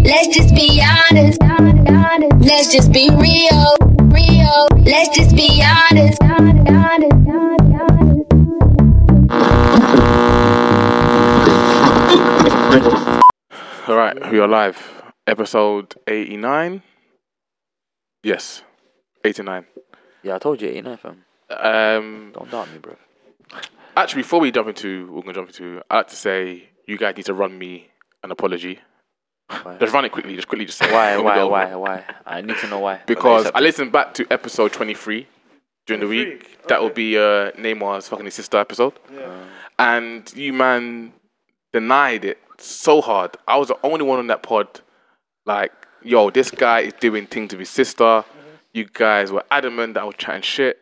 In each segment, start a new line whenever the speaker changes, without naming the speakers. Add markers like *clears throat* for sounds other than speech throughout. Let's just be honest. Let's just be real. Real. Let's just be honest.
All right, we are live. Episode 89. Yes, 89.
Yeah, I told you, you know, fam.
Um,
Don't doubt me, bro.
actually, before we jump into, we're going to jump into, I'd like to say you guys need to run me an apology.
Why?
Just run it quickly. Just quickly just say *laughs*
Why,
it.
why, why, why? I need to know why.
Because
Except-
I listened back to episode 23 during the week. That will be uh, Neymar's fucking his sister episode. And you, man, denied it so hard. I was the only one on that pod, like, yo, this guy is doing things with his sister. You guys were adamant that I was chatting shit.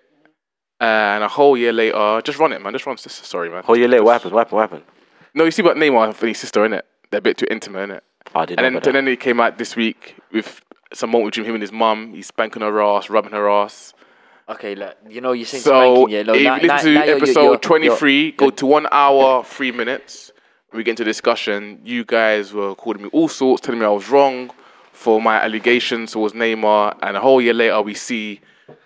And a whole year later, just run it, man. Just run sister. Sorry, man.
Oh, you late. What happened? What happened? What happened?
No, you see about Neymar and his sister, innit? They're a bit too intimate, innit?
Oh, I
And
didn't know
then, and
that.
then he came out this week with some moment between him and his mum. He's spanking her ass, rubbing her ass.
Okay, like, you know, you saying
So
spanking, yeah.
if
No,
you
now-
listen
now-
to
now you're- you're-
episode
you're-
23, go to one hour, three minutes. We get into discussion. You guys were calling me all sorts, telling me I was wrong for my allegations towards Neymar. And a whole year later, we see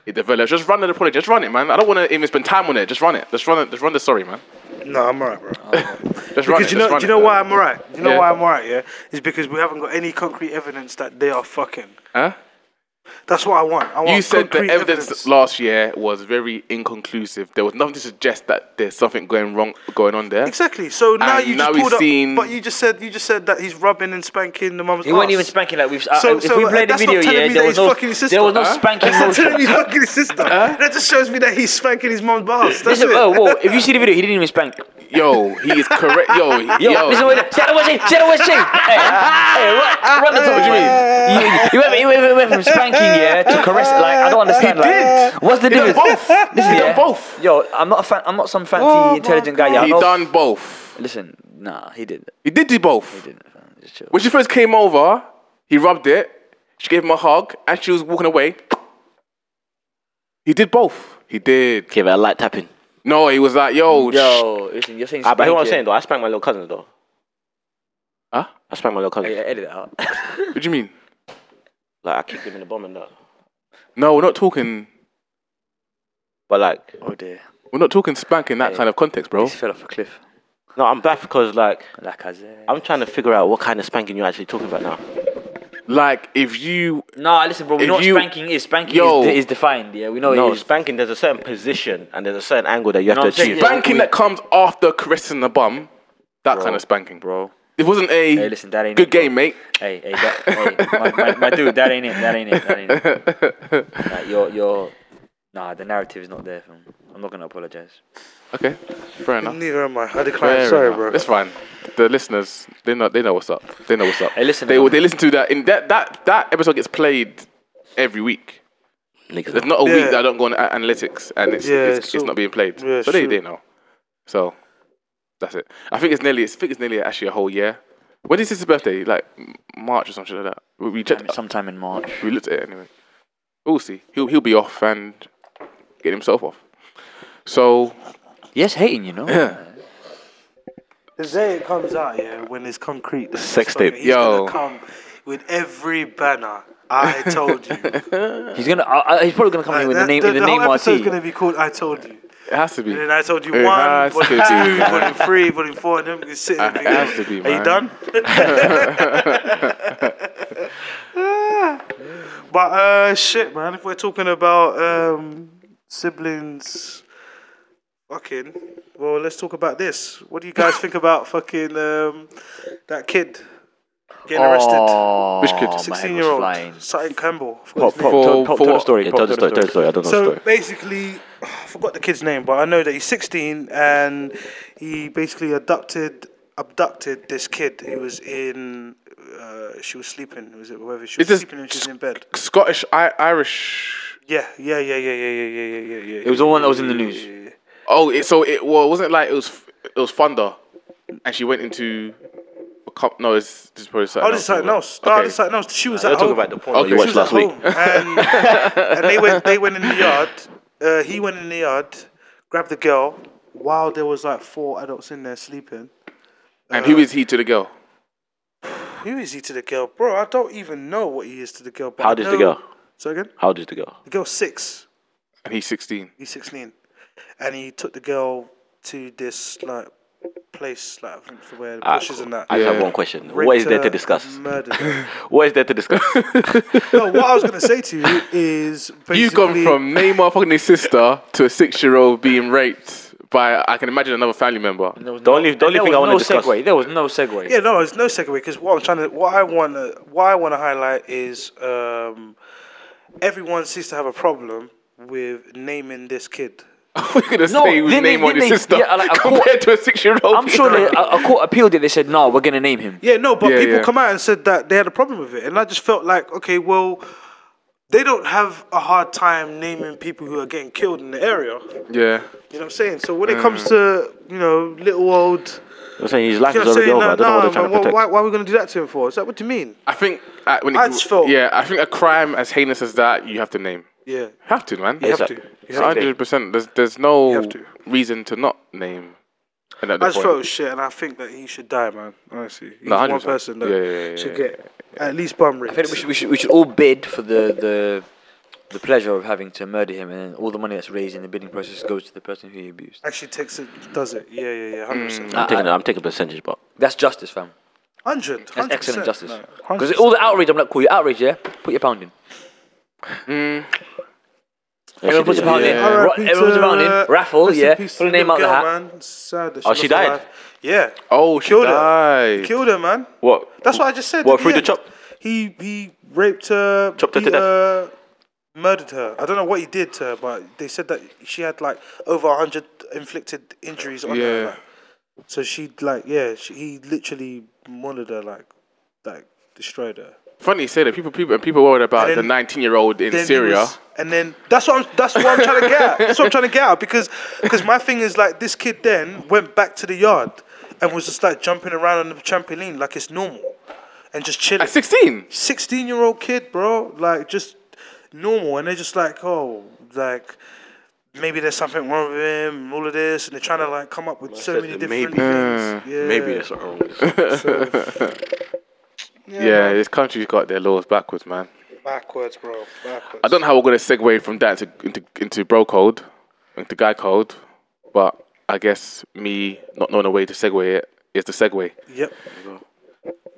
it develops. Just run the apology. Just run it, man. I don't want to even spend time on it. Just run it. Just run it. Just run the sorry, man.
No, I'm alright, bro.
Just run
because
it.
you
Just
know,
run
do you
it.
know why I'm alright? You know
Yeah.
why I'm alright? Yeah, is because we haven't got any concrete evidence that they are fucking.
Huh?
That's what I want. I want
You said the
concrete
evidence, last year was very inconclusive. There was nothing to suggest that there's something going wrong going on there.
Exactly. So now
And
you
now
just
we've
pulled up,
seen-
but you just said you just said that he's rubbing and spanking the mum's.
He wasn't
ass. *laughs*
even spanking like we've. So,
So-
if
so
we played the
that's not
video,
telling
yeah,
me
there
that
was
he's
no,
fucking his sister,
there was no
*laughs*
huh?
spanking
That's not telling me
motion.
fucking his sister. That just shows me that he's spanking his mum's bars. That's
Listen,
it.
oh, whoa! If you see the video, he didn't even spank.
Yo, he is correct. Yo, he-
Yo,
yo.
listen, wait, say the word, say say
*laughs*
the word, say. Hey, hey, what? Run the top.
What do you mean?
You, you, went, you went- you went from spanking, yeah, to caress. Like I don't understand. He like,
did.
What's the
He done
difference?
both.
Listen,
He done
yeah,
both.
Yo, I'm not a fan. I'm not some fancy
Oh,
intelligent
my
guy. Yeah, I
he
know-
done both.
Listen, nah, he did.
He did do both.
He didn't. fam, Just chill.
When she first came over, he rubbed it. She gave him a hug, and she was walking away. He did both. He did.
Give it a light tapping.
No, he was like, yo, sh-
Yo, listen, you're saying.
Ah, but hear what I'm
spanking.
saying though. I spanked my little cousin though.
huh?
I spanked my little cousin.
Hey, yeah, edit that out.
What do you mean?
Like I kicked him in the bum and that.
No, we're not talking.
But like,
oh *laughs* dear,
We're not talking spank in that kind of context, bro.
this fell off a cliff.
no, I'm back because like
Like I said.
I'm trying to figure out what kind of spanking you're actually talking about now.
Like, if you
Nah, listen, bro. We
If
know what
you-
spanking is. Spanking
Yo.
is, is defined. Yeah, we know
No,
it is.
spanking. There's a certain position and there's a certain angle that you have
No,
to
I'm saying,
achieve.
yeah.
spanking that comes after caressing the bum, that kind of spanking,
bro.
It wasn't a
Hey, listen, that ain't
good
it, bro.
game, mate.
Hey, hey, that, hey, my, my, my dude, that ain't it. That ain't it. That ain't
*laughs*
it. Like, your, your, nah, the narrative is not there. Fam. I'm not gonna apologize.
Okay, fair enough.
Neither am I. I decline.
Fair
Sorry,
enough.
bro.
It's fine. The listeners, they know, they know what's up. They know what's up.
Hey, listen,
they
man.
they listen to that. In that that that episode gets played every week.
Niggas,
There's not a
Yeah.
week that I don't go on a- analytics and it's
Yeah,
it's,
it's
it's,
all-
not being played.
yeah,
so they
sure.
they know. So that's it. I think it's nearly. It's, I think it's nearly actually a whole year. When is his birthday? Like M- March or something like that. We, we checked.
Sometime in March.
We looked at it anyway. We'll see. He'll he'll be off and get himself off. So
Yes, hating, you know.
The day it comes out, yeah, when it's concrete. that
Sex
it's fucking-
tape.
He's
Yo.
gonna come with every banner. I told
*laughs*
you.
he's gonna. Uh, he's probably gonna come in with the
That-
name.
the,
with the,
the
name
whole episode's
RT.
gonna be called "I Told You,"
it has to be.
and then I told you
It
one,
has
volume
to be,
two,
man.
volume three, volume four, and then we sit in the
It has to be,
Are
man.
you done? but uh, shit, man. If we're talking about um, siblings, fucking, well, let's talk about this. What do you guys think about fucking um, that kid getting arrested?
Oh,
Which kid?
my head was
16 year
flying.
old Sutton Campbell. I forgot his name.
pop.
Tell- tell-
for
tell the
what?
story.
Yeah,
pop-
tell the story. Tell the story. I don't know the
So
story.
basically, *sighs* I forgot the kid's name, but I know that he's 16 and he basically abducted abducted this kid. He was in, uh, she was sleeping. Was it whether she was
Is this-
sleeping and she was in bed?
Scottish, I, Irish.
Yeah, yeah, yeah, yeah, yeah, yeah, yeah, yeah, yeah.
It was the one that was in the news.
Oh, it, so it well, wasn't like it was it was Thunder, and she went into a cup. No, it's this is probably something
Oh, this is something else. No, this is something else. She was at
We're talking
home.
about the porn that
Okay.
you
She was at
watched last week.
home, and, *laughs* and they went. They went in the yard. Uh, he went in the yard, grabbed the girl while there was like four adults in there sleeping.
And who is he to the girl?
Who is he to the girl, bro? I don't even know what he is to the girl. But
How
I
old is the
know-
girl?
Say again.
How old is the girl?
The girl's six.
and he's 16.
He's sixteen, and he took the girl to this like place, like I think for where the
Ah,
bushes
cool.
and that.
I
Yeah.
have one question. what is there to
Raped her,
discuss?
Murdered. her. *laughs*
What is there to discuss?
no, what I was gonna say to you is basically
You've gone from Neymar fucking his sister to a six year old being raped by, I can imagine, another family member. *laughs*
the only, the only thing I want to discuss.
segue. There was no segue.
Yeah, no, it's no segue because what I'm trying to, what I want to, what I want to highlight is um, everyone seems to have a problem with naming this kid.
You're going to
No,
say with
didn't they-
Neymar and his
didn't they-
sister
uh,
yeah, like, I caught-
compared to a six year old.
*laughs* I'm sure they, a, a court appealed it. They said, no, we're going to name him.
Yeah, no, but
Yeah,
people
yeah.
come out and said that they had a problem with it, and I just felt like, okay, well, they don't have a hard time naming people who are getting killed in the area. You
Yeah.
know what I'm saying? So when it
Mm.
comes to you know little old,
I'm saying his life
you know
is
what I'm
already
saying?
over. I
Like,
don't know what
nah,
they're trying
man,
to
why,
protect.
why, why are we gonna do that to him for? Is that what you mean?
I think uh, when it,
I just felt-
yeah, I think a crime as heinous as that, you have to name.
Yeah.
Have to, man. You
have
to.
You have to.
Hundred percent. There's there's no
have to.
reason to not name. And at
I
that
just
point,
felt shit, and I think that he should die, man. Honestly, he's
No,
one
100%.
person that
Yeah, yeah, yeah,
should
yeah,
get at least bum
I
ripped.
think we should, we should we should all bid for the the the pleasure of having to murder him, and then all the money that's raised in the bidding process goes to the person who he abused.
Actually, takes it, does it? Yeah, yeah, yeah, hundred percent.
Mm.
I'm taking, I'm taking percentage, but
That's justice, fam.
Hundred.
That's excellent justice. Because
Because
all the outrage, I'm like, cool, you're outraged, yeah? Put your pound in. Everyone puts a pound in.
Yeah.
Uh, Ro- Everyone puts a pound in. Raffle, yeah. Pull a name out the hat.
Man. Sad that
Oh,
she
she
lost her
died?
life. Yeah,
oh, she
Killed her.
died.
killed her, man.
What?
That's what I just said.
What,
at
through the
end.
chop?
He he raped her,
Chopped her to
beat
death?
her, murdered her. I don't know what he did to her, but they said that she had like over hundred inflicted injuries on her.
Yeah.
like. So she like yeah, she, he literally murdered her like like destroyed her.
Funny you say that. People people people worried about
And then-
the 19 year old in
Then he
Syria.
was- and then that's what I'm that's what I'm trying to get. At. That's what I'm trying to get out because because my thing is like this kid then went back to the yard and was just like jumping around on the trampoline like it's normal and just chilling.
at 16.
16 year old kid, bro, like just normal. And they're just like, oh, like maybe there's something wrong with him and all of this. And they're trying to like come up with so
said
many
that
different things.
maybe.
Uh,
Yeah.
Maybe that's *laughs* wrong. with this.
Yeah, this country's got their laws backwards, man.
Backwards, bro. Backwards.
I don't know how we're gonna segue from that to, into into bro code, into guy code, but I guess me not knowing a way to segue it is the segue.
Yep.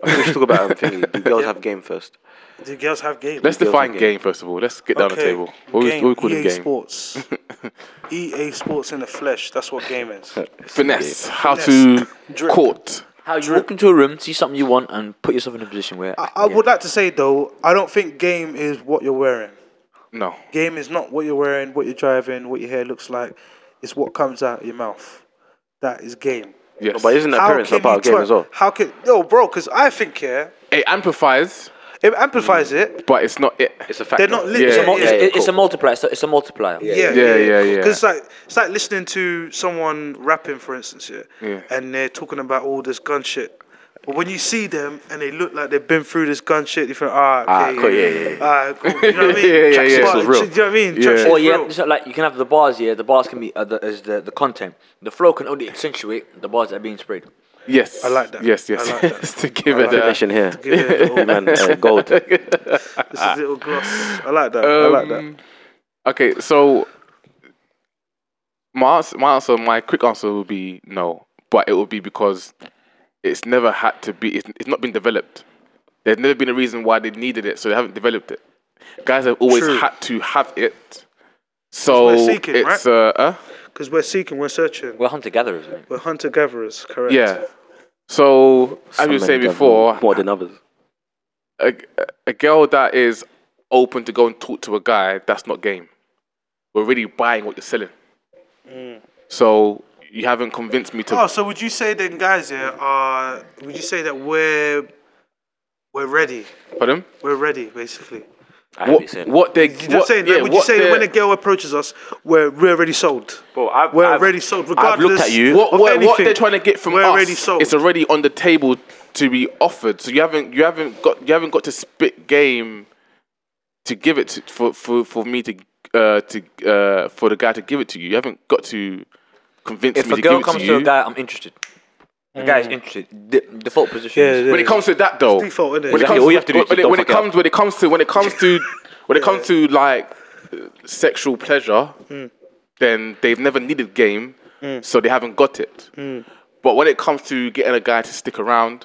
we should talk about um, thingy. *laughs* Do girls have game first?
The girls have games.
Let's
Girls
define
and
game.
game.
first of all. Let's get down the table. What we,
game,
what we call
EA
it game? *laughs*
Sports. EA Sports in the flesh. That's what
*laughs*
game is.
Finesse. How to
Drip.
court.
How you walk into a room, see something you want, and put yourself in a position where.
I, I
yeah.
would like to say though, I don't think game is what you're wearing.
No.
Game is not what you're wearing, what you're driving, what your hair looks like. It's what comes out of your mouth. That is game.
Yes.
But isn't that parents
can
are part of
you
game
twerk?
as well?
How can yo, bro? Because I think yeah,
it amplifies,
it amplifies it.
but it's not it.
It's a fact.
They're not
Yeah.
listening.
It's a
Mul-
Yeah,
it's,
yeah,
it's a multiplier. It's a, it's a multiplier.
yeah,
Yeah, yeah, yeah.
Because like it's like listening to someone rapping, for instance, yeah,
Yeah.
and they're talking about all this gun shit. But when you see them and they look like they've been through this gun shit, you think, ah, okay,
Ah, cool, yeah, yeah, yeah.
ah, cool. You
*laughs*
know what I mean?
Yeah, yeah,
Track
yeah.
shit
This
was real.
Do you know what I mean? Track
Yeah.
shit's
It's
Or yeah,
real.
it's not like you can have the bars here. The bars can be uh, the, is the the content. The flow can only accentuate the bars that are being sprayed.
Yes. I
like that.
Yes,
I
yes.
like that.
yes. *laughs* to give it a.
Definition here.
Give it a
*laughs*
little-
Man, uh,
*laughs*
gold.
This is a little gloss. I like that. I like that.
Um, Okay, so my answer, my answer, my quick answer would be no, but it would be because it's never had to be. It's, it's not been developed. There's never been a reason why they needed it, so they haven't developed it. Guys have always
True.
had to have it. So
That's what we're seeking,
it's uh, uh
Because we're seeking, we're searching.
We're hunter gatherers, mate.
We're hunter gatherers, correct?
yeah. So as
Some
you were
men
saying
got
before,
more than others.
a, a girl that is open to go and talk to a guy, that's not game. We're really buying what you're selling.
Mm.
So you haven't convinced me to.
Oh, so would you say then, guys? Yeah, uh, would you say that we're we're ready?
pardon?
We're ready, basically.
I
What, what they?
You know what I'm saying? Like, would you say that when a girl approaches us, we're we're already sold?
Bro, I've-
we're
I've-
already sold. Regardless,
I've looked at you.
what,
of
what, what
anything,
they're trying to get from
we're
us
already sold.
it's already on the table to be offered. So you haven't you haven't got you haven't got to spit game to give it to, for, for for me to uh, to uh, for the guy to give it to you. You haven't got to convince
If
me
a
to
girl
give it
comes
to
to,
you.
a guy, I'm interested. The
guy's interested. De- default position.
Yeah, yeah.
When it comes to that though,
default, innit?
when it
Exactly,
comes
all you have to do
when
is just
it-
don't
when it
fuck it
comes when it comes to when it comes to when it comes to like uh, sexual pleasure, then they've never needed game, so they haven't got it. But when it comes to getting a guy to stick around,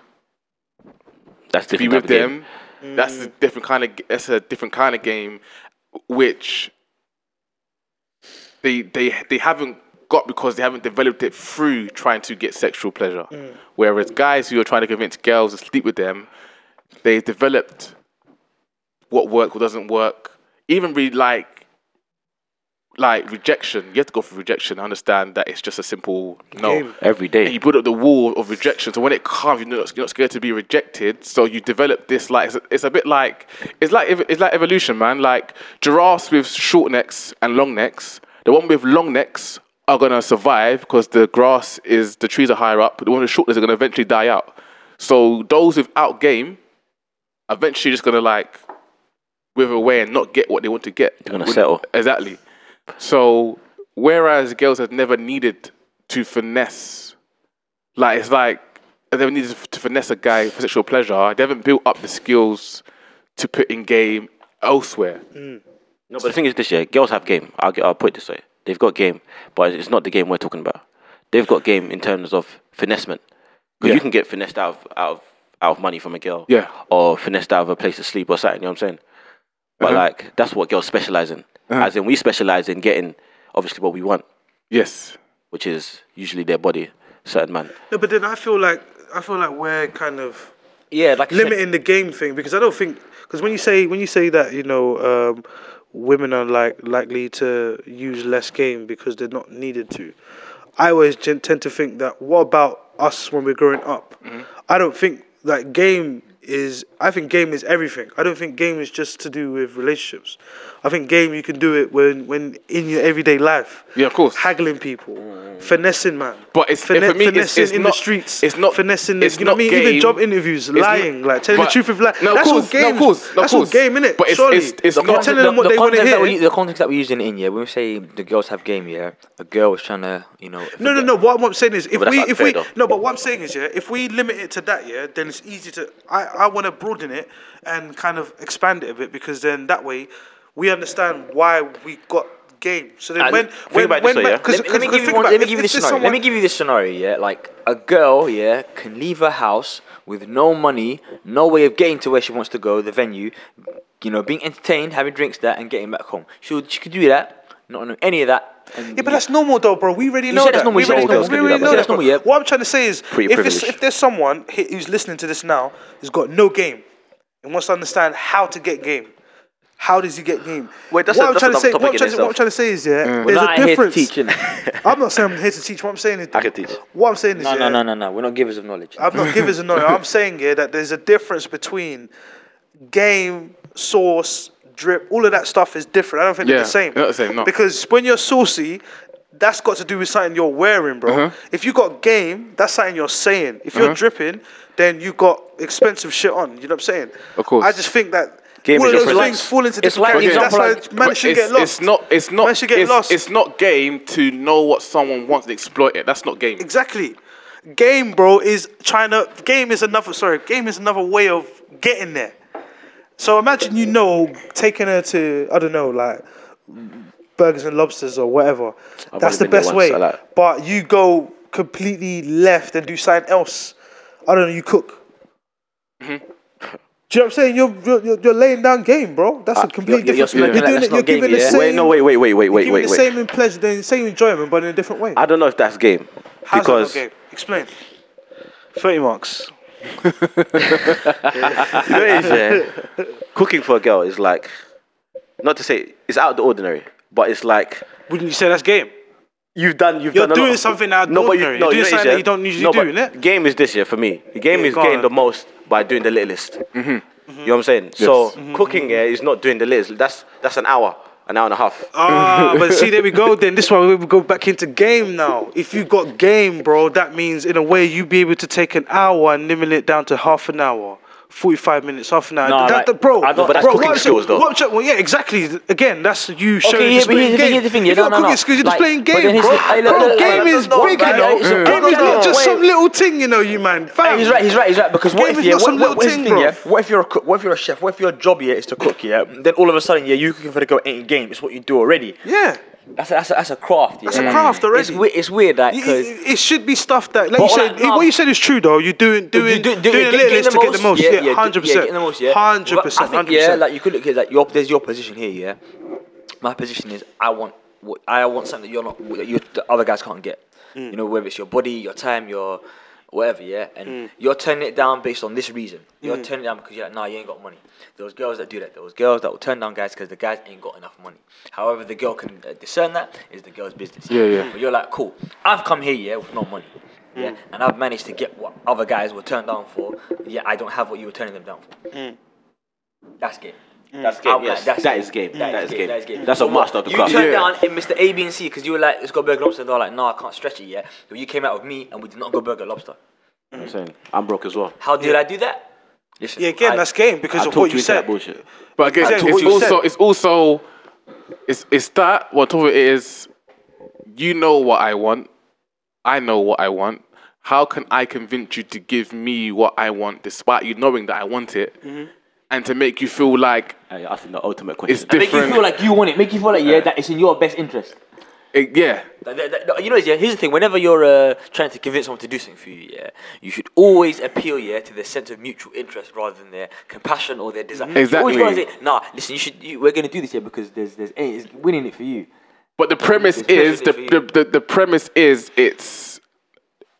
That's
be with
different. type of game.
them, that's a different kind of that's a different kind of game, which they they they haven't got because they haven't developed it through trying to get sexual pleasure. Whereas guys who are trying to convince girls to sleep with them, they've developed what works, what doesn't work. Even really like like rejection. You have to go through rejection. I understand that it's just a simple no.
Game.
every
And
day.
you build up the wall of rejection. So when it comes, you're not, you're not scared to be rejected. So you develop this like it's a, it's a bit like it's like ev- it's like evolution, man. Like giraffes with short necks and long necks. The one with long necks are gonna survive because the grass is the trees are higher up. The one with short necks are gonna eventually die out. So those without game, eventually just gonna like wither away and not get what they want to get.
They're gonna settle.
Exactly. So whereas girls have never needed to finesse, like it's like they never needed to finesse a guy for sexual pleasure. They haven't built up the skills to put in game elsewhere.
No, but the thing is, this year girls have game. I'll, get, I'll put it this way: they've got game, but it's not the game we're talking about. They've got game in terms of finessement, because
Yeah.
you can get finessed out of, out of out of money from a girl,
Yeah.
or finessed out of a place to sleep or something. You know what I'm saying? But like, that's what girls specialize in. As in, we specialize in getting obviously what we want,
Yes.
which is usually their body, certain man.
No, but then I feel like I feel like we're kind of
Yeah, like
limiting the game thing because I don't think because when you say when you say that you know um, women are like likely to use less game because they're not needed to, I always gen- tend to think that what about us when we're growing up?
Mm-hmm.
I don't think that game is. I think game is everything. I don't think game is just to do with relationships. I think game you can do it when when in your everyday life.
Yeah, of course. Mm-hmm.
Haggling people, finessing man.
But it's
Fine-
for me.
finessing
It's, it's
in
not,
the streets.
It's not
finessing. The,
It's
you know
not
what I mean?
game.
Even job interviews,
It's not-
lying, like telling
but-
the truth with lying.
No, of
that's all
course, no,
game.
of course, no, of
that's all
course.
game, innit?
But it's-
Surely,
it's- it's
you're
not-
telling them what
the
they want to
context
hear.
That we, the context that we're using in here, when we say the girls have game, yeah, a girl is trying to, you know. if
no,
a
no,
girl-
no. What I'm saying is, if
but
we,
that's
if
unfair,
we,
though.
no, but what I'm saying is, yeah, if we limit it to that, yeah, then it's easy to. I, I want to broaden it and kind of expand it a bit because then that way, we understand why we got game. So then
And
when,
think
when,
about it
when,
this way, yeah?
because
let, me- let me give you
think
one,
about
let me
if-
give you
if
this
there's
scenario. let me
someone-
give you this scenario. Yeah, like a girl, yeah, can leave her house with no money, no way of getting to where she wants to go, the venue, you know, being entertained, having drinks, that, and getting back home. She would, she could do that, not know any of that. And
Yeah, but that's normal though, bro. We already know
said
that.
that's normal,
We
you said
already
all
know,
girls
we
can do
already
that,
know
but-
that.
That's normal, yeah.
What I'm trying to say is,
Pretty
if, it's,
privileged.
if there's someone he- who's listening to this now, who's got no game, and wants to understand how to get game, how does he get game?
Wait, that's
what
a-
I'm
that's
trying to
a
say.
topic
What I'm
in
trying to- what
itself.
I'm trying to say is, yeah,
we're
there's
not
a
here to
difference.
teach,
*laughs*
innit?
I'm not saying I'm here to teach. What I'm saying is, I
can teach.
What I'm saying is,
No,
yeah,
no, no, no, no. We're not givers of knowledge.
I'm
*laughs*
not givers a no. I'm saying here that there's a difference between game, sauce, drip, all of that stuff is different. I don't think
Yeah,
they're the same.
they're not the same, no.
Because when you're saucy, that's got to do with something you're wearing, bro.
Uh-huh.
If you got game, that's something you're saying. If you're dripping, then you got expensive shit on. You know what I'm saying?
Of course.
I just think that
Game
all
is
of those
your preference.
things fall into
It's
different
like the
categories. That's
example
why
I-
man
But
should
it's,
get lost.
It's not. It's not.
Man should get
it's,
lost.
it's not game to know what someone wants and exploit it. That's not game.
Exactly. Game, bro, is trying to. Game is another. Sorry, game is another way of getting there. So imagine you know taking her to I don't know like burgers and lobsters or whatever. That's
only
the
been there
best
once,
way.
I like-
But you go completely left and do something else. I don't know. You cook.
Mm-hmm.
Do you know what I'm saying? You're you're- you're, you're laying down game, bro.
Uh,
That's a complete
you're- you're
different. You're,
smelling like
doing
that's
it. You're
not game,
giving the
yeah?
same.
Wait, no, wait, wait, wait, wait,
you're
wait,
giving
wait.
the same in pleasure, the same enjoyment, but in a different way.
I don't know if that's game
How's that not
because
game? explain. Thirty marks.
you know
*laughs*
what it is, yeah? cooking for a girl is like, not to say it's out of the ordinary, but it's like
Wouldn't you say that's game?
you've done you've
You're
done a lot
doing
of-
something out of
no, but you,
ordinary.
no,
You're doing
know what it is,
something that
yeah?
you don't usually
no,
do,
but
innit?
Game is this year for me. The game
Yeah,
is
go
gained
on. Mm-hmm.
the most by doing the littlest. You know what I'm saying? So cooking yeah, is not doing the littlest. That's that's an hour, an hour and a half.
Ah, but see, there we go. Then this one, we go back into game now. If you got game, bro, that means in a way you be able to take an hour and limit it down to half an hour, 45 minutes off now.
No,
that,
like-
the, bro,
I don't-
but that's
bro,
cooking
what I'm
skills, though.
what I'm trying- well, yeah, exactly. Again, that's you showing
Okay, yeah, but
displaying
here's the
game.
thing, here's the thing.
If
Yeah, no,
you're not
no,
cooking
no.
skills, you're
Like,
displaying
but then
game,
here's
bro.
the- hey, look,
Bro,
look,
game
look,
is
look,
big,
look,
you
look,
know.
look,
Game is
look,
not
look,
just
wait.
some little thing, you know, you man.
Hey,
Fam.
he's right. He's right. He's right. Because
Game
what if
is
yeah,
not
what,
some
what,
little
what is the
thing,
thing,
bro.
yeah? What if you're a cook? What if you're a chef? What if your job here is to cook? Yeah. Then all of a sudden, yeah, you cooking for the girl ain't game. It's what you do already.
Yeah.
That's a, that's a, that's a craft. Yeah.
That's a craft
It's,
already.
we- it's weird that
It,
because
it- it should be stuff that,
But
like you
all
said,
that- no.
what you said is true though. You're doing doing doing, a little is to get the most. Yeah, hundred
yeah,
percent,
getting the most, yeah.
hundred
But I
percent,
think,
hundred
Yeah,
percent.
like you could look at like your there's your position here, yeah. My position is I want what I want something that you're not that you the other guys can't get. You know, whether it's your body, your time, your whatever, yeah. And you're turning it down based on this reason. You're turning it down because you're like, nah, you ain't got money. There was girls that do that. There was girls that will turn down guys because the guys ain't got enough money. However, the girl can uh, discern that is the girl's business.
Yeah, yeah.
But you're like, cool. I've come here, yeah, with no money. Yeah, and I've managed to get what other guys were turned down for. Yeah, I don't have what you were turning them down for. That's game.
That's game,
Outright,
yes. Mm. That is game. That is game.
That is game.
That's a
But what-
master of the
you
craft.
You turned
Yeah.
down in Mr. A, B, and C because you were like, let's go burger lobster. They were like, no, I can't stretch it yet. But you came out with me and we did not go burger lobster.
I'm saying I'm broke as well.
How did I do that? Listen,
Yeah, again,
I-
that's game because
I
of
talked
what
to
you
you into
said.
that bullshit.
But I guess
Exactly
it's
what you
also
said.
it's also it's it's that what top of it is you know what I want. I know what I want. How can I convince you to give me what I want despite you knowing that I want it?
Mm-hmm.
And to make you feel like
Hey, you're asking the ultimate
it's
question.
Make you
different.
feel like you want it. Make you feel like yeah, that it's in your best interest.
It- yeah.
Like, that- that- that- You know, yeah, here's the thing. Whenever you're uh, trying to convince someone to do something for you, yeah, you should always appeal, yeah, to their sense of mutual interest rather than their compassion or their
Mm-hmm.
desire. You always gotta
Exactly.
say, nah, listen, you should. You, we're gonna do this here because there's there's A is winning it for you.
But the premise is the,
Especially
the,
if
the, the premise is it's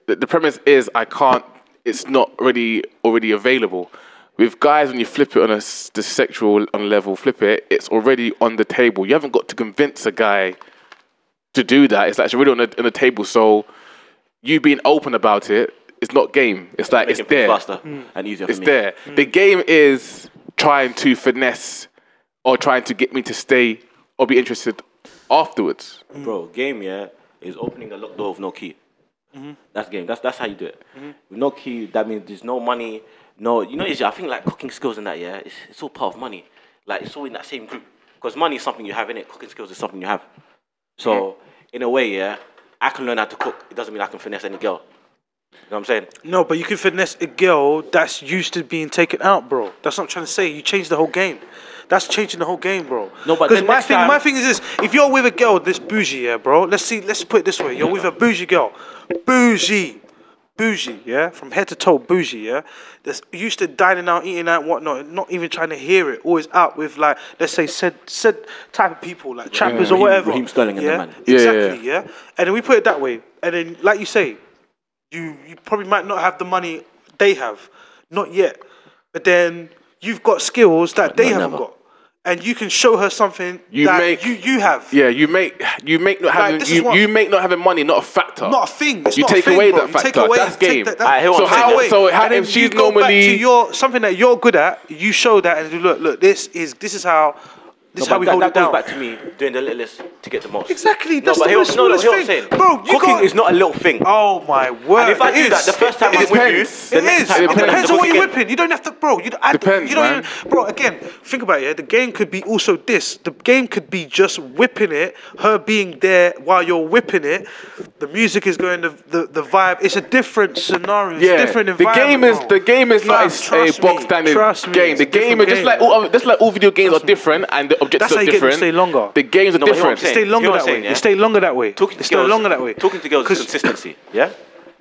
the, the premise is I can't it's not already already available. With guys, when you flip it on a s- the sexual on level, flip it, it's already on the table. You haven't got to convince a guy to do that. It's actually already on the, on the table. So you being open about it, it's not game. It's like
Make
it's
it
there.
faster
Mm.
and easier
It's
for me. Hmm.
there. The game is trying to finesse or trying to get me to stay or be interested afterwards.
Bro, game yeah is opening a locked door with no key.
Mm-hmm.
That's game. That's that's how you do it. With no key, that means there's no money. No, you know, it's, I think like cooking skills and that. Yeah, it's, it's all part of money. Like it's all in that same group because money is something you have in it. Cooking skills is something you have. So in a way, yeah, I can learn how to cook. It doesn't mean I can finesse any girl. You know what I'm saying?
No, but you can finesse a girl that's used to being taken out, bro. That's what I'm trying to say. You change the whole game. That's changing the whole game, bro.
No, but
because
then
my
next
thing,
time-
my thing is this: if you're with a girl this bougie, yeah, bro. Let's see. Let's put it this way: you're with a bougie girl, bougie, bougie, yeah, from head to toe, bougie, yeah. That's used to dining out, eating out, whatnot, and not even trying to hear it. Always out with like, let's say, said said type of people, like trappers or
Raheem-
whatever.
Raheem Sterling and
yeah?
them, man.
Yeah, yeah,
Exactly, yeah. And then we put it that way, and then like you say, you you probably might not have the money they have, not yet. But then you've got skills that they
Not
haven't
never.
got, and you can show her something
You
that
make-
you you have.
Yeah, you make you make not having
this is
you,
what-
you make not having money not a factor.
Not a thing. It's
you
not a
take
thing,
away
bro.
that
You
factor.
take away,
that's
take
game.
that-
I hear what
so
I'm saying,
how
yeah.
so how,
and then
if she's
you go back to
normally
your something that you're good at, you show that and you look, look, this is this is how this is
No,
how
but
we
that,
hold
that
it
goes
down.
back to me doing the littlest to get the most.
Exactly, that's
but
the
hear what-
most
no, no,
smallest
hear what I'm
thing.
saying.
Bro, you
cooking
got-
is not a little thing.
Oh my word!
and if I
it
do that,
is.
the first time
It
I'm
is.
with you,
Depends.
the
It
next
is.
time
It
I'm
depends
the
on what you're
weekend-
whipping. You don't have to, bro. You, don't- I,
Depends,
you don't
man.
Even, bro, again, think about it. Yeah? The game could be also this. The game could be just whipping it, her being there while you're whipping it. The music is going, the the, the vibe. It's a different scenario. It's a
yeah,
different
the game is
environment, bro.
the game is not
Fam,
a, a
trust me,
box standard
trust me,
game.
it's
The
a
game is
different
just like
game.
oh,
all other- just like all video games are different and the objectives
That's
are
how you get them to
different.
stay longer.
The games are
No, but hear what I'm
different.
saying.
Stay longer
You know what
that
I'm saying,
way.
yeah?
You stay longer that way.
Talking to
Stay
girls,
longer that way.
Talking to girls is
'Cause-
consistency. Yeah.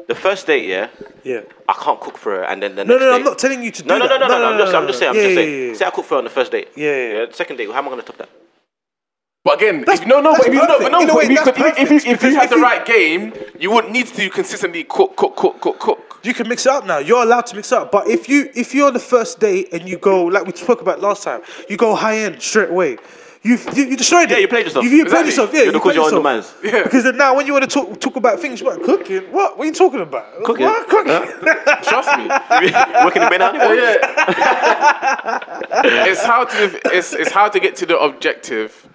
The first date, yeah.
Yeah.
I can't cook for her, and then the
No,
next
no,
date.
I'm not telling you to
No,
do
no,
that.
no, no, no, no. I'm just- I'm just saying. I'm
Yeah,
just
yeah,
saying.
yeah.
Say I cook for her on the first date.
Yeah, yeah, yeah.
The second date. How am I gonna top
*laughs*
that?
But again, if, no, no,
that's
but if you no,
perfect.
but no,
In a
but
way,
if you,
that's
could, if you, if
perfect,
you, if you
because
had
if
the
you-
right game, you wouldn't need to consistently cook, cook, cook, cook, cook.
You can mix it up now. You're allowed to mix it up. But if you if you're on the first date and you go like we spoke about last time, you go high end straight away. You've, you you destroyed it.
Yeah, you played yourself.
You, you played
Exactly.
yourself. Yeah,
You're the
you played
coach, you're
yourself.
on the mans.
Yeah.
Because then now when you want to talk talk about things, what cooking? What? What are you talking about?
Cooking.
What? Cooking.
*laughs* Trust
*laughs*
me.
Working the bin out.
yeah. *laughs* it's how to it's, it's how to get to the objective,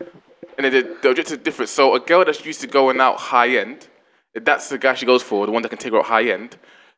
and the, the objective is different. So a girl that's used to going out high end, if that's the guy she goes for, the one that can take her out high end.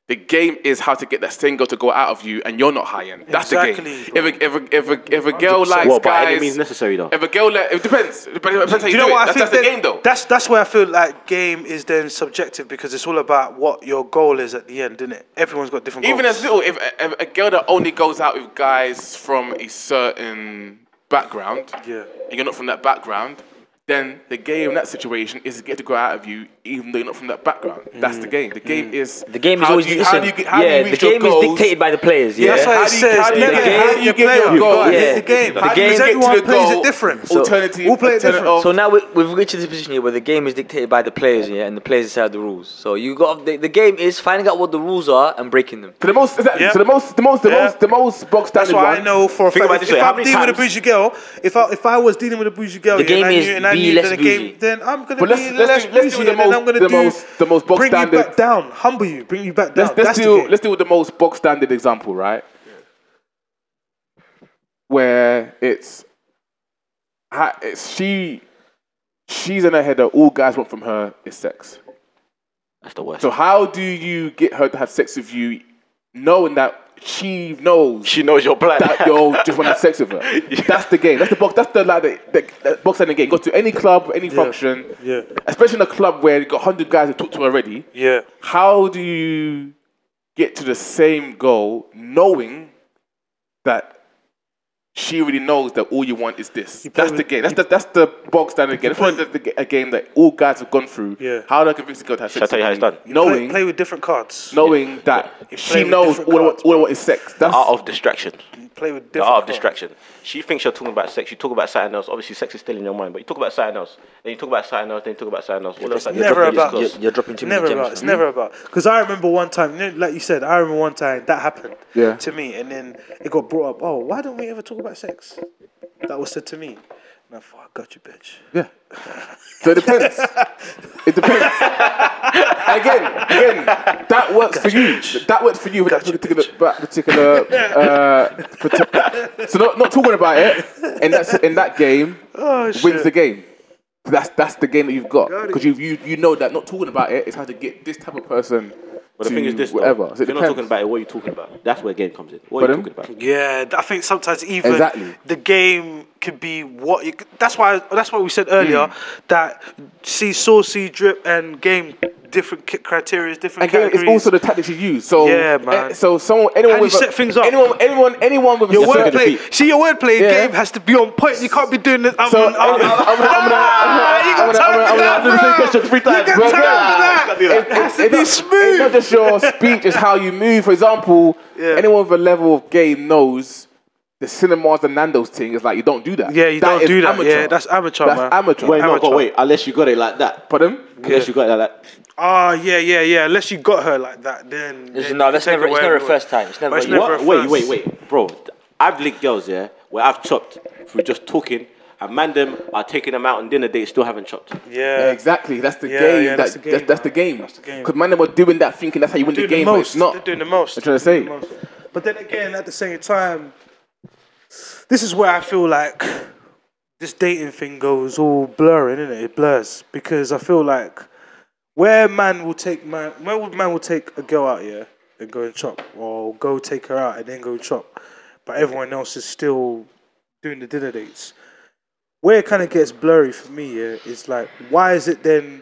The game is how to get that same girl to go out of you, and you're not high end. That's the
Exactly,
game. If a, if, a, if, a, if a girl likes
Well, by any
guys,
means necessary, though.
if a girl, like, it depends. It depends, it depends how you,
you know
do
what
it.
I think?
that's, that's the game,
then-
though.
That's that's where I feel like game is then subjective because it's all about what your goal is at the end, isn't it? Everyone's got different.
Even
goals.
as little, if a, if a girl that only goes out with guys from a certain background,
Yeah.
and you're not from that background, then the game in that situation is to get to go out of you, even though you're not from that background. That's
Mm.
the game. The game is
The game is
how
always
do you,
listen,
how do you, get- how
yeah,
do you
the
reach
game
your goals?
is dictated by the players. Yeah,
That's why
how
it
do you- how
says
do
you
never
get-
how do
hate
you
your
get
player.
your goal?
but
Yeah.
It's the game.
The
How-
game-
because
get to
everyone
the
plays
goal.
it different.
So- Alternative-
All play it
alternative-
different.
oh.
So now we, we've reached this position here where the game is dictated by the players, yeah, and the players decide the rules. So you got the, the game is finding out what the rules are and breaking them.
So the most, exactly.
Yeah.
So the most, the most, the
Yeah.
most, the most box standard
That's why
one.
I know for a
Think
fact.
about
If,
this way, how
I'm
many
dealing with a
times-
bougie girl, if I if I was dealing with a bougie girl,
The
yeah, and
game
I
is
knew, and I
be
knew
less
that the game,
bougie.
then I'm gonna
But
be
let's-
less
let's do- let's do
bougie,
the
and then
most-
I'm gonna
the
do
most- the most box
bring you
standard-
back down, humble you, bring you back down.
Let's, let's
That's the
do
game.
let's do the most box standard example, right? Where it's ha- it's she she's in her head that all guys want from her is sex.
That's the worst.
So how do you get her to have sex with you, knowing that she knows
she knows your plan.
that you'll just want to have sex
*laughs*
with her? That's the game. That's the box. That's the like the, the, the box standard game. Go to any club, any function,
Yeah.
especially in a club where you got hundred guys to talk to already
Yeah.
how do you get to the same goal knowing that she already knows that all you want is this?
play
That's the
with-
game. That's the, that's the box standard game. That's one of the, the, a game that all guys have gone through.
Yeah.
How do I convince a girl to have
Shall I
sex?
tell you how it's
with me?
done?
Knowing,
play, play with different cards.
knowing that
play
she
with
knows
different
all I want,
cards,
all I want is sex. That's
*laughs* Art of distraction.
Play with different
the art of
cards.
distraction. She thinks you're talking about sex. You talk about something else. Obviously, sex is still in your mind, but you talk about something else. Then you talk about something else. Then you talk about something else. All of a sudden,
never
you're dropping
about-
this
You're,
close.
you're dropping
It's
too
never
many
about.
gems.
It's never about. Because I remember one time, you know, like you said, I remember one time that happened
Yeah.
to me, and then it got brought up. Oh, why don't we ever talk about sex? That was said to me. And I thought, I got you, bitch.
Yeah. So it depends. it depends. again, again, that works for you. That works for you with that particular, that particular. Uh, parti- so not, not talking about it in that in that game
Oh
wins the
shit!
game. That's that's the game that you've got
Got it.
because you you you know that not talking about it is how to get this type of person.
But the
to
thing is this, though,
whatever. So
if
it
you're not talking
depends.
about it, what are you talking about? That's where game comes in. What are
Pardon?
you talking about?
Yeah, I think sometimes even
Exactly.
the game could be what. You, that's why. That's what we said
Mm.
earlier. That see, saucy drip and game different criteria, different
And game
categories.
is also the tactics you use. So
Yeah, man.
eh, So someone, anyone
How do you
with a-
set things up?
Anyone, anyone, anyone with a
Your
certain-
wordplay. See, your wordplay in
Yeah.
game has to be on point. You can't be doing this. I'm,
So
I'm,
I'm, I'm, I'm,
I'm-
gonna- I'm gonna-
Ah, you got
I'm gonna- I'm gonna-
time
I'm
for
gonna
that,
answer the same
bro.
question three times.
got
bro.
time for that.
Bro, it- it-
to
it's
be
not- It's
smooth.
not just your speech; it's how you move. For example, anyone with a level of game knows the cinemas and Nando's thing is like you don't do that.
Yeah, you
That
don't
is
do that.
Amateur.
Yeah, that's amateur,
That's
man.
amateur.
Wait, no,
Amateur.
but wait. Unless you got it like that.
Pardon?
Unless you got it like that.
Ah, yeah, yeah, yeah. Unless you got her like that, then.
It's-
then
no,
you
that's
take
never- it's
away
never a
everyone.
first time. It's never
But
a year.
never a
What? Wait,
first.
wait, wait, bro. th- I've linked girls, yeah, where I've chopped through just talking, and man them are taking them out on dinner dates, still haven't chopped.
Yeah,
Yeah.
exactly. That's the
Yeah,
game.
yeah,
that, that's,
that's the
that's,
game,
the game.
the game.
Because man, they were doing that thinking that's how you win the
Doing the
game, but
most.
it's not.
They're doing the most.
I'm trying to say.
Doing the most. But then again, at the same time, this is where I feel like this dating thing goes all blurring, innit? It blurs because I feel like where man will take man, where would man will take a girl out here and go and chop, or go take her out and then go chop, but everyone else is still doing the dinner dates. Where it kind of gets blurry for me yeah, is like, why is it then?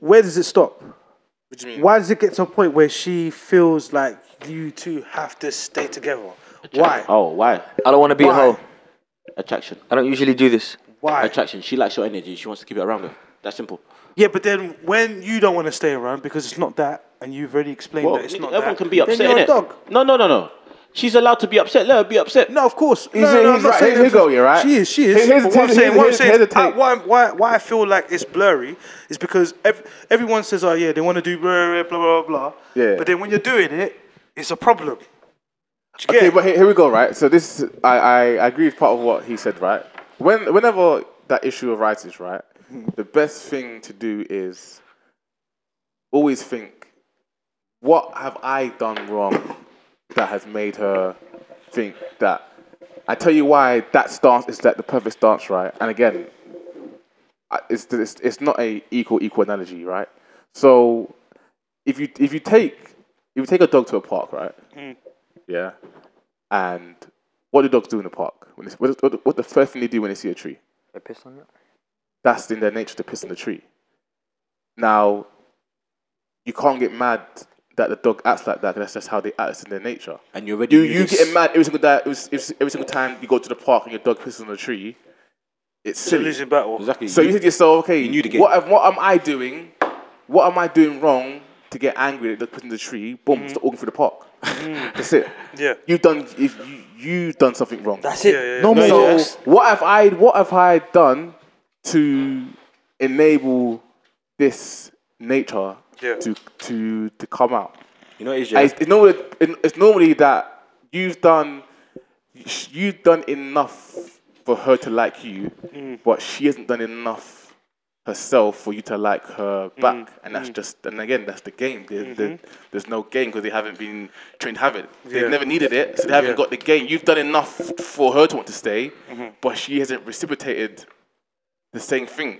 Where does it stop?
What do you mean?
Why does it get to a point where she feels like you two have to stay together? Why?
Oh, why?
I don't want to be
Why?
a hoe.
Attraction.
I don't usually do this.
Why?
Attraction. She likes your energy. She wants to keep it around her. That's simple.
Yeah, but then when you don't want to stay around because it's not that, and you've already explained
Well,
that it's not
everyone
that,
can be upset.
Then you're
innit?
a dog.
No, no, no, no. She's allowed to be upset. Let her be upset.
No, of course.
He's-
no, no,
he's
I'm not
right.
saying
Here's
that-
the go, yeah, right?
She is. She is.
Here's- here's-
But what I'm
here's-
saying, what I'm
here's-
saying,
here's
is,
the
I-
take.
why, I'm- why, why I feel like it's blurry is because ev- everyone says, "Oh yeah, they want to do blah blah blah blah." blah.
Yeah.
But then when you're doing it, it's a problem. Do you get
Okay,
it?
but here, here we go, right? So this, is- I, I, I agree with part of what he said, right? When, whenever that issue arises, right, the best thing to do is always think, what have I done wrong that has made her think that? I tell you why that stance is like the perfect stance, right? And again, I- it's it's, it's not a equal equal analogy, right? So if you if you take if you take a dog to a park, right? Yeah, and what do dogs do in the park? When it's, what, what, what the first thing they do when they see a tree?
They piss on it.
That's in their nature to piss on the tree. Now, you can't get mad that the dog acts like that. 'cause That's just how they act. It's in their nature.
And you're ready.
Do you get mad every single day? Every, every single time you go to the park and your dog pisses on a tree, it's
It's a
silly.
losing battle.
Exactly.
So you think to yourself, okay,
knew the game.
What, am- what am I doing? What am I doing wrong to get angry at the person in the tree? Boom, start walking through the park. That's it.
Yeah.
You've done if you, you've done something wrong.
That's it.
Yeah, yeah, yeah.
No, more.
so what have I what have I done to enable this nature
Yeah.
to to to come out?
You know, it's
And
just
It's, it's normally it's normally that you've done you've done enough for her to like you, but she hasn't done enough herself for you to like her
Mm,
back, and that's just and again that's the game. There, there- there's no game because they haven't been trained to have it.
Mm-hmm. Yeah.
They've never needed it, so they haven't
Yeah. Mm-hmm.
got the game. You've done enough for her to want to stay, but she hasn't reciprocated the same thing.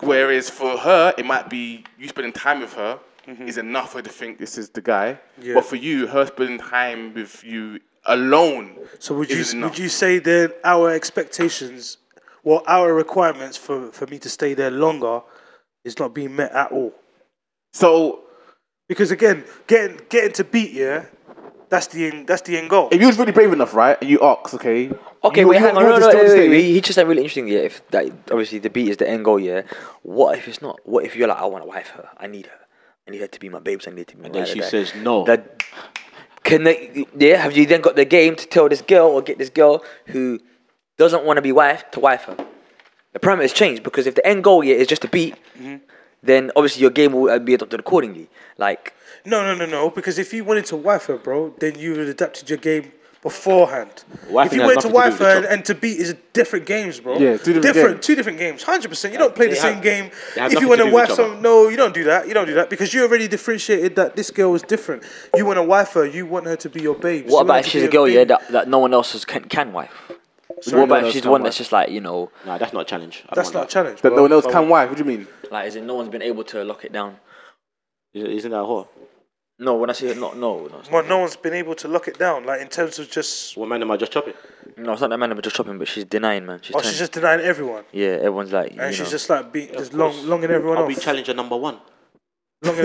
Whereas for her, it might be you spending time with her is enough for her to think this is the guy.
Mm-hmm. Yeah.
But for you, her spending time with you alone.
So would you
isn't
would
enough.
you say then our expectations, well, our requirements for for me to stay there longer, is not being met at all?
So
Because again, getting getting to beat yeah, that's the end, that's the end goal.
if you was really brave enough, right, and you ox, okay.
Okay,
you,
wait,
you
hang on.
want
No,
to
no,
still
wait,
stay-
wait, wait. He just said really interesting. Yeah, if that obviously the beat is the end goal. Yeah, what if it's not? What if you're like, I want to wife her. I need her. I need her to be my babes. I need her to be. my
then
da- da-
she
da."
says no.
That can they, yeah. Have you then got the game to tell this girl or get this girl who doesn't want to be wife to wife her? The parameters change because if the end goal yeah is just a beat,
Mm-hmm.
then obviously your game will uh, be adopted accordingly. Like
No, no, no, no. Because if you wanted to wife her, bro, then you would have adapted your game beforehand.
Wifing
if you
has
wanted to
nothing to do
wife
with the
her and,
job.
and to beat is different games, bro.
Yeah, two different games.
two different games. Hundred percent. You don't play
They
the
have-
same game.
they have
If you
nothing
want
to
to
do with
wife
each other.
some, no, you don't do that. You don't do that because you already differentiated that this girl is different. You want to wife her. You want her to be your babe.
what about if she's a girl yeah that, that no one else has, can can wife? what
no one
about if
else
she's the
can
one
wife.
that's just like you know?
Nah, that's not a challenge. I don't
That's
want
not a challenge.
That
bro.
no one else can. Why? What do you mean?
Like, as in, no one's been able to lock it down.
Isn't isn't that a whore?
No, when I say it, not no, no, it's
Well, no one's been able to lock it down. Like in terms of just,
What man am I just chopping?
no, it's not that man that was just shopping, but she's denying, man. She's,
oh,
trying-
she's just denying everyone,
yeah, everyone's like, you
and
know.
she's just like being, just long, longing everyone
I'll
off.
be challenger number one.
Longing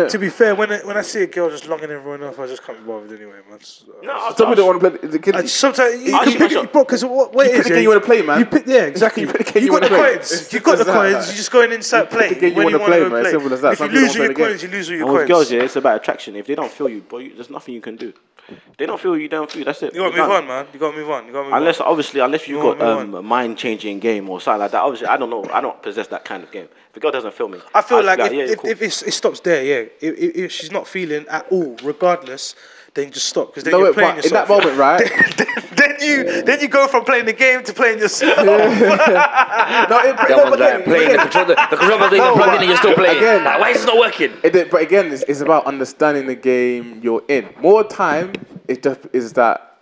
*laughs*
up. to be fair, when I, when I see a girl just longing everyone up, I just can't be bothered anyway, man. So-
No,
Some people don't want to play. The kid,
I, sometimes you
I
can
should-
pick
I
it,
should-
bro, because what, what
You
it
pick
is,
the
yeah,
game you wanna play, man.
You pick, yeah, exactly.
You pick the game you
got the
wanna play.
coins.
It's
You got the
simple as that.
coins. You're just going inside playing.
the game you
when
wanna play,
wanna
man. Simple as that.
If you
Some people
lose
don't
all your
play the
coins, you lose all
And
your
with girls,
coins.
yeah, it's about attraction. If they don't feel you, boy, you- there's nothing you can do. If they don't feel you, they don't feel you. That's it.
You got to
You're
move
done.
on, man. You got to move on. You got to move on.
Unless obviously, unless you've
Move
got
on, move
um, a mind-changing game or something like that. Obviously, I don't know. I don't possess that kind of game. If a girl doesn't feel me,
I feel
I'd be
like if,
yeah,
if,
cool.
if it's, it stops there, yeah. If, if, if she's not feeling at all, regardless, then just stop because then
no,
you're
wait,
playing
but in that
yourself.
moment, right?
*laughs* then you then you go from playing the game to playing yourself.
*laughs* no, it,
that
no,
one's
but
like
again,
playing the
again,
controller, the controller doesn't
No,
even plug in,
but
and you're still playing.
again-
like, why is this not working?
*laughs* It, but again, it's, it's about understanding the game you're in. More time is just is that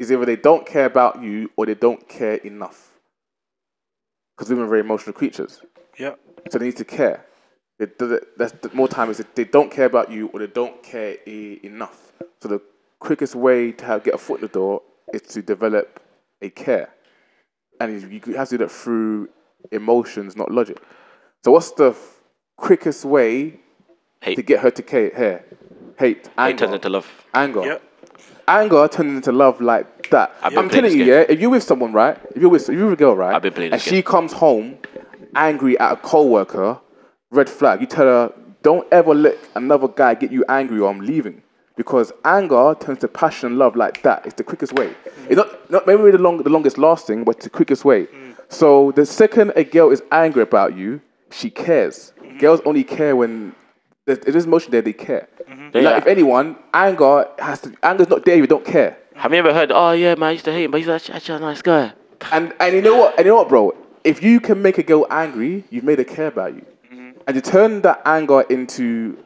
is either they don't care about you or they don't care enough. Because women are very emotional creatures,
yeah.
so they need to care. They, do that- that's the, more time is that they don't care about you or they don't care e- enough. So the quickest way to have, get a foot in the door is to develop a care, and you you have to do that through emotions, not logic. So what's the f- quickest way
Hate.
to get her to care, hair, hate,
it
anger,
turns into love.
anger,
Yep.
anger turns into love like that.
I've been
I'm telling
playing this
you,
game.
yeah. If you're with someone, right? If you're with, if you're with a girl, right?
I've been playing
And
this
she
game.
comes home angry at a coworker, red flag. You tell her, don't ever let another guy get you angry, or I'm leaving. Because anger turns to passion and love like that. It's the quickest way. It's not, not maybe the, long, the longest lasting, but it's the quickest way. So the second a girl is angry about you, she cares. Girls only care when there's, if there's emotion there, they care. Like,
Yeah.
if anyone, anger has to, anger's not there if you don't care.
Have you ever heard? Oh yeah, man, I used to hate him, but he's actually, actually a nice guy.
And and you know what? And you know what, bro? If you can make a girl angry, you've made her care about you. And to turn that anger into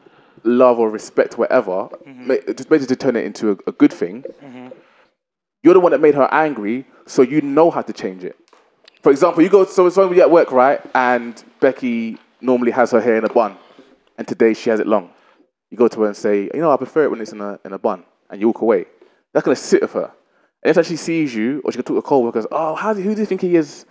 love or respect, whatever, ma- just basically to turn it into a, a good thing. You're the one that made her angry, so you know how to change it. For example, you go so it's when we at work, right? And Becky normally has her hair in a bun, and today she has it long. you go to her and say, you know, I prefer it when it's in a in a bun, and you walk away. That's gonna sit with her. And if she sees you, or she can talk to co-workers, oh, how do, who do you think he is?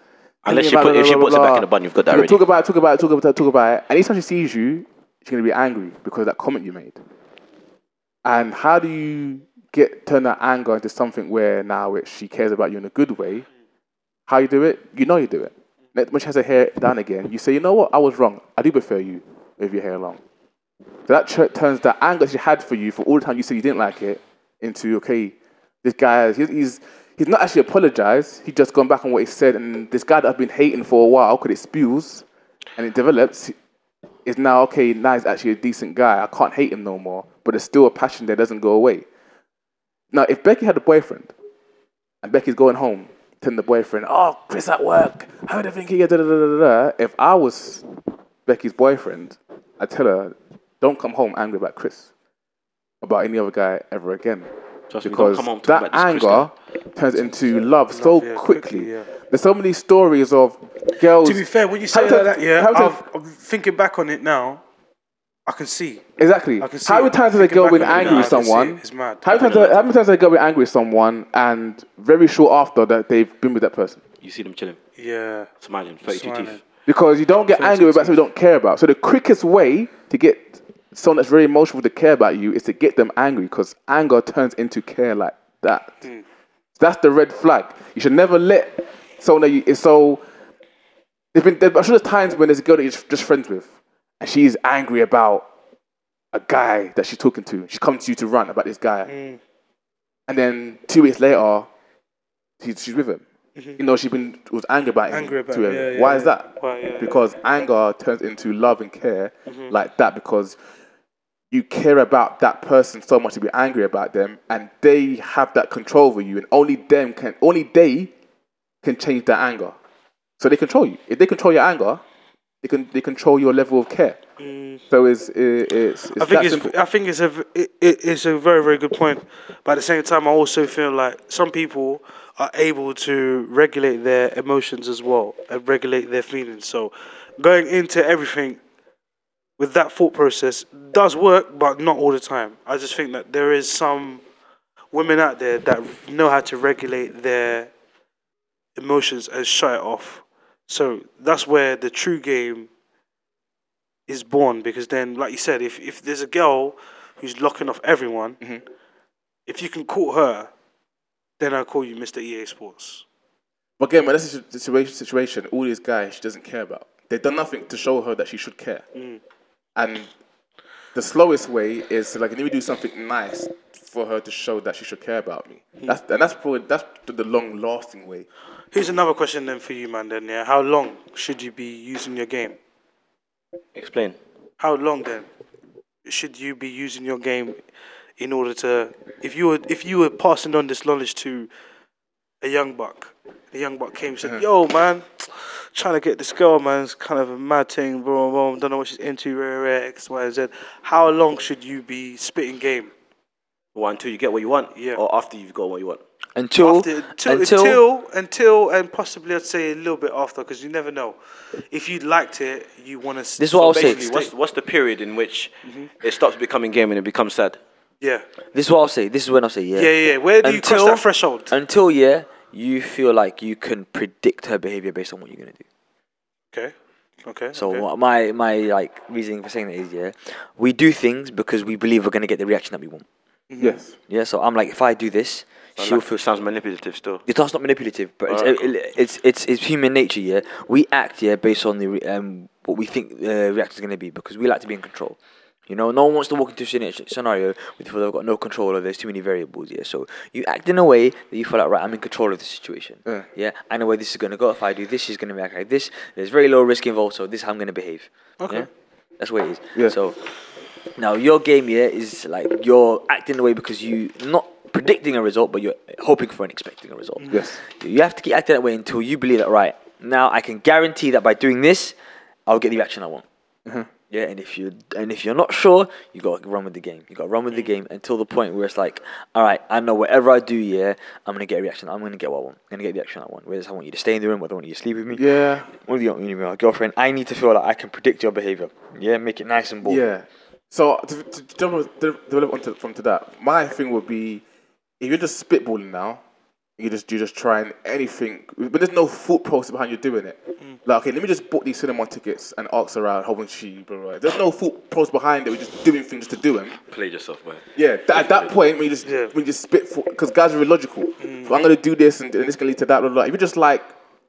Unless
Thinking
she
about
put-
blah,
if she
blah, blah,
puts it
blah,
back
blah.
in the bun, you've got that
You can
already.
Talk about, it, talk about, it, talk about, it, talk about it. And each time she sees you, she's gonna be angry because of that comment you made. And how do you get turn that anger into something where now it, she cares about you in a good way? How you do it? You know you do it. Next, when she has her hair down again, you say, you know what? I was wrong. I do prefer you with your hair long. So that tr- turns the anger she had for you for all the time you said you didn't like it into okay, this guy he's he's, he's not actually apologized. He's just gone back on what he said, and this guy that I've been hating for a while because it spews and it develops is now okay. Now he's actually a decent guy. I can't hate him no more. But there's still a passion that doesn't go away. Now, if Becky had a boyfriend and Becky's going home, telling the boyfriend, "Oh, Chris at work, how do you think he is?" da, da, da, da, da." If I was Becky's boyfriend, I tell her, "Don't come home angry about Chris, about any other guy ever again."
Trust me, don't
because
come home talking
that
about this Chris
anger turns into love, so
yeah,
quickly.
quickly, yeah.
There's so many stories of girls.
To be fair, when you say it
Hampton-
like that, yeah,
Hampton-
I've, I'm thinking back on it now. I can see.
Exactly.
I can see
How many
it.
times has a
Thinking
girl
back
been
on it
angry
now,
with
I can see
someone?
it. It's mad.
How many times? How many times has a girl been angry with someone, and very short after that they've been with that person?
You see them chilling,
Yeah.
smiling, 32
Smiling.
teeth.
Because you don't get angry about something you don't care about. So the quickest way to get someone that's very emotional to care about you is to get them angry. Because anger turns into care like that.
Hmm.
That's the red flag. You should never let someone that you is so. There's been. There, I'm sure there's times when there's a girl that you're just friends with, and she's angry about a guy that she's talking to. She comes to you to rant about this guy,
Hmm.
and then two weeks later, she's, she's with him. You know, she's been was angry about him.
Mm-hmm. Angry about
to
him,
him.
yeah,
Why
yeah,
is
yeah.
that?
Why, yeah, Mm-hmm.
because anger turns into love and care like that because you care about that person so much to be angry about them and they have that control over you and only them can only they can change their anger so they control you if they control your anger they can they control your level of care so it's it, it's, it's
Mm. I think
that
it's
simple.
I think it's a v- it, it- it's a very very good point, but at the same time I also feel like some people are able to regulate their emotions as well and regulate their feelings. So going into everything with that thought process does work, but not all the time. I just think that there is some women out there that know how to regulate their emotions and shut it off. So that's where the true game is born because then, like you said, if, if there's a girl who's locking off everyone, if you can call her, then I'll call you Mr. EA Sports.
But again, but that's the situ- situation. Situation. All these guys she doesn't care about. They've done nothing to show her that she should care. And the slowest way is to, like, let me do something nice for her to show that she should care about me. That's and that's probably that's the- the long lasting way.
Here's another question then for you, man. Then yeah, how long should you be using your game?
Explain.
How long then should you be using your game in order to, if you were if you were passing on this knowledge to a young buck, the young buck came and said, "Yo, man." Trying to get this girl, man, it's kind of a mad thing, bro. bro don't know what she's into, rare, rare, X, Y, Z. How long should you be spitting game?
Well, until you get what you want,
Yeah.
or after you've got what you want.
Until,
after, till, until,
until,
until, and possibly I'd say a little bit after, because you never know. If you liked it, you want to. This
is what I was saying.
Basically, what's, what's the period in which
Mm-hmm.
it stops becoming game and it becomes sad?
Yeah,
this is what I'll say. This is when I'll say, yeah.
yeah, yeah. Where do you cross that threshold?
Until, yeah, you feel like you can predict her behavior based on what you're going to do.
Okay, okay.
So
okay.
what- my my like reasoning for saying that is yeah, we do things because we believe we're gonna get the reaction that we want.
Yes.
Yeah, so I'm like if I do this, she'll feel.
sounds manipulative still.
It's not manipulative, but it's,
Alright,
it- it's it's it's human nature. Yeah, we act yeah based on the re- um what we think the reaction is gonna be because we like to be in control. You know, no one wants to walk into a scena- scenario with people that have got no control or there's too many variables. Yeah, so you act in a way that you feel like right, I'm in control of the situation.
Yeah.
yeah, I know where this is gonna go. If I do this, she's gonna react like this. There's very low risk involved, so this is how I'm gonna behave.
Okay.
Yeah? That's what it is.
Yeah.
So now your game here is like you're acting away because you not predicting a result, but you're hoping for and expecting a result.
Yes.
You have to keep acting that way until you believe that right now I can guarantee that by doing this, I'll get the reaction I want.
Mm-hmm.
Yeah, and if you and if you're not sure, you got to run with the game. You got to run
Mm.
with the game until the point where it's like, all right, I know whatever I do, yeah, I'm gonna get a reaction. I'm gonna get what I want. I'm gonna get the action I want. Whether it's I want you to stay in the room, whether I want you to sleep with me,
Yeah.
whether you want me to be my girlfriend, I need to feel like I can predict your behavior. Yeah, make it nice and bold.
Yeah. So to, to jump on- to develop onto from to that, my thing would be if you're just spitballing now, you just you're just trying anything, but there's no thought process behind you doing it. Like, okay, let me just book these cinema tickets and ask around how much she. Blah, blah, blah. There's no thought process behind it. We're just doing things to do them.
Play yourself, man.
Yeah, th- at that point, when you just
Yeah. Mm-hmm.
when you just spit for because guys are illogical. So I'm gonna do this, and, and this can lead to that. Blah, blah, blah. If you're just like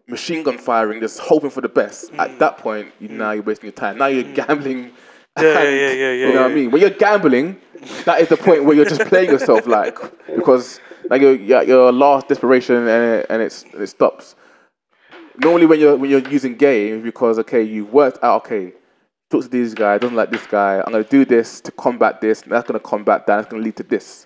machine gun firing, just hoping for the best,
Mm-hmm.
at that point, you, now you're wasting your time. Now you're gambling.
yeah,
*laughs* and-
yeah, yeah, yeah,
You know what
yeah.
I mean? When you're gambling, that is the point where you're just playing yourself, *laughs* like because like you're, you're at your last desperation, and it, and it's it stops. Normally, when you're when you're using games, because okay, you've worked out okay talk to this guy, I don't like this guy, I'm gonna do this to combat this, and that's gonna combat that, it's gonna lead to this.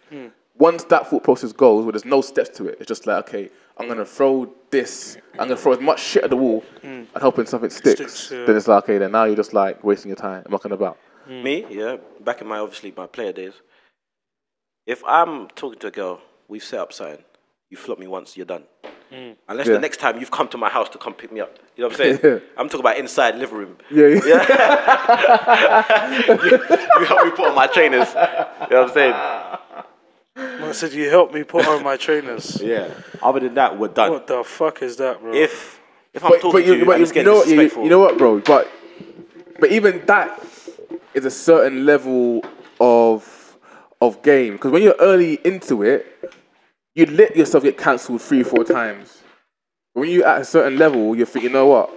Once that thought process goes, where there's no steps to it, it's just like, okay, I'm gonna throw this, I'm gonna throw as much shit at the wall and hoping something Hmm. sticks.
Sticks, yeah.
Then it's like, okay, then now you're just like wasting your time, mucking about.
Me, yeah. Back in my obviously my player days. If I'm talking to a girl, we've set up something. You flop me once, you're done. Unless
Yeah.
the next time you've come to my house to come pick me up. You know what I'm saying?
*laughs* Yeah.
I'm talking about inside living room. *laughs*
Yeah, yeah.
You help me put on my trainers. You know what I'm saying?
I said you helped me put on
*laughs*
my trainers.
Yeah. Other than that, we're done.
What the fuck is that, bro?
If if I'm
But,
talking
but,
to you,
you, but
and
you,
it's getting
know, what- you,
disrespectful.
you know what, bro? But but even that is a certain level of of game because when you're early into it, you let yourself get cancelled three, four times. When you're at a certain level, you think, you know what?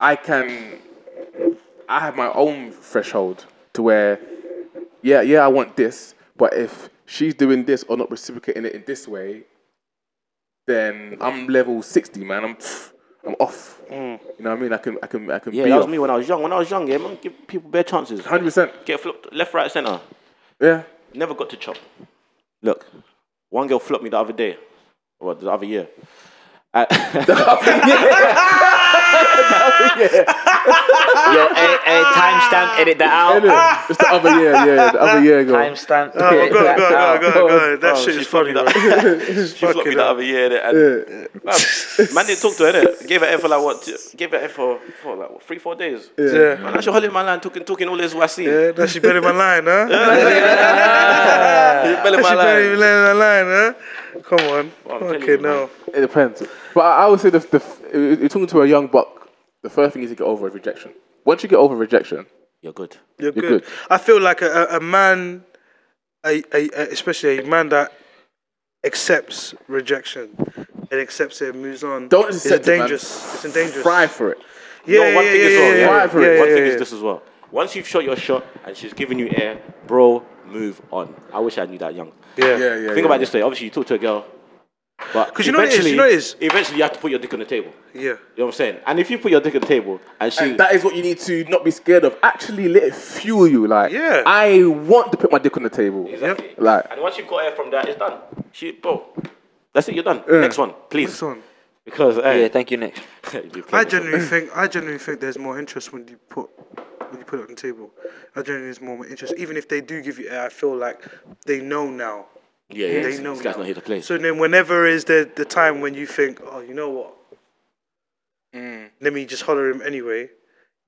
I can. I have my own threshold to where, yeah, yeah, I want this, but if she's doing this or not reciprocating it in this way, then I'm level sixty, man. I'm I'm off. You know what I mean? I can I can I can
Mm. yeah,
be
that was
off.
me when I was young. When I was young, yeah, man, give people bare chances.
hundred percent.
Get flopped left, right, centre.
Yeah.
Never got to chop. Look, one girl flopped me the other day. Well, the other year.
Yo, hey, hey, timestamp, edit that out.
Ah!
Anyway, it's the other year, yeah, the other year ago.
Timestamp.
Oh, well,
edit
go, on,
that
go, on,
out.
go, on, go, on, go. on. uh, That
Oh,
shit
she
is
flopped
funny.
me
Bro.
the-
*laughs*
She flopped me the other *laughs* year. innit, And
Yeah.
Man, man didn't talk to her. innit? Gave her F for like what? two- Gave her F for, for like what, three, four days. Yeah.
Yeah.
Man, that's your holiday man line talking, talking all this wasi. Yeah.
Yeah, that she better my line, huh? *laughs*
Belly
That
my
she better
line.
my line, huh? Come on.
I'm telling
okay,
you,
no.
It depends. But I, I would say the, the f- if you're talking to a young buck. The first thing is to get over rejection. Once you get over rejection,
You're good.
You're,
You're
good.
good.
I feel like a, a, a man, a, a, a, especially a man that accepts rejection and accepts it and moves on.
don't
It's
accept it, man.
dangerous. It's dangerous.
Thrive for it.
Yeah,
No, one
yeah,
thing
yeah,
is wrong,
yeah,
yeah.
yeah,
Thrive for it.
yeah,
One
yeah,
thing
yeah.
is this as well. Once you've shot your shot and she's giving you air, bro, move on. I wish I knew that young.
Yeah.
Yeah, yeah.
Think about it this way. Obviously, you talk to a girl, but
'Cause you know what it is, you know what it is?
Eventually, you have to put your dick on the table.
Yeah.
You know what I'm saying? And if you put your dick on the table and she,
And that is what you need to not be scared of. Actually, let it fuel you. Like,
Yeah.
I want to put my dick on the table.
Exactly.
Like,
and once you've got air from that, it's done. She, bro, that's it. You're done. Next one, please.
This one.
Because
Yeah,
hey,
thank you, next.
*laughs* you
I
played with
genuinely think I genuinely think there's more interest when you put when you put it on the table. I genuinely there's more interest. Even if they do give you air, I feel like they know now.
it. yeah, yeah.
They
This,
know
this guy's
now.
not here to play.
So then whenever is the the time when you think, Oh, you know what?
Mm.
Let me just holler him anyway.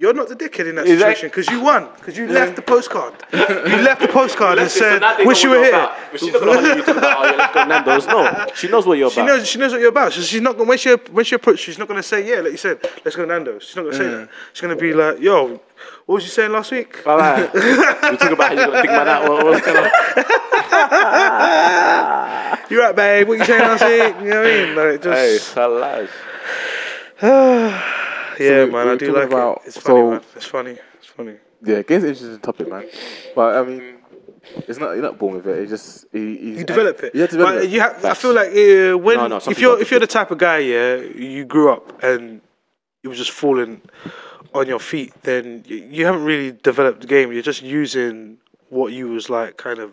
You're not the dickhead in that situation because you won because you left the postcard. you
*laughs*
left the postcard and
That's it, so
said,
now they
"Wish you
know
were
what
here."
you're about. But she's not gonna holler you talking about, oh, yeah, let's go Nando's. *laughs* No, she knows what you're
She
about.
knows she knows what you're about. So she's not gonna when she when she approaches, she's not gonna say yeah, like you said, let's go Nando's. She's not gonna say
Mm.
that. She's gonna be like, yo, what was you saying last week?
Bye bye. we talk about how you're gonna think about that. What, what's going *laughs* on?
You right, babe? What you saying last week? You know what I mean? Like just yeah,
we-
man.
we
I
were
do
talking
like
about-
it. It's funny,
so-
man. It's funny. It's funny.
yeah, it gets an interesting topic, man. But I mean, it's not you're not born with it. It's just you, you,
You develop it.
You have to develop
but
it.
you have, I feel like uh, when
No, no, some
if you're
people
if you're the type of guy, yeah, you grew up and you were just falling on your feet, then y- you haven't really developed the game. You're just using what you was like kind of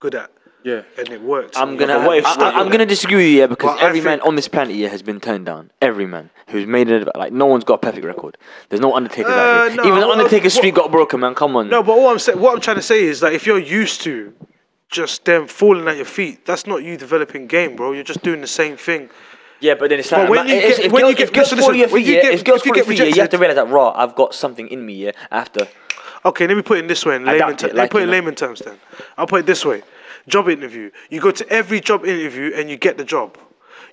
good at,
yeah.
and it works.
I'm gonna,
what if-
I, I, I'm gonna disagree with you, yeah, because
Well, I
every man
think-
on this planet here has been turned down. Every man who's made it, like no one's got a perfect record. There's no Undertaker.
Uh,
out here.
no,
Even the
well,
Undertaker's
what-
streak got broken, man. Come on.
No, but what I'm saying, what I'm trying to say is that if you're used to just them falling at your feet, that's not you developing game, bro. You're just doing the same thing.
Yeah, but then it's like,
when
man,
you
if-
get-
if
when
girls-
you get-
if girls
listen,
fall
listen,
your
when
feet,
you
yeah,
get-
if girls
if you
fall
get
your feet, yeah, you have
rejected-
to realize that raw, I've got something in me. Yeah, I have to
Okay, let me put it in this way. In layman
Adapt
ter-
it,
let me
like,
put it
you
in
know.
layman terms then. I'll put it this way. Job interview. You go to every job interview and you get the job.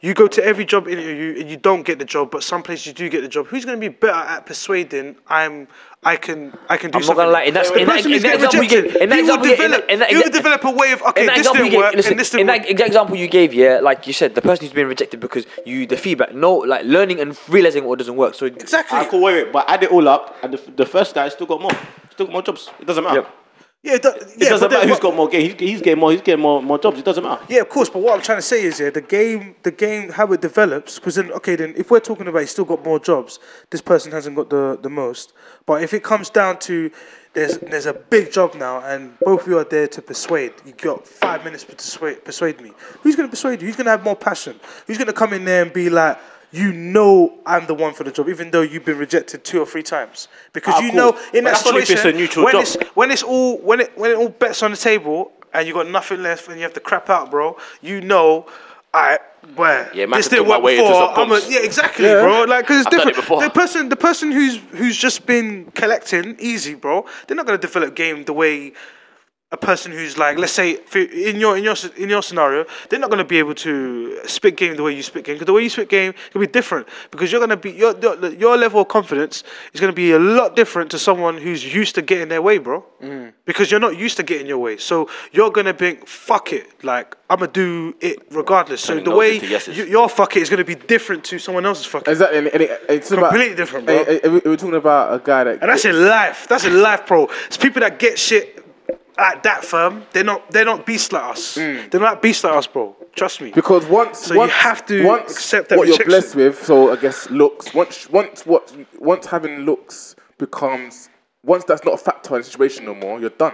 You go to every job interview and you don't get the job, but some places you do get the job. Who's going to be better at persuading? I'm. I can. I can do
I'm not
something.
gonna lie, in that-
The
in that-
person
in
who's
that
getting
example you
rejected,
gave- in that
he will
example you- in
develop-
that- in that
he will
exa-
develop a way of okay,
in that
this
example
didn't
you
work
gave, listen,
and this didn't
in
work.
that ex- example you gave, yeah, like you said, the person who's been rejected because you the feedback, no, like learning and realizing what doesn't work. So
exactly.
I could Ah, wait, wait, but add it all up, and the, the first guy still got more. Still got more jobs. It doesn't matter.
Yep.
Yeah, it do-
It
yeah, but
doesn't
then
matter who's
what-
got more gain. He's, he's getting more. He's getting more, more jobs. It doesn't matter.
Yeah, of course. But what I'm trying to say is, yeah, the game, the game, how it develops. Because then, okay, then if we're talking about he's still got more jobs, this person hasn't got the the most. But if it comes down to there's there's a big job now, and both of you are there to persuade. You got five minutes to persuade persuade me. Who's gonna persuade you? Who's gonna have more passion? Who's gonna come in there and be like? You know I'm the one for the job, even though you've been rejected two or three times. Because
Ah,
you
cool.
know in
But
that
that's only if
situation,
it's a neutral
when
job.
it's when it's all when it when it all bets on the table and you got nothing left and you have to crap out, bro, you know, I where
Yeah, man
this
can
didn't
talk my
work
way into
before.
some
I'm a,
pumps.
yeah, exactly, bro. Like, cause it's
I've done it
different.
before.
The person, the person who's who's just been collecting easy, bro. They're not gonna develop game the way a person who's like, let's say, for- in your in your s- in your scenario, they're not going to be able to spit game the way you spit game because the way you spit game can be different because you're going to be your your your level of confidence is going to be a lot different to someone who's used to getting their way, bro. Because you're not used to getting your way, so you're going to be fuck it, like I'm gonna do it regardless. So
Turning
the
no's
way
into yeses.
you, your fuck it is going to be different to someone else's fuck it.
Exactly, and, and it, it's about-
Completely different, bro.
and- and- and we- we're talking about a guy that
And that's in life. That's in life, bro. It's people that get shit at that firm. They're not. They're not beasts like us. They're not beasts like us, bro. Trust me.
Hmm. Because once,
So you
once-
have to
once
accept that
what you're
rejection.
blessed with. So I guess looks. Once, once what, once having looks becomes once that's not a factor in the situation no more, you're done.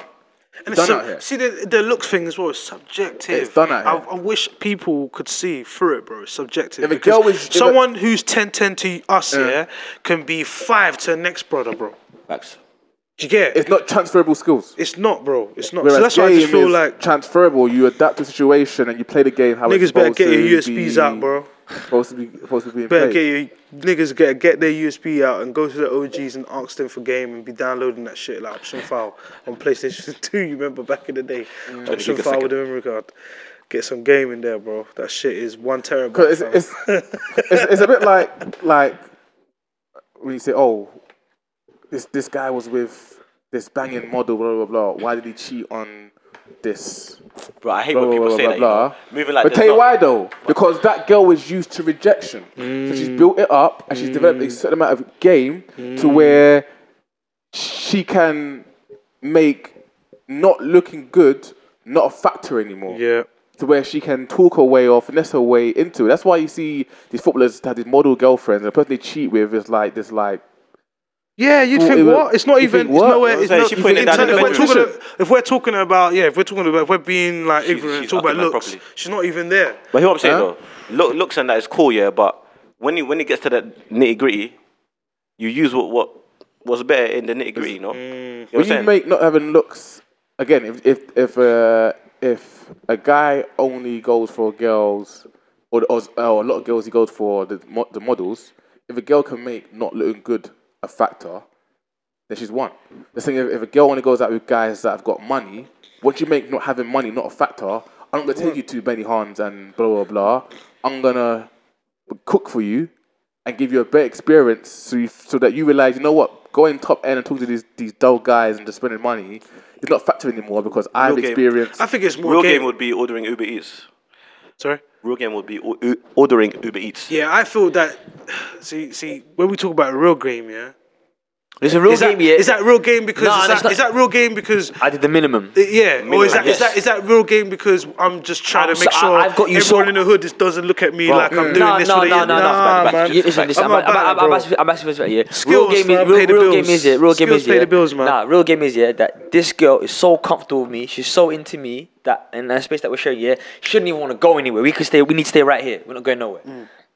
You're
And it's
done
so-
out here.
See, the, the looks thing as well is subjective.
It's done out
I,
here.
I wish people could see through it, bro. It's subjective.
If a
because
girl is- if a-
someone who's 10 10 to us, yeah. can be 5 to the next brother, bro.
Facts.
Do you get it?
It's not transferable skills.
It's not, bro. It's not.
Whereas
so that's why I
game
just feel
is
like
transferable. You adapt to the situation and you play the game how it's
niggas better
supposed
get
to
your USBs
be-
out, bro.
Supposed to be supposed to be
Better
played.
get your niggas get get their USB out and go to the OGs and ask them for game and be downloading that shit like option file on PlayStation *laughs* 2. You remember back in the day,
Mm.
option
gig a
file with
second.
the memory card. Get some game in there, bro. That shit is one terabyte.
'Cause it's,
fam. *laughs*
it's, it's, it's a bit like like when you say, "Oh, this this guy was with this banging model, blah blah blah. Why did he cheat on this?"
Bro, I hate
Blah
when
blah
people
blah
say
blah.
that.
blah.
You know? Moving like
but
this.
tell you
not-
why though, because that girl was used to rejection, so
Mm.
she's built it up and she's developed a certain amount of game to where she can make not looking good not a factor anymore
yeah.
to where she can talk her way or finesse her way into. it. That's why you see these footballers have these model girlfriends, and the person they cheat with is like this, like
Yeah, you'd
Well,
think
it would-
what? It's not
you
even.
think
It's
what?
nowhere.
Well,
It's
so
not.
she putting it
in
down in
terms-
the
if, we're
bedroom.
talking, about- if we're talking about yeah, if we're talking about if we're being like
She's-
ignorant,
she's
talk about
arguing that
looks.
properly.
She's not even there.
But hear what I'm saying though. Look, looks and that is cool, yeah. But when you when it gets to that nitty gritty, you use what what what's better in the nitty gritty, you know. You know what I'm
when you
saying?
make not having looks again. If if if uh, if a guy only goes for girls, or, or, or a lot of girls he goes for the mo- the models. If a girl can make not looking good a factor, then she's won. The thing if, if a girl only goes out with guys that have got money, once you make not having money not a factor, I'm not gonna take you to many hands and blah blah blah. I'm gonna cook for you and give you a better experience so you, so that you realize, you know what, going top end and talking to these these dull guys and just spending money is not a factor anymore because I've
game.
experienced.
I think it's more
Real
game.
game would be ordering Uber Eats.
Sorry.
Real game would be o- u- ordering Uber Eats.
Yeah, I feel that. *sighs* See, see, when we talk about a real game, yeah,
it's a real
is
game,
that,
yeah.
is that real game because
No,
is,
no, it's
that,
not-
is that real game because uh,
I did the minimum.
yeah, or is that
yes.
is that is that real game because I'm just trying
I'm
to make
so- I-
sure
I've got you so-
everyone
mm.
in the hood just doesn't look at me like I'm doing
no,
this
no,
for the
no, no, no,
Nah,
no,
man.
You- listen, listen,
I'm
I'm
not bad,
I'm- I'm-
bro.
I'm- I'm actually yeah.
Skills,
Real game
man,
is
pay
real,
the
real
bills.
game is yeah. Real game
Skills
is
pay
yeah.
the bills, man.
Nah, real game is yeah. That this girl is so comfortable with me. She's so into me that in that space that we're sharing, yeah, she shouldn't even want to go anywhere. We could stay. We need to stay right here. We're not going nowhere.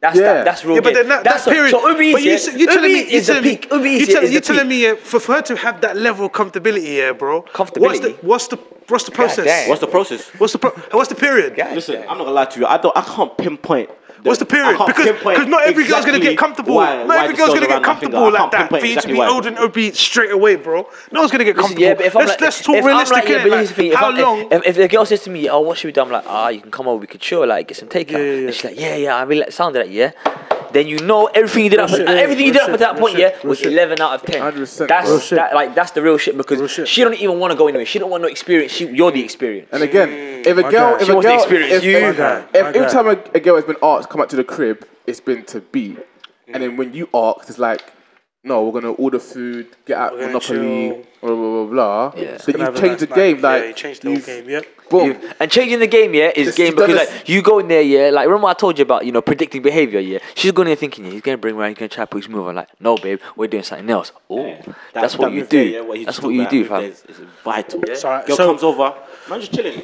That's
Yeah.
that, that's real
Mm. Yeah, but
game.
then that,
that's
that period.
So Ubi
but you,
is
s-
yeah.
you're telling
Ubi
me
is the peak. Ubi
you
is
telling,
yeah, is
you're
the
telling
peak.
me yeah, for, for her to have that level of comfortability, yeah, bro. What's the
Comfortability?
what's the what's the process?
damn.
What's the process?
What's the pro- what's the period?
Listen, I'm not gonna lie to you. I don't. I can't pinpoint
What's the period?
I can't
Because
pinpoint
because not every girl's gonna
exactly
get comfortable.
why-
not
why
every
this
girl's
goes
gonna
around
get
my
comfortable
finger. I
like that.
can't
For you to
pinpoint
be
exactly
old and obese straight away, bro. No one's gonna
Listen,
get comfortable.
yeah, but if I'm
let's
like,
let's
if
talk
I'm
realistic.
like, yeah,
innit?
but
Like,
here's the thing, if
how
I'm-
long?
If, if the girl says to me, "Oh, what should we do?" I'm like, "Ah, you can come over, we can chill, like get some takeout."
yeah, yeah.
And she's like, "Yeah, yeah, I really like the sound of that, yeah." Then you know everything you did up,
shit, yeah,
everything you did
real
up
shit,
at that
real
point,
shit,
yeah,
real
was
shit.
11 out of 10.
100%,
That's
real
that, like that's the real shit because
Real shit.
she don't even want to go anywhere. She don't want no experience. She, you're the experience.
And again, if a
Mm, my
girl,
guy.
if
She
a
wants to
girl,
experience
if,
you.
if,
My guy,
if
my
every
guy.
time a, a girl has been asked, come up to the crib, it's been to beat, and
Mm.
then when you ask, it's like, no, we're gonna order food, get out
gonna chill.
Monopoly, blah blah blah blah.
Yeah.
So
Gonna
you've
have a
changed the
nice night.
game, like
yeah, you changed the whole
you've-
game. Yep.
Boom.
And changing the game, yeah, is
Just-
game
you've done
because
this-
like you go in there, yeah, like remember I told you about you know predicting behavior, yeah. She's going in thinking, yeah, he's gonna bring around, he's gonna try to push move. I'm like, no, babe, we're doing something else. Oh, that's what you
move there,
do.
yeah, he's
that's what
talking
you
about
do,
move there
fam.
is- is vital.
It's alright,
Girl
so-
comes over, man, just chilling.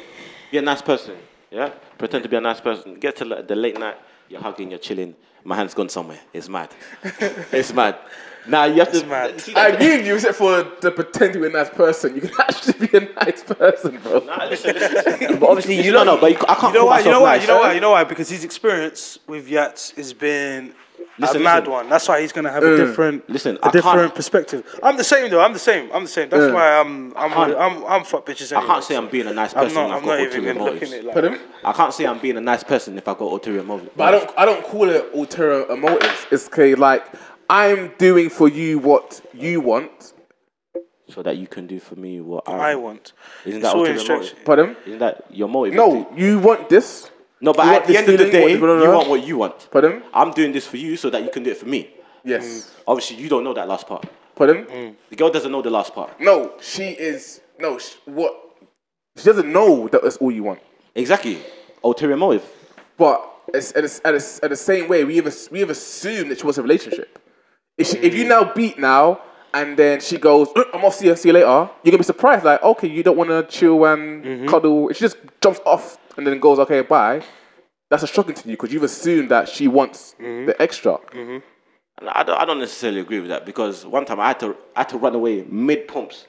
Be a nice person. Yeah, pretend to be a nice person. Get to la- the late night, you're hugging, you're chilling. My hand's gone somewhere.
*laughs*
It's mad. it's mad. Now you have to.
mad.
See
I
that-
agree with you, except for the pretending you're a nice person. You can *laughs* actually be a nice person, bro.
Nah, listen, listen,
*laughs*
listen.
But obviously, you
no,
lot-
no, but you, I can't
You know
call
why? You
myself
know why?
nice.
You know why? You know why? Because his experience with Yats has been a
Listen,
mad
listen.
one. That's why he's gonna have a different,
Listen, I
a
can't-
different perspective. I'm the same though. I'm the same. I'm the same. That's why I'm, I'm,
can't-
I'm, I'm fuck bitches.
I
Anyway.
can't say I'm being a nice
I'm not.
person. when I've
I'm
got
not even
ulterior
gonna look
motives.
in it like.
Pardon?
I can't say I'm being a nice person if I've got ulterior motives.
But I don't, I don't call it ulterior motives. It's okay, like I'm doing for you what you want.
So that you can do for me what I,
I want.
Isn't
It's
that
all
ulterior motive?
instruction.
Pardon?
Isn't that your motive?
No, you want this.
No, but
You
at
want
the
this
end of the
feeling,
day,
what- blah, blah,
you
blah.
want what you want.
Pardon?
I'm doing this for you so that you can do it for me.
Yes.
Obviously, you don't know that last part.
Pardon?
The girl doesn't know the last part.
No, she is no. She, what? She doesn't know that that's all you want.
Exactly. Ulterior motive.
But it's, at, the- at, the- at the same way, we have ass- we have assumed that she wants a relationship. If, she, if you now beat now and then she goes, "Uh, I'm off. See you, see you later. You're gonna be surprised. Like, okay, you don't want to chill and cuddle. If she just jumps off and then goes, okay, bye. That's a shocking to you because you've assumed that she wants the extra.
And I don't, I don't necessarily agree with that because one time I had to, I had to run away mid pumps.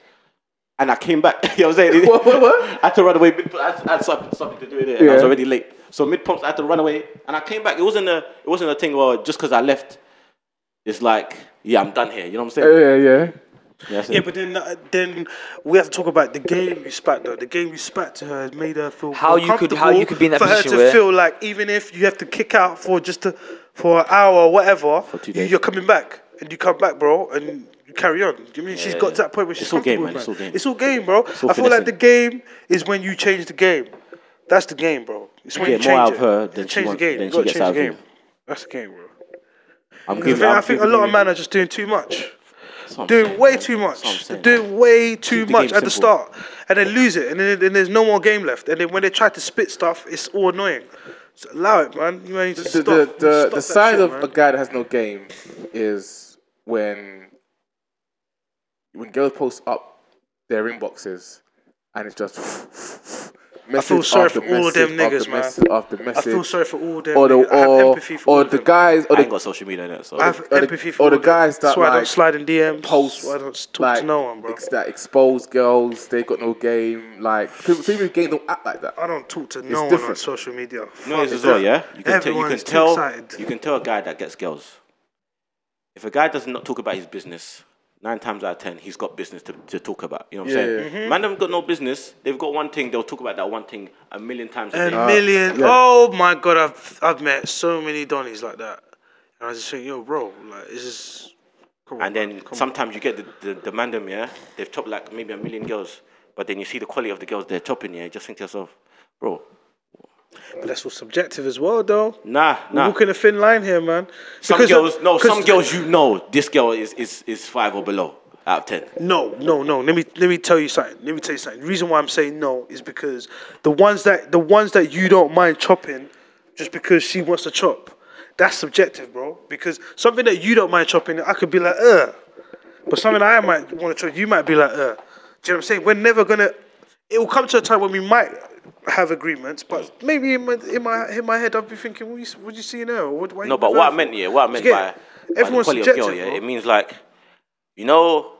And I came back. *laughs* you know what I'm saying?
What, what, what?
I had to run away. Mid, I, had, I had something, something to do with it. and I was
Yeah.
already late. So mid pumps, I had to run away. And I came back. It wasn't a, it wasn't a thing where just because I left, it's like, yeah, I'm done here. You know what I'm saying?
Yeah, yeah.
Yeah, that's it.
Yeah, but then, uh, then we have to talk about the game you spat though. The game you spat to her made her feel
How
more
you could- how
comfortable
you could be in that
for her
position
to
where-
feel like even if you have to kick out for just a, for an hour or whatever,
two
you,
days.
you're coming back and you come back, bro, and you carry on. You mean she's
Yeah,
got
yeah.
to that point where she's
all game,
comfortable,
man. It's all game.
It's all game, bro.
all
I feel like
finessing.
the game is when you change the game. That's the game, bro. It's when
You
you
get
change
more out
it.
of her
You
than she
change
want-
the game.
than
You
she
gotta change
gets
the
out of you.
game. That's the game, bro.
I'm
Because
giving,
I
I'm
think a
giving
lot
you-
of men are just doing too much
That's what I'm
doing
saying,
way
man.
too
That's what I'm
much. They're
saying,
doing way too
the
much
game
at the
simple.
start, and then lose it, and then, then there's no more game left. And then when they try to spit stuff, it's all annoying. So allow it, man. You need to
the
stop.
the the,
stop
the
that
sign
shit,
of
man.
a guy that has no game is when when girls post up their inboxes and it's just *laughs*
I feel
message
sorry
after
for all of them
message after
niggas, man.
message After
I
message,
feel sorry for all them.
or the
niggas. I have
or,
empathy for all
or
of
the
them.
guys or
I ain't
the
got social media in it, so
I have
or the-
empathy for
or
all
the
of them.
guys
That's
that,
why I don't
like,
slide in DMs.
posts
Why I don't talk
like
to no one, bro.
ex- that expose girls. They got no game. Like people, people with game don't act like that.
I don't talk to no one on
different.
social media.
No,
Fuck
it's as well,
that.
yeah. You can, tell, you
Everyone
can
is too
tell.
excited.
You can tell a guy that gets girls. If a guy does not talk about his business, nine times out of ten, he's got business to, to talk about. You know what I'm
Yeah,
saying?
Mm-hmm.
Man, they've got no business. They've got one thing. They'll talk about that one thing a million times. A
A
day.
million.
yeah.
Oh my god, I've I've met so many Donnies like that, and I just think, yo, bro, like it's just. Come on,
and then
man, come on.
sometimes you get the, the, the mandem, yeah. They've chopped like maybe a million girls, but then you see the quality of the girls they're chopping, yeah. You just think to yourself, bro,
But that's all subjective as well, though.
nah,
We're
nah.
walking a thin line here, man.
Some
Because-
girls, no, some
because-
girls you know, this girl is is is five or below out of ten.
No, no, no. Let me let me tell you something. Let me tell you something. The reason why I'm saying no is because the ones that the ones that you don't mind chopping, just because she wants to chop, that's subjective, bro. Because something that you don't mind chopping, I could be like, uh, but something I might want to chop, you might be like, uh. Do you know what I'm saying? We're never gonna. It will come to a time when we might have agreements, but maybe in my in my, in my head, I'll be thinking, what you, what you see now? What, why you
No, but
with
what
her
I meant,
for?"
yeah, what I
Do
meant
you
by,
get it?
by the
everyone's
quality of
subjective,
girl, yeah,
bro.
it means like, you know,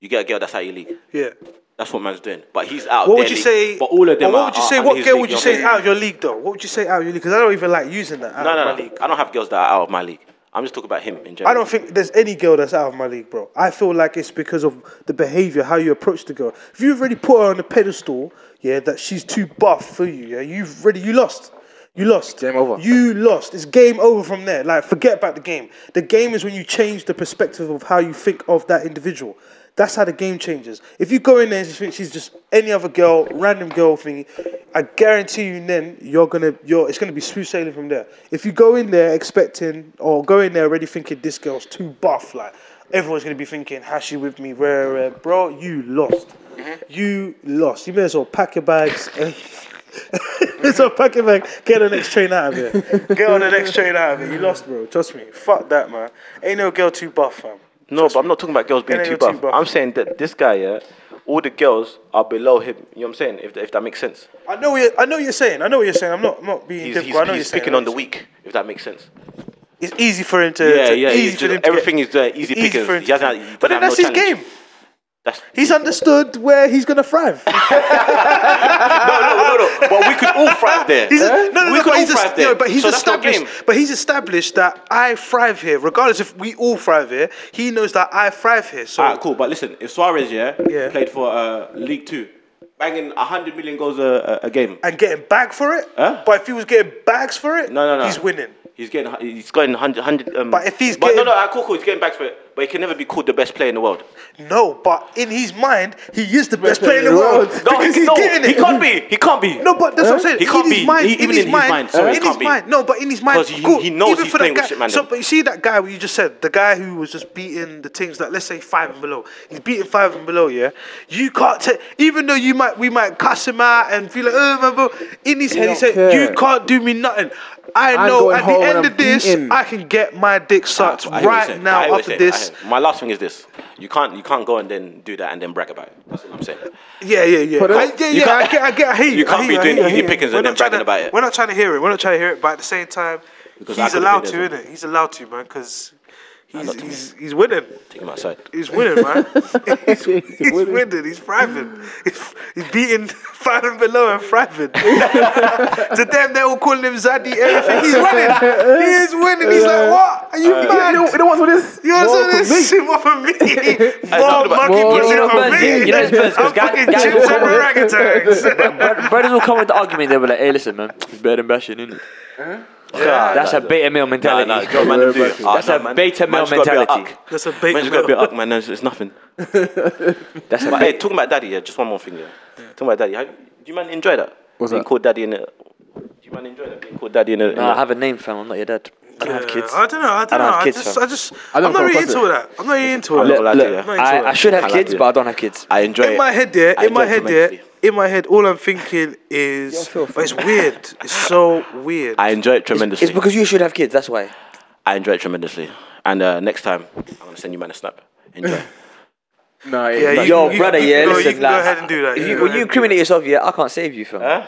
you get a girl that's out your league.
yeah.
That's what man's doing. But he's out. of
What
their
would you
league.
say?
But all of them.
What
are-
would you
are
say?
under
What
his
girl
league,
would you
you know what
say
I
is
mean?
out of your league though? What would you say out of your league? Because I don't even like using that. Out
No,
of
no,
my
no.
league.
I don't have girls that are out of my league. I'm just talking about him in general.
I don't think there's any girl that's out of my league, bro. I feel like it's because of the behavior, how you approach the girl. If you've already put her on a pedestal, yeah, that she's too buff for you, yeah, you've already you lost. You lost.
Game over.
You lost. It's game over from there. Like, forget about the game. The game is when you change the perspective of how you think of that individual. That's how the game changes. If you go in there and just think she's just any other girl, random girl thingy, I guarantee you, then you're gonna, you're, it's gonna be smooth sailing from there. If you go in there expecting, or go in there already thinking this girl's too buff, like everyone's gonna be thinking, how's she with me? Where, where, bro? You lost.
Mm-hmm.
You lost. You may as well pack your bags. *laughs* so pack it back. Get on the next train out of it. *laughs* Get on the next train out of it. You lost, bro. Trust me. Fuck that, man. Ain't no girl too buff, fam.
No, but I'm not talking about girls being
Yeah,
too
you're too
buff.
buff.
I'm saying that this guy, yeah, all the girls are below him. You know what I'm saying? If, if that makes sense.
I know. What you're, I know what you're saying. I know what you're saying. I'm not. I'm not being
He's, he's,
difficult. I know what you're
he's
saying.
picking on the weak, if that makes sense.
It's easy for him to.
Yeah,
to-
yeah,
Easy
yeah,
for
just
him to
everything
get-
is there, easy
it's
pickers.
for him
He
to
doesn't
get-
have- he
but
doesn't
then
have
that's
no
his game.
challenge. That's
He's understood where he's gonna thrive.
no, no, no, no. *laughs* But we could
*laughs*
all thrive there.
He's a, no, no,
we
no,
could
but
all
he's,
thrive
a,
there.
no, but he's
so that's not game.
established. But he's established that I thrive here, regardless if we all thrive here. He knows that I thrive here. So
All right, cool. But listen, if Suarez, yeah,
Yeah.
played for uh, League Two, banging 100 million goals a, a, a game.
and getting bagged for it.
Huh?
But if he was getting bags for it,
No, no, no.
he's winning.
He's getting, he's getting 100. 100 um,
But if he's
but
getting-
no, no, all right, cool, cool. He's getting back for it. But he can never be called the best player in the world.
No, but in his mind, he is the best player in the world
No,
*laughs* *laughs* because he's
no,
getting it.
He can't be. He can't be.
No, but that's what I'm saying.
He can't
in
be.
his mind,
He-
in
even
his
in his
mind,
mind, sorry, he
in
can't
his
be.
mind. No, but in his mind,
'Cause he-
good.
he knows
even
he's
for that
playing with
guy.
shit, man,
so,
then.
but you see that guy where you just said the guy who was just beating the things that let's say five and below. He's beating five and below. Yeah, you can't. T- even though you might, we might cuss him out and feel like, oh, man, bro. In his head, he
don't
said,
care.
"You can't do me nothing." I
I'm
know
going
at
home
the
and
end
I'm
of this,
beating.
I can get my dick sucked
I hear what you're
right
saying.
now
I hear what
after
you're saying. I
this.
hear- My last thing is this: you can't, you can't go and then do that and then brag about it. That's what I'm saying.
Yeah, yeah, yeah.
Put it-
I, yeah,
You
yeah. I
can't-
get, I get, I hear you.
You
I
can't
hear
be
I
doing
hear I
easy
hear
pickings and
We're
then
not trying
bragging
to-
about it.
We're not trying to hear it. We're not trying to hear it. But at the same time,
Because I
he's
could've
allowed
been
to,
there as
innit? He's allowed to, man, because he's, he's, he's winning.
Take him outside.
He's winning, man. he's, he's
winning.
winning. He's thriving. He's, he's beating *laughs* five and below and thriving. to them, they're all calling him Zaddy, everything. He's winning. He is winning. He's like, what? Are you
You know,
mad?
you know what's with this?
You know
More
what I'm
from me.
saying? More for *laughs* me. More
talking about-
monkey
More-
pussy
you know
for
what's
me.
buzzing? You know what's buzzing?
I'm
Guys-
fucking
guys-
chimps and *laughs* orangutans.
Bro- Brothers will come with the argument. They'll be like, "Hey, listen, man, it's better than bashing, isn't it?" That's a beta male mentality.
Nah, nah, Joe, man, them do it.
That's
Ah,
a
nah, man.
beta male
Man's gotta be a
mentality.
uck.
That's a bait.
Man's got to be a uck, man. It's, it's *laughs* nothing.
That's a
But hey,
beta.
talking about daddy, yeah, just one more thing, yeah. Talking about daddy, how, do you man enjoy that?
What's
being
that?
called daddy in a, Do you man enjoy that? Being called daddy in a. in
Nah,
a-
I have a name, fam. I'm not your dad. I don't have kids.
I don't know. I
have
don't, know. I
kids,
just,
fam.
I just,
I don't
I'm not really
come across
into that. I'm not really into
I'm
it.
not gonna lie to you,
I'm not
yeah.
into
I,
it.
I should have
I like
kids,
it.
but I don't have kids.
I enjoy
in
it.
my head, yeah,
I
in my
enjoy it
head, yeah,
tremendously.
in my head, all I'm thinking is, but it's weird. It's so weird.
I enjoy it tremendously.
It's because you should have kids. That's why.
I enjoy it tremendously. And uh, next time, I'm gonna send you man a snap. *laughs* Enjoy.
Nah, it-
Yeah,
like,
you-
Yo, brother, yeah,
no, you
listen,
can go
like,
ahead and do that,
if
yeah,
you, when
go ahead
you
and do
incriminate yourself, yeah, I can't save you, fam.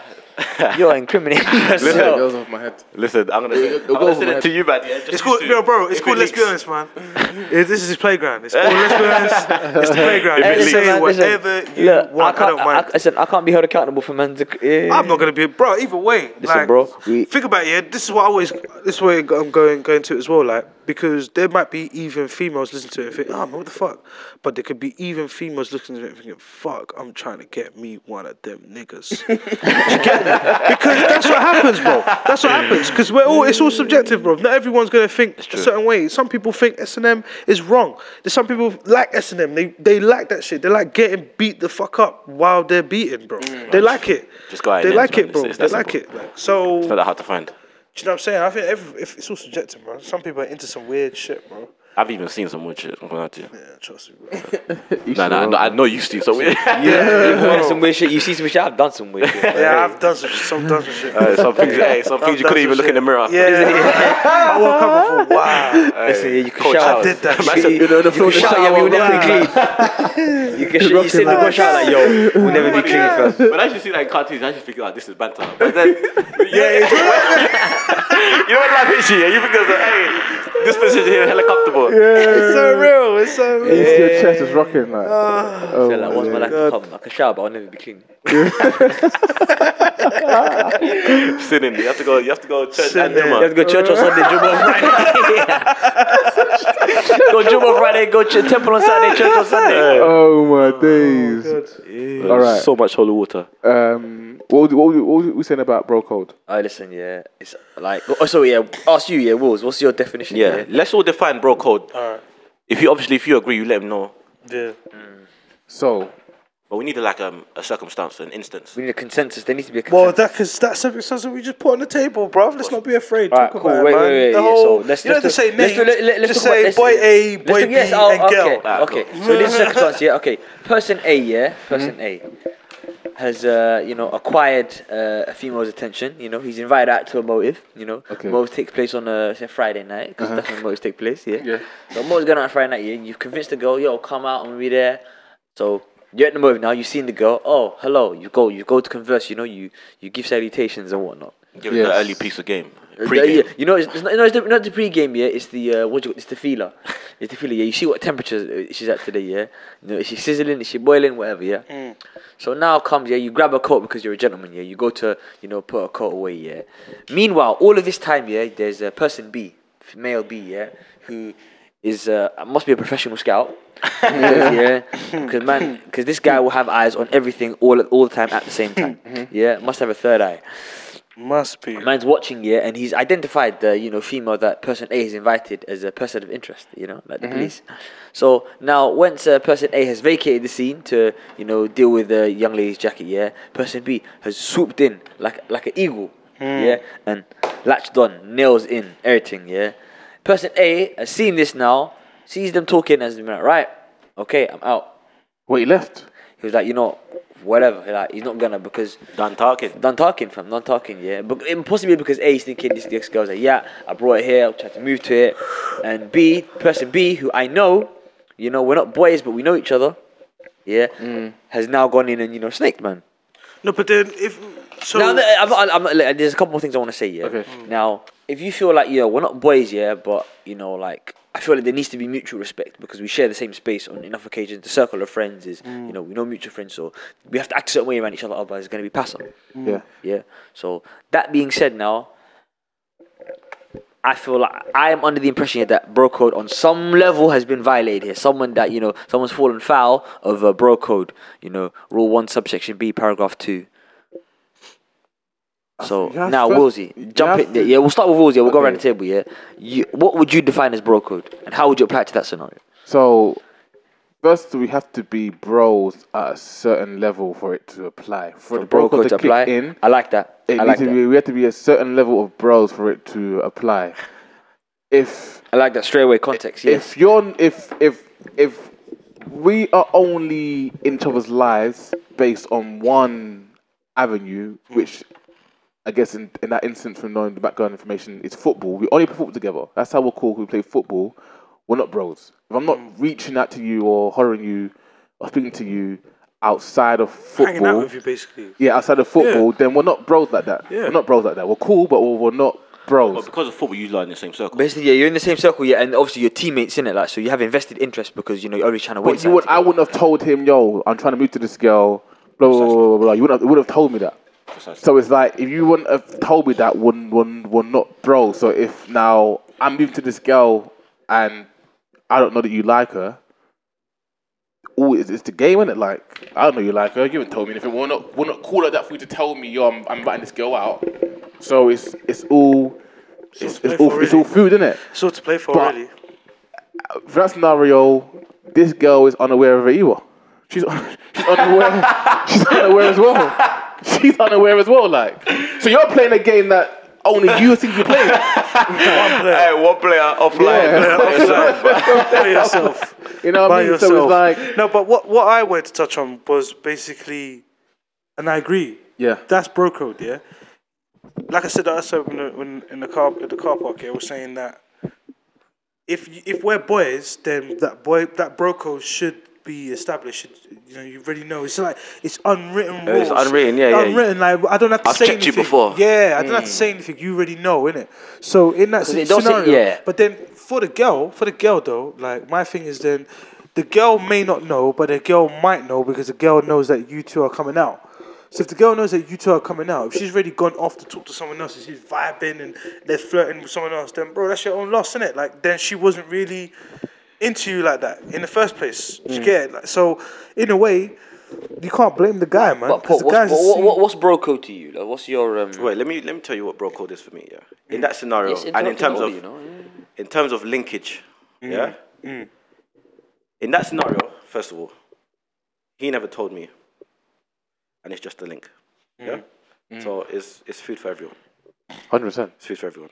You're incriminating
that
yourself.
goes off my head.
Listen, I'm gonna send,
go
I'm gonna
over
send
my
it to
head.
you, man. Yeah, just
It's
you
called,
two.
no, bro. It's
If
called.
it
Let's be
leaks.
honest, man. *laughs* It- this is his playground. It's called. *laughs* Let's be honest. It's the playground.
Hey,
You
listen,
say
man, listen.
whatever you
Look,
want.
I
I,
can't.
don't mind.
I, listen, I can't be held accountable for man's. Yeah.
I, am not gonna be, bro. Either way,
Listen,
like,
bro, we-
think about it. Yeah, this is what I always. This is where I'm going going to as well. Like, because there might be even females listening to it and think, oh man, what the fuck? But there could be even females listening to it and thinking, fuck, I'm trying to get me one of them niggas. You get me? Because that's what happens, bro. That's what happens. Because we're all. It's all subjective, bro. Not everyone's gonna think a certain way. Some people think S and M is wrong. There's some people like S and M. They they like that shit. They like getting beat the fuck up while they're beating, bro. They like it.
Mm. Just go out
They
and
like
end,
it,
man.
bro.
It's-
They
it's that
like
simple.
it. Like, so,
It's not that hard to find.
do you know what I'm saying? I think every, if it's all subjective, bro. Some people are into some weird shit, bro.
I've even seen some weird shit. I'm gonna lie to you.
Yeah, trust me, bro.
Nah, nah, I know- I know you, Steve. So *laughs* weird.
You've done some weird shit. You see some shit. I've done some weird shit.
*laughs* yeah, I've done some, some done some shit.
Uh,
*laughs*
some things, hey, some things you couldn't even look in the mirror.
*laughs* Yeah,
*laughs*
I woke up and thought, wow,
Listen, yeah, you can
Coach
shout.
Howard.
did that
Man
shit.
said,
You know, the
You
floor, the
can shout,
shower,
yeah, we will never
right?
be clean. *laughs* You can shout, you sit in the bush shout like, yo, we'll never
Oh
Oh
be clean, fam.
When I used to see that in cartoons, I used to think, oh, this is banter. *laughs* But then, yeah, you know when life hits you, yeah, you think, there's a, hey, this position here, helicopter ball.
It's so real. It's so real.
It's your chest is rocking like. oh,
So, like, once my
yeah.
life come, I can shower, but I'll never be clean.
Sinning. You have to go. You have to go church and
You have to
Juma.
go to church on Sunday, Juma on
*laughs*
Friday. *laughs* go Juma on Friday, go to temple on Saturday, church on Sunday.
Oh my days. All right.
So much holy water.
Um, what was, what, was, what was we saying about bro code?
Oh, listen, yeah, it's like oh, sorry, yeah. Ask you, yeah, Wolves. What's your definition?
Yeah. Let's all define bro code. If you obviously if you agree, you let him know.
Yeah.
So
But we need like um, a circumstance, an instance.
we need a consensus. There needs to be a consensus.
Well, that cause that's something, something we just put on the table, bruv. Let's not be afraid.
All right,
talk
cool.
about
Wait,
it, man.
wait, wait.
The
yeah,
whole,
so let's,
you don't
let's
have to say
do- let's
names.
do- let- let's
just
talk
say
about-
boy
let's-
A, boy
let's do-
B,
yes, oh,
and girl.
Okay, okay. So this is circumstance. Yeah, okay. Person A, yeah, person A has uh, you know acquired uh, a female's attention. You know, he's invited out to a motive. You know,
Okay.
motive takes place on a say Friday night because that's when motives take place. Yeah. yeah. So motive's going on Friday night. Yeah, you've convinced the girl. Yo, come out. I'm gonna be there. So. You're at the motive now. You've seen the girl. Oh, hello. You go. You go to converse. You know. You you give salutations and whatnot.
Give it the
Yes.
early piece of game.
Uh,
Pre-game.
yeah, you know, it's, it's not, no, it's the, not the pre-game. Yeah, it's the uh, what do you It's the feeler. It's the feeler. Yeah, you see what temperature uh, she's at today. Yeah, you know, is she sizzling? Is she boiling? Whatever. Yeah. So now comes yeah, you grab a coat because you're a gentleman. Yeah, you go to you know put a coat away. Yeah. Meanwhile, all of this time, yeah, there's a person B, male B, yeah, who is uh, must be a professional scout. because, yeah, because man, because this guy will have eyes on everything all at all the time at the same time. yeah, must have a third eye.
Must be.
Man's watching yeah, and he's identified the you know female that person A has invited as a person of interest. You know, like the police. So now, once uh, person A has vacated the scene to you know deal with the young lady's jacket, yeah, person B has swooped in like like an eagle, yeah, and latched on, nails in, everything, yeah. Person A has seen this now, sees them talking, and has been like, right, okay, I'm out.
what he left?
He was like, you know, whatever. Like he's not gonna because
Done talking.
done talking, fam. Done talking, yeah. But and possibly because A is thinking this next girl's like, yeah, I brought it here, I tried to move to it. And B, person B, who I know, you know, we're not boys, but we know each other, yeah, has now gone in and, you know, snaked, man.
No, but then if so,
Now, th- I'm, not- I'm, not- like, there's a couple more things I want to say, yeah.
Okay.
Now, if you feel like, yeah, we're not boys, yeah, but, you know, like, I feel like there needs to be mutual respect because we share the same space on enough occasions. The circle of friends is, you know, we know mutual friends, so we have to act a certain way around each other, otherwise it's going to be passive.
Yeah.
Yeah. So that being said, now I feel like I am under the impression here that bro code on some level has been violated here. Someone that you know, someone's fallen foul of uh, bro code. You know, rule one, subsection B, paragraph two. So
You have
now,
to- you
Woolsey, jump
have
it.
to-
Yeah, we'll start with Woolsey. We'll go around the
Okay.
table. Yeah, you, what would you define as bro code, and how would you apply it to that scenario?
So first we have to be bros at a certain level for it to apply. For, the bro code to, kick
apply.
in,
I like that.
it
I
needs
like
to
that.
be, we have to be a certain level of bros for it to apply. If
I like that straight away context. Yes.
if you're if if if we are only in each other's lives based on one avenue, which I guess in, in that instance from knowing the background information is football. We only play football together. That's how we're cool. We play football. We're not bros. If I'm not reaching out to you or hollering you or speaking to you outside of football,
hanging out with you basically.
yeah, outside of football, then we're not bros like that. We're not bros like that. We're cool, but we're, we're not
But
bros.
because of football, you lie in the same circle.
Basically, yeah, you're in the same circle, yeah, and obviously your teammates in it, like, so you have invested interest because you know you're always trying to win.
But you would, I wouldn't have told him, yo, I'm trying to move to this girl, blah, blah, blah, blah, blah. You wouldn't have, would have told me that. So it's like, if you wouldn't have told me that, we're, we're, we're not bro. So if now I'm moving to this girl and I don't know that you like her, oh, it's, it's the game, is it? Like, I don't know you like her. You haven't told me anything. We're not, we're not cool like that for you to tell me, yo, I'm, I'm inviting this girl out. So it's, it's all, it's, it's, all, it's all food, isn't it?
So to play for
But-
really.
for that scenario, this girl is unaware of it either. She's, *laughs* she's unaware. she's unaware as well. She's unaware as well. Like, so you're playing a game that only you think you're playing.
Hey, one player offline.
Yeah.
*laughs*
By yourself. *laughs*
You know what
By
I mean?
yourself.
So it's like,
no, but what what I wanted to touch on was basically, and I agree.
yeah,
That's bro code, yeah. Like I said also when, the- when in the car at the car park, yeah, I was saying that if you, if we're boys, then that boy that bro code should be established. Should you know, you already know. It's like it's unwritten rules.
it's unwritten, yeah, yeah.
unwritten. Like I don't have to
I've
say
checked
anything.
you before.
Yeah, I don't have to say anything. You already know, innit? So in that
Hmm. it
scenario,
don't say- yeah.
But then for the girl, for the girl though, like my thing is then, the girl may not know, but the girl might know because the girl knows that you two are coming out. So if the girl knows that you two are coming out, if she's already gone off to talk to someone else and she's vibing and they're flirting with someone else, then bro, that's your own loss, innit? Like then she wasn't really into you like that in the first place. Do you
Hmm.
get it? Like, so, in a way, you can't blame the guy, man.
But
'cause
Paul,
the
what's,
guy's
what,
seen-
what, what's bro code to you? Like, what's your um?
Wait, let me let me tell you what bro code is for me. Yeah, in that scenario,
Yes,
and in terms
all,
of
you know, yeah.
in terms of linkage, yeah. In that scenario, first of all, he never told me, and it's just a link. Yeah. So it's it's food for everyone.
Hundred percent.
It's food for everyone.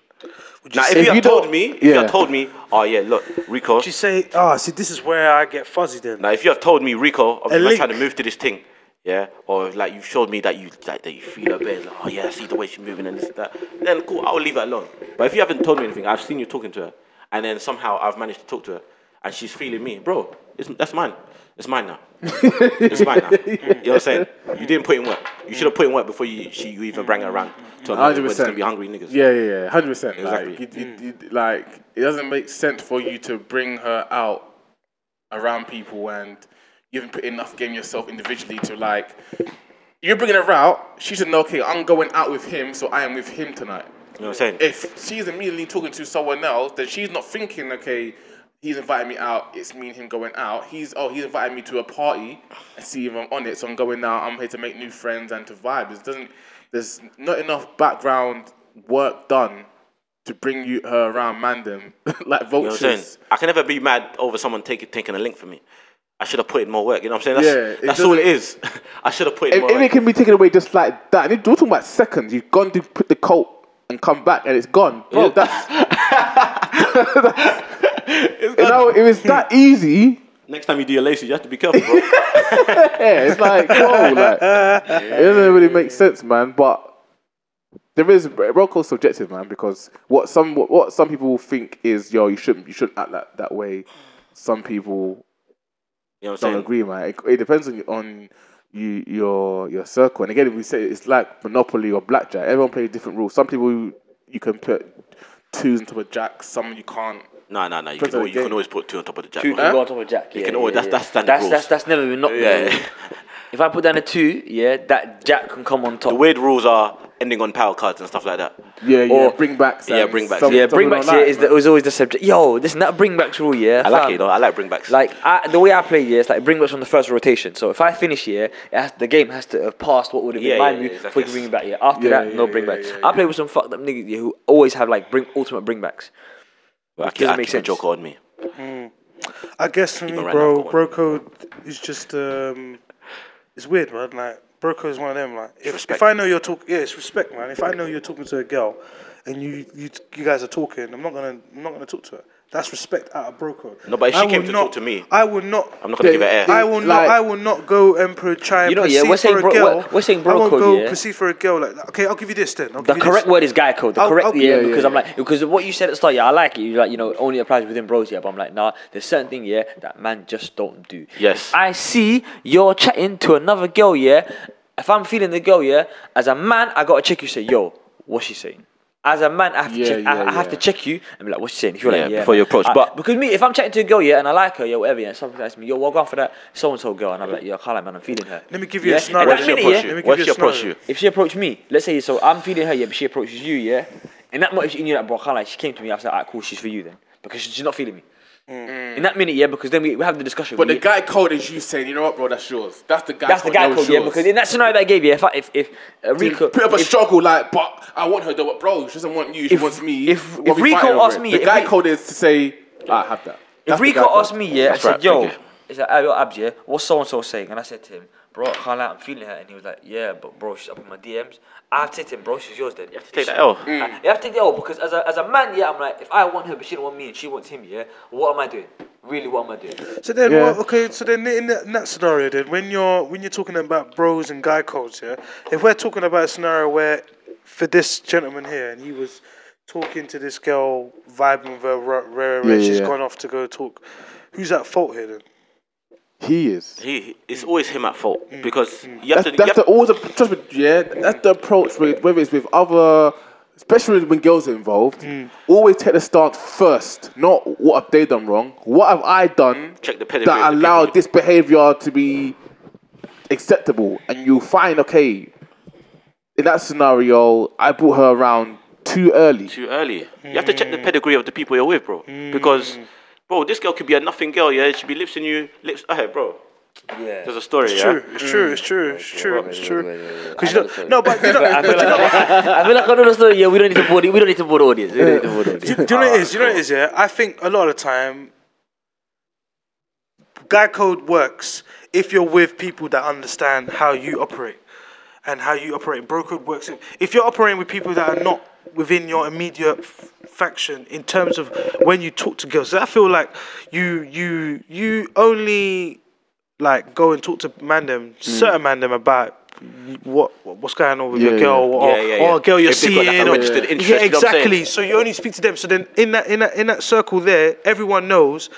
Now,
say-
if you
If you
had told
don't-
me, if you
Yeah.
had told me, oh yeah, look, Rico.
Would you say, ah, see, this is where I get fuzzy then.
Now, if you have told me, Rico, I'm
link.
trying to move to this thing, yeah, or like you've showed me that you like that you feel a bit, like, oh yeah, I see the way she's moving and this and that, then cool, I'll leave it alone. But if you haven't told me anything, I've seen you talking to her, and then somehow I've managed to talk to her, and she's feeling me, bro. It's, that's mine. It's mine now. it's mine now. You know what I'm saying? You didn't put in work. You should have put in work before you she you even bring her around to another where
100%.
there's gonna be hungry niggas.
Yeah, yeah, yeah, hundred percent.
Exactly.
Like, it, it, it, like it doesn't make sense for you to bring her out around people, and you haven't put enough game yourself individually to like. You're bringing her out. She should know. Okay, I'm going out with him, so I am with him tonight.
You know what I'm saying?
If she's immediately talking to someone else, then she's not thinking. Okay, he's inviting me out. It's me and him going out. He's oh, he's inviting me to a party. and see if I'm on it. So I'm going out. I'm here to make new friends and to vibe. It doesn't. There's not enough background work done to bring you her around mandem *laughs* like
You know
vultures.
what I'm saying? I can never be mad over someone taking taking a link from me. I should have put in more work. You know what I'm saying?
Yeah,
That's,
it
that's all it
doesn't-
is. *laughs* I should have put in
if,
more
if it
work.
can be taken away just like that, and if we're talking about seconds, you've gone to put the coat and come back and it's gone. Bro,
*laughs*
that's. *laughs* You know, if it's that easy,
Next time you do your laces, you have to be careful, bro.
yeah, it's like, whoa, like, it doesn't really make sense, man. But there is Rocco's subjective, man, because what some what, what some people think is, yo, you shouldn't you shouldn't act that, that way. Some people
you know what
don't
I'm saying?
agree, man. It, it depends on on you your your circle. And again, if we say it's like Monopoly or blackjack, everyone plays different rules. Some people you- you can put twos into a jack, some you can't.
No, no, no. You
Depends on
can, al-
the
you can
game.
always put two on top of the jack.
Two
bro.
can go on top of Jack. Yeah,
can
yeah,
always- that's-
yeah.
that's standard
That's,
rules.
that's that's never been knocked.
Yeah,
down.
yeah. *laughs*
If I put down a two, yeah, that Jack can come on top.
The weird rules are ending on power cards and stuff like that.
Yeah, yeah.
Or-
bring backs.
Yeah,
and
bring backs.
some-
Yeah,
yeah,
some
bring
don't
backs here
like,
is
man.
the, is always the subject. Yo, this that bring backs rule, yeah.
I like
fam.
it, though. I like bring backs.
Like I, the way I play, yeah, it's like bring backs on the first rotation. So if I finish here, it has, the game has to have passed what would have been
Yeah,
my
yeah,
move
yeah, exactly.
for you to bring it back. Yeah, after
Yeah,
that,
yeah,
no
yeah,
bring
yeah,
backs.
yeah,
I play with some fucked up niggas yeah, who always have like bring ultimate bring backs.
I
doesn't
I
make
keep a
sense.
joker on me.
I guess for me,
Even right now,
bro,
I've got
bro code is just, um, it's weird, man. Like, bro code is one of them. Like, if, if
respect.
I know you're talking, yeah, it's respect, man. If I know you're talking to a girl and you, you, you guys are talking, I'm not gonna, I'm not gonna talk to her. That's respect out of bro code.
No, but if
I
she came
will
to
not-
talk to me,
I will not.
I'm not gonna give her air.
I will not.
Like-
I will not go and pro- try and
You know, yeah,
proceed
we're saying
for
bro-
a girl.
we're- we're saying bro
I won't
code,
go
yeah.
proceed for a girl like that. Okay, I'll give you this then. I'll
The
give you
correct
this.
word is guy code. The
I'll-
correct,
I'll-
yeah,
yeah, yeah,
because I'm
yeah.
like, because what you said at the start, yeah, I like it. You like, you know, only applies within bros, yeah. But I'm like, nah, there's certain thing, yeah, that man just don't do.
Yes.
I see you're chatting to another girl, yeah. If I'm feeling the girl, yeah, as a man, I gotta check you. Say, yo, what's she saying? As a man, I have to
Yeah,
check. I,
yeah,
I have
yeah.
to check you and be like, "What's she saying?" If you're
Yeah,
like, "Yeah,"
before you approach,
I-
but-
because me, if I'm chatting to a girl, yeah, and I like her, yeah, whatever, yeah, something asks me, "Yo, what going for that so and so girl?" and I'm like, "Yo, I can't lie, man, I'm feeling her."
Let me give you
Yeah,
a
at
scenario.
that
What's she
minute,
approach
yeah,
Let
you?
me give
What's
you
she
a
approach you?
scenario.
if she approached me, let's say so I'm feeling her, yeah, but she approaches you, yeah, in that moment if she knew that bro, I can't like she came to me, I was like, alright, cool, she's for you then. Because she's not feeling me. In that minute, yeah, because then we, we have the discussion.
Mm. But the
we-
guy code is you saying, you know what, bro, that's yours. That's the guy.
that's the
code,
guy
that
called,
was
yeah,
yours.
because in that scenario that I gave you, if I, if, if
You
uh, Rico
put up a
if-
struggle, like, but I want her though, but bro, she doesn't want you, she
If-
wants me.
if-
We'll
if
be
Rico
fighting over
asked
it.
me
the
if
guy
Ri-
code is to say, "Ah, I have that.
If
That's the
Rico
guy code.
asked me, yeah,
That's
I said,
right,
yo,
thank you.
it's like, hey, yo, Abs, yeah, what's so and so saying? And I said to him, bro, I can't lie, I'm feeling her. And he was like, yeah, but bro, she's up in my DMs. I have to say to him, bro, she's yours then. You have to
take that L.
You have to take that L because as a, as a man, yeah, I'm like, if I want her, but she don't want me and she wants him, yeah, what am I doing? Really, what am I doing?
So then,
Yeah.
what, okay. So then, in that, in that scenario, then when you're when you're talking about bros and guy codes, yeah. If we're talking about a scenario where, for this gentleman here, and he was talking to this girl, vibing with her, rare, rare,
Yeah,
she's
yeah, yeah.
gone off to go talk. Who's at fault here then?
He is.
He, he- it's always him at fault because you
That's,
have to. you
that's
have-
the always a, trust me, yeah. That's the approach with whether it's with other, especially when girls are involved.
Mm.
Always take the stance first, not what have they done wrong. What have I done
Check the pedigree of
that
the
allowed
people.
this behavior to be acceptable? And you'll find, okay, in that scenario, I brought her around too early.
too early. You have to check the
Hmm.
pedigree of the people you're with, bro. Because, bro, this girl could be a nothing girl, yeah? She be lips in you, lips ahead, bro. Yeah. There's a story,
It's
yeah?
true. It's true.
Mm.
It's true. It's true. It's true. Because you
I know the
know,
story.
no, but you know, but you know,
*laughs* I feel like I know the story. Yeah, we don't need to board. We don't need to board audience. We don't need to board audience. *laughs*
do, do you know what it is? Do you know what it is? Yeah, I think a lot of the time, guy code works if you're with people that understand how you operate and how you operate. Bro code works if, if you're operating with people that are not within your immediate f- faction in terms of when you talk to girls. So I feel like you you you only like go and talk to mandem
Mm.
certain mandem about. What what's going on with your
Yeah,
girl,
yeah.
or,
Yeah, yeah, yeah.
or a girl you're
If they've got,
seeing,
like, a
or,
registered interest, you know
yeah,
what I'm saying?
exactly. So you only speak to them. So then in that in that in that circle there, everyone knows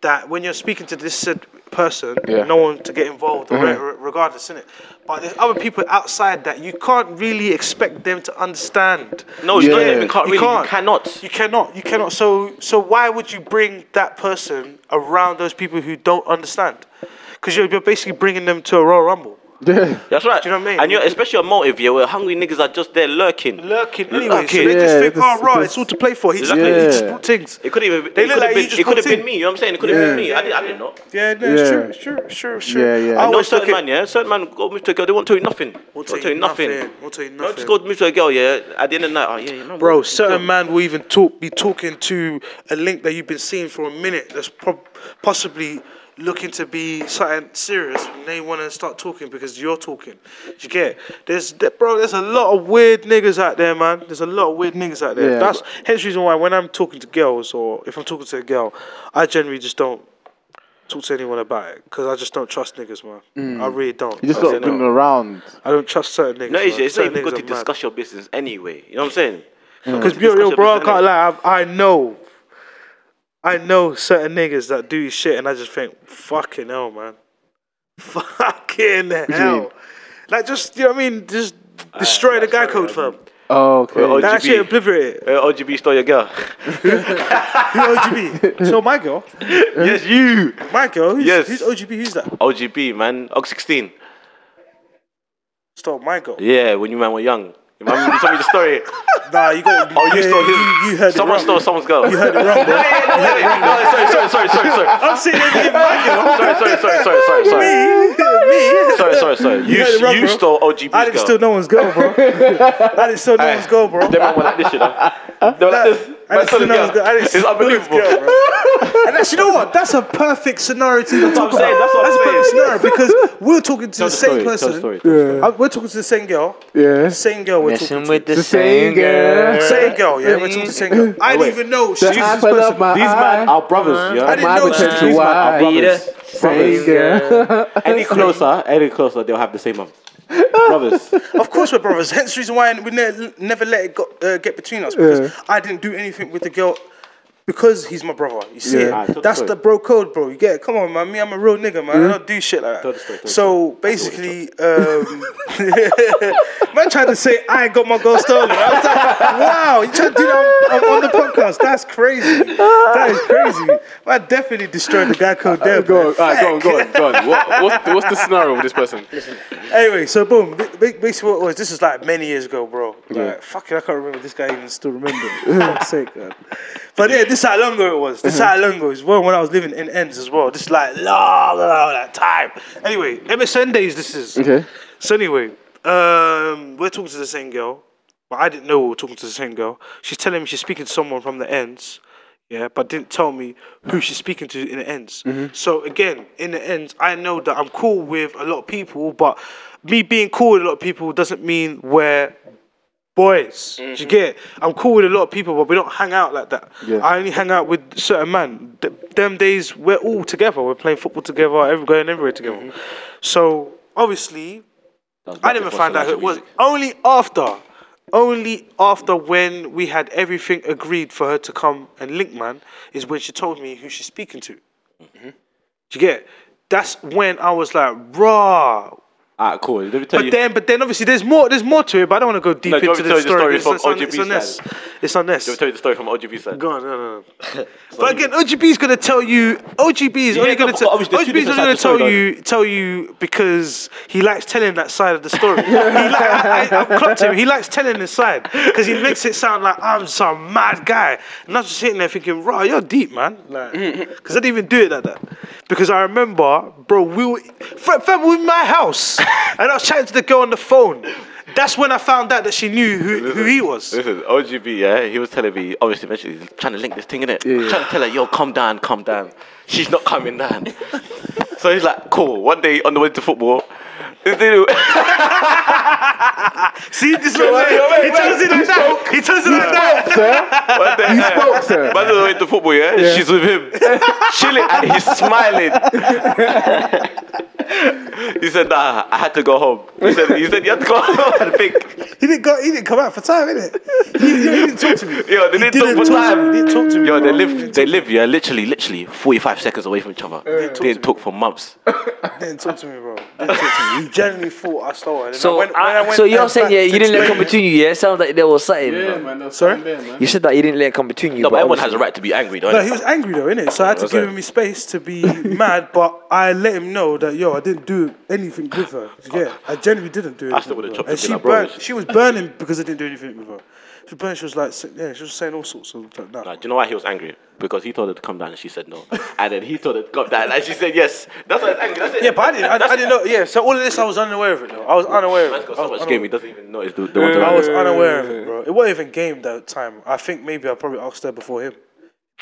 that when you're speaking to this said person,
Yeah. Mm-hmm.
no one to get involved, or re- re- regardless, innit? But there's other people outside that you can't really expect them to understand.
No, you
Yeah.
don't even can't
You
really. You,
can't.
cannot.
You cannot. You cannot. So so why would you bring that person around those people who don't understand? Because you're, you're basically bringing them to a Royal Rumble.
That's right.
Do you know what I mean?
And you're, especially a motive, yeah, where hungry niggas are just there lurking.
Lurking anyway, so they
Lurking.
just
Yeah,
think,
this-
oh, right,
this-
it's all to play for. He just,
Exactly.
he just
Yeah.
brought things.
It could have been.
They
It
look like
could have
you
been.
just
It could have
walked
been
in.
me. You know what I'm saying? It could have been me. I didn't. I didn't know.
Yeah, no, it's
Yeah.
true, it's true, it's true, it's true.
Yeah, yeah. I
I
I know
always look
certain
at,
man, yeah. Certain man go move to a girl. They won't tell you nothing. Won't
tell you nothing, won't tell you
Don't
nothing.
just go move to a girl, yeah. At the end of the night, oh yeah, you know,
bro,
what, this girl-
certain man will even talk, be talking to a link that you've been seeing for a minute that's prob- possibly looking to be something serious, and they want to start talking because you're talking. Do you get? It? There's, there- bro, there's a lot of weird niggas out there, man. There's a lot of weird niggas out there.
Yeah.
That's hence the reason why when I'm talking to girls or if I'm talking to a girl, I generally just don't. Talk to anyone about it because I just don't trust niggas, man. I really don't.
You *laughs* just got to bring them around.
I don't trust certain niggas.
No, it's,
man.
it's not
Certain
even good
niggas
to
are mad.
discuss your business anyway. You know what I'm saying?
Because yo, yo,
discuss
bro, I
your
can't lie. I, I know, I know certain niggas that do this shit, and I just think, fucking hell, man, *laughs* fucking hell.
mean?
Like, just you know what I mean? Just destroy the guy code firm.
Oh, okay.
Well,
That
OGB.
shit obliterate it.
Uh, OGB stole your girl.
Who OGB? so my girl,
yes, you.
my girl. Who's,
Yes.
who's OGB? Who's that?
OGB, man. OG 16.
Stole my girl.
Yeah, when you man were young. You man, you told me the story.
Nah, you got.
Oh, you
yeah,
stole his.
You, you heard
someone
it wrong.
stole someone's girl. *laughs* You
heard it wrong, bro.
sorry, sorry, sorry, sorry, sorry.
I'm saying it in my girl.
Sorry, sorry, sorry, sorry, sorry, sorry.
Me, me.
Sorry, sorry, sorry. You,
You heard it wrong,
you
bro.
stole OGB's
I didn't
girl.
steal no one's girl,
*laughs*
bro. I didn't steal no one's girl, bro.
Them man were like this, you know. They were like this.
I
Man
didn't
stole
steal
the
no one's girl. I
girl.
didn't
It's
steal no one's
unbelievable.
girl, bro. And that's you know what? That's a perfect scenario to even talk
I'm saying,
about.
that's what I'm
a perfect
saying.
scenario because we're talking to the, same
story, tell the
person.
story, tell
Yeah.
Uh, We're talking to the same girl.
Yeah.
Same girl. We're talking
Messing
to.
with the
The same
same girl.
girl.
Same girl. Yeah, we're talking to the same girl. I didn't even know she was
I
this
put up
person.
my
These
eye.
man are brothers, yeah.
I didn't
my
know she was
potential
this
wife.
man. Our
Be the
brothers.
Same girl.
Any closer, any closer, they'll have the same mum. Brothers.
Of course, we're brothers. Hence the reason why we ne- never let it go, uh, get between us because I didn't do anything with the girl because he's my brother. You see,
Yeah.
Ah, tell the
it? that's
story.
the bro code, bro. You get it? Come on, man. Me, I'm a real nigga, man. I don't do shit like that.
the story, tell the
so basically, um, *laughs* man tried to say I ain't got my girl stolen. I was like, wow, you tried to do that on, on the podcast? That's crazy. That is crazy. I definitely destroyed the guy code there,
Go on,
bro.
all right, go on, go on,
*laughs*
go on. What, what's, the, what's the scenario with this person?
Anyway, so boom, ba- ba- basically what it was, this is like many years ago, bro. Like, fucking, I can't remember this guy even still remembers. For fuck's sake, man. But yeah, this is how long ago it was. This is how long ago it was. Well, when I was living in ends as well. This is like long, long, long time. Anyway, MSN days this is.
Okay.
So anyway, um, we're talking to the same girl, but I didn't know we were talking to the same girl. She's telling me she's speaking to someone from the ends, yeah, but didn't tell me who she's speaking to in the ends. So again, in the ends, I know that I'm cool with a lot of people, but me being cool with a lot of people doesn't mean we're boys. Do you get? It? I'm cool with a lot of people, but we don't hang out like that. I only hang out with certain man. Th- them days, we're all together. We're playing football together, every going everywhere together. So obviously, I didn't even find out who it was. Only after, only after when we had everything agreed for her to come and link, man, is when she told me who she's speaking to. Do you get? it? that's when I was like, raw.
Alright, cool. Let me tell
But
you.
then, but then obviously there's more. There's more to it, but I don't want to go deep
do you want
into
me to
the
tell
story.
you the story
because
from
it's, on, it's
OGB
on this. It's on
Let me
this.
tell you the story from OGB side.
Go on, no, no, no. *laughs* but again, OGB is going to tell you. OGB is
Yeah,
only going
no,
to
but
tell.
obviously there's two
OGB is
different
only going to
sides of
tell
the story,
you, tell you because he likes telling that side of the story. he li- I, I, I've clocked him. He likes telling his side because he makes it sound like I'm some mad guy, and I'm just sitting there thinking, "Raw, you're deep, man." Because
*laughs*
I didn't even do it like that. Because I remember, bro, we were, fam, fam, we were in my house, and I was chatting to the girl on the phone. That's when I found out that she knew who, who he was.
Listen, OGB, yeah, he was telling me, obviously, eventually, he's trying to link this thing in it. Trying to tell her, yo, calm down, calm down. She's not coming down. *laughs* so he's like, cool. One day on the way to football, this dude- *laughs*
See, this is what
wait, wait,
he tells it like that. He tells it like that.
sir.
one day,
You
*laughs*
spoke, sir.
Man on the way to football, yeah? She's with him. Chilling, and he's smiling. *laughs* he said, nah, I had to go home. He said, he said you had to go home and think.
He didn't go. He didn't come out for time, innit? He, he didn't talk to me.
Yo, they
He
didn't talk for
to me.
time.
He didn't talk to me.
Yo, they
bro.
live, they live, yeah, literally, literally 45 seconds away from each other. They didn't talk
*laughs*
for months.
He *laughs* didn't talk to me, bro. He didn't talk to me. He genuinely thought I stole it. And
So,
I went, when
I-
I went
so you're
back
saying
to
yeah, you didn't let it
explain
come between you. Yeah, sounds like there was something.
Yeah,
bro.
man. That's
Sorry?
something there, man.
You said that you didn't let it come between you.
No, but everyone has
obviously-
a right to be angry, though.
No,
innit?
he was angry though, innit? So I had to
That's
give
it.
him his space to be *laughs* mad, but I let him know that yo, I didn't do anything with her. Yeah, I genuinely didn't do anything.
still would've
with
chopped
her. And
it
she
in like, bro,
burned.
it's-
She was burning because I didn't do anything with her. She burned. She was like, s- yeah, she was saying all sorts of like, nah.
Nah, do you know why he was angry? Because he told her to come down and she said no. and then he told her to come down and she said yes. That's why he's angry. That's it.
Yeah, but I didn't. I, I didn't know. Yeah, so all of this, I was unaware of it though. I was unaware of it.
Man's got
I
so
was
much
unaware.
game, he doesn't even notice the, the one
I
to
was unaware of it, bro. It wasn't even game that time. I think maybe I probably asked her before him.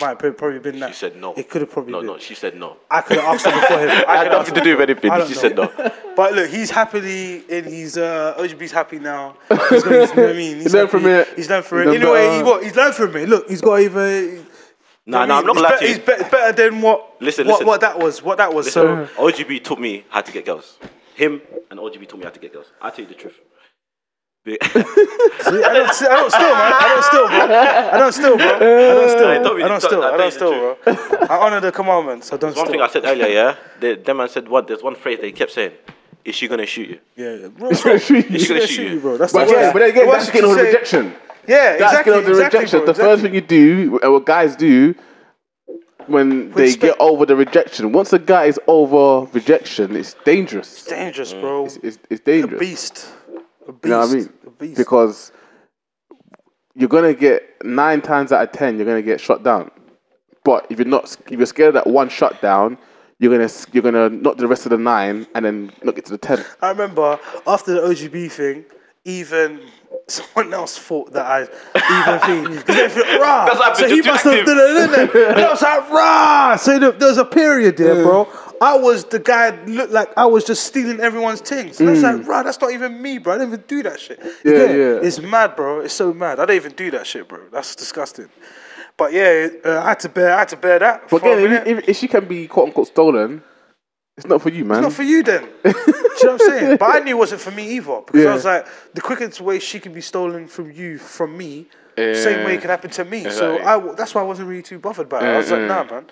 Might have probably been that.
She said no.
It could have probably
No,
been.
no, she said no.
I could have asked her before
*laughs*
him. I
I
could
had
have asked
nothing to do with anything.
I don't
She said no.
her. *laughs* But look, he's happily in his uh, OGB's happy
*laughs*
now. He's got, his- you know what I mean? He's
learned from
happy.
it.
He's learned from
He's
it.
done
Anyway,
better.
he what? He's learned from it. Look, he's got even.
Nah, nah, I'm not gonna lie to you.
He's better, better than what.
Listen,
what,
listen.
what that was. What that was.
So
So
OGB taught me how to get girls. Him and OGB taught me how to get girls. I tell you the truth. They- *laughs*
I don't, I don't steal, man. I don't steal, bro. I don't steal, bro. I don't steal.
Nah, don't be-
I don't steal.
nah,
I
tell
don't
you
steal,
the
bro. I honor the commandments. I don't
one thing I
steal.
said earlier, yeah. The, the man said what? There's one phrase they kept saying. Is she gonna shoot you?
Yeah, yeah. Bro, *laughs* it's gonna
Is she gonna shoot
shoot you,
you?
bro. That's the
But again,
worst.
but again,
The
that's
worst you
getting
can
on
say-
rejection.
Yeah,
That's
exactly.
getting on the
exactly,
rejection.
bro,
the
exactly.
first thing you do, uh, what guys do, when they
Respect.
get over the rejection, once a guy is over rejection, it's dangerous.
dangerous, bro.
It's, it's
A
dangerous.
beast. A beast.
Mm. You know what I mean?
A beast.
Because you're gonna get nine times out of ten, you're gonna get shut down. But if you're not, if you're scared of that one shut down, you're gonna you're gonna knock the rest of the nine and then not get to the ten.
I remember after the OGB thing, even someone else thought that I
*laughs*
even think. 'Cause they thought, "Rah."
That's what
so
happened,
he
you're too
must have
active.
done it, didn't And I was like, rah. So the, there was a period there, bro. I was the guy that looked like I was just stealing everyone's things. And I was like, rah, that's not even me, bro. I don't even do that shit. You
Mm. Yeah,
get it?
yeah.
It's mad, bro. It's so mad. I don't even do that shit, bro. That's disgusting. But yeah, uh, I had to bear, I had to bear that.
But
for a
again,
minute.
if, if, if she can be quote unquote stolen, it's not for you, man.
Not for
*laughs*
you then. Do you know what I'm saying? But I knew it wasn't for me either because I
Yeah.
was like, the quickest way she can be stolen from you, from me, same way it can happen to me. So
Exactly.
I, w- that's why I wasn't really too bothered by it. I was like, nah, man,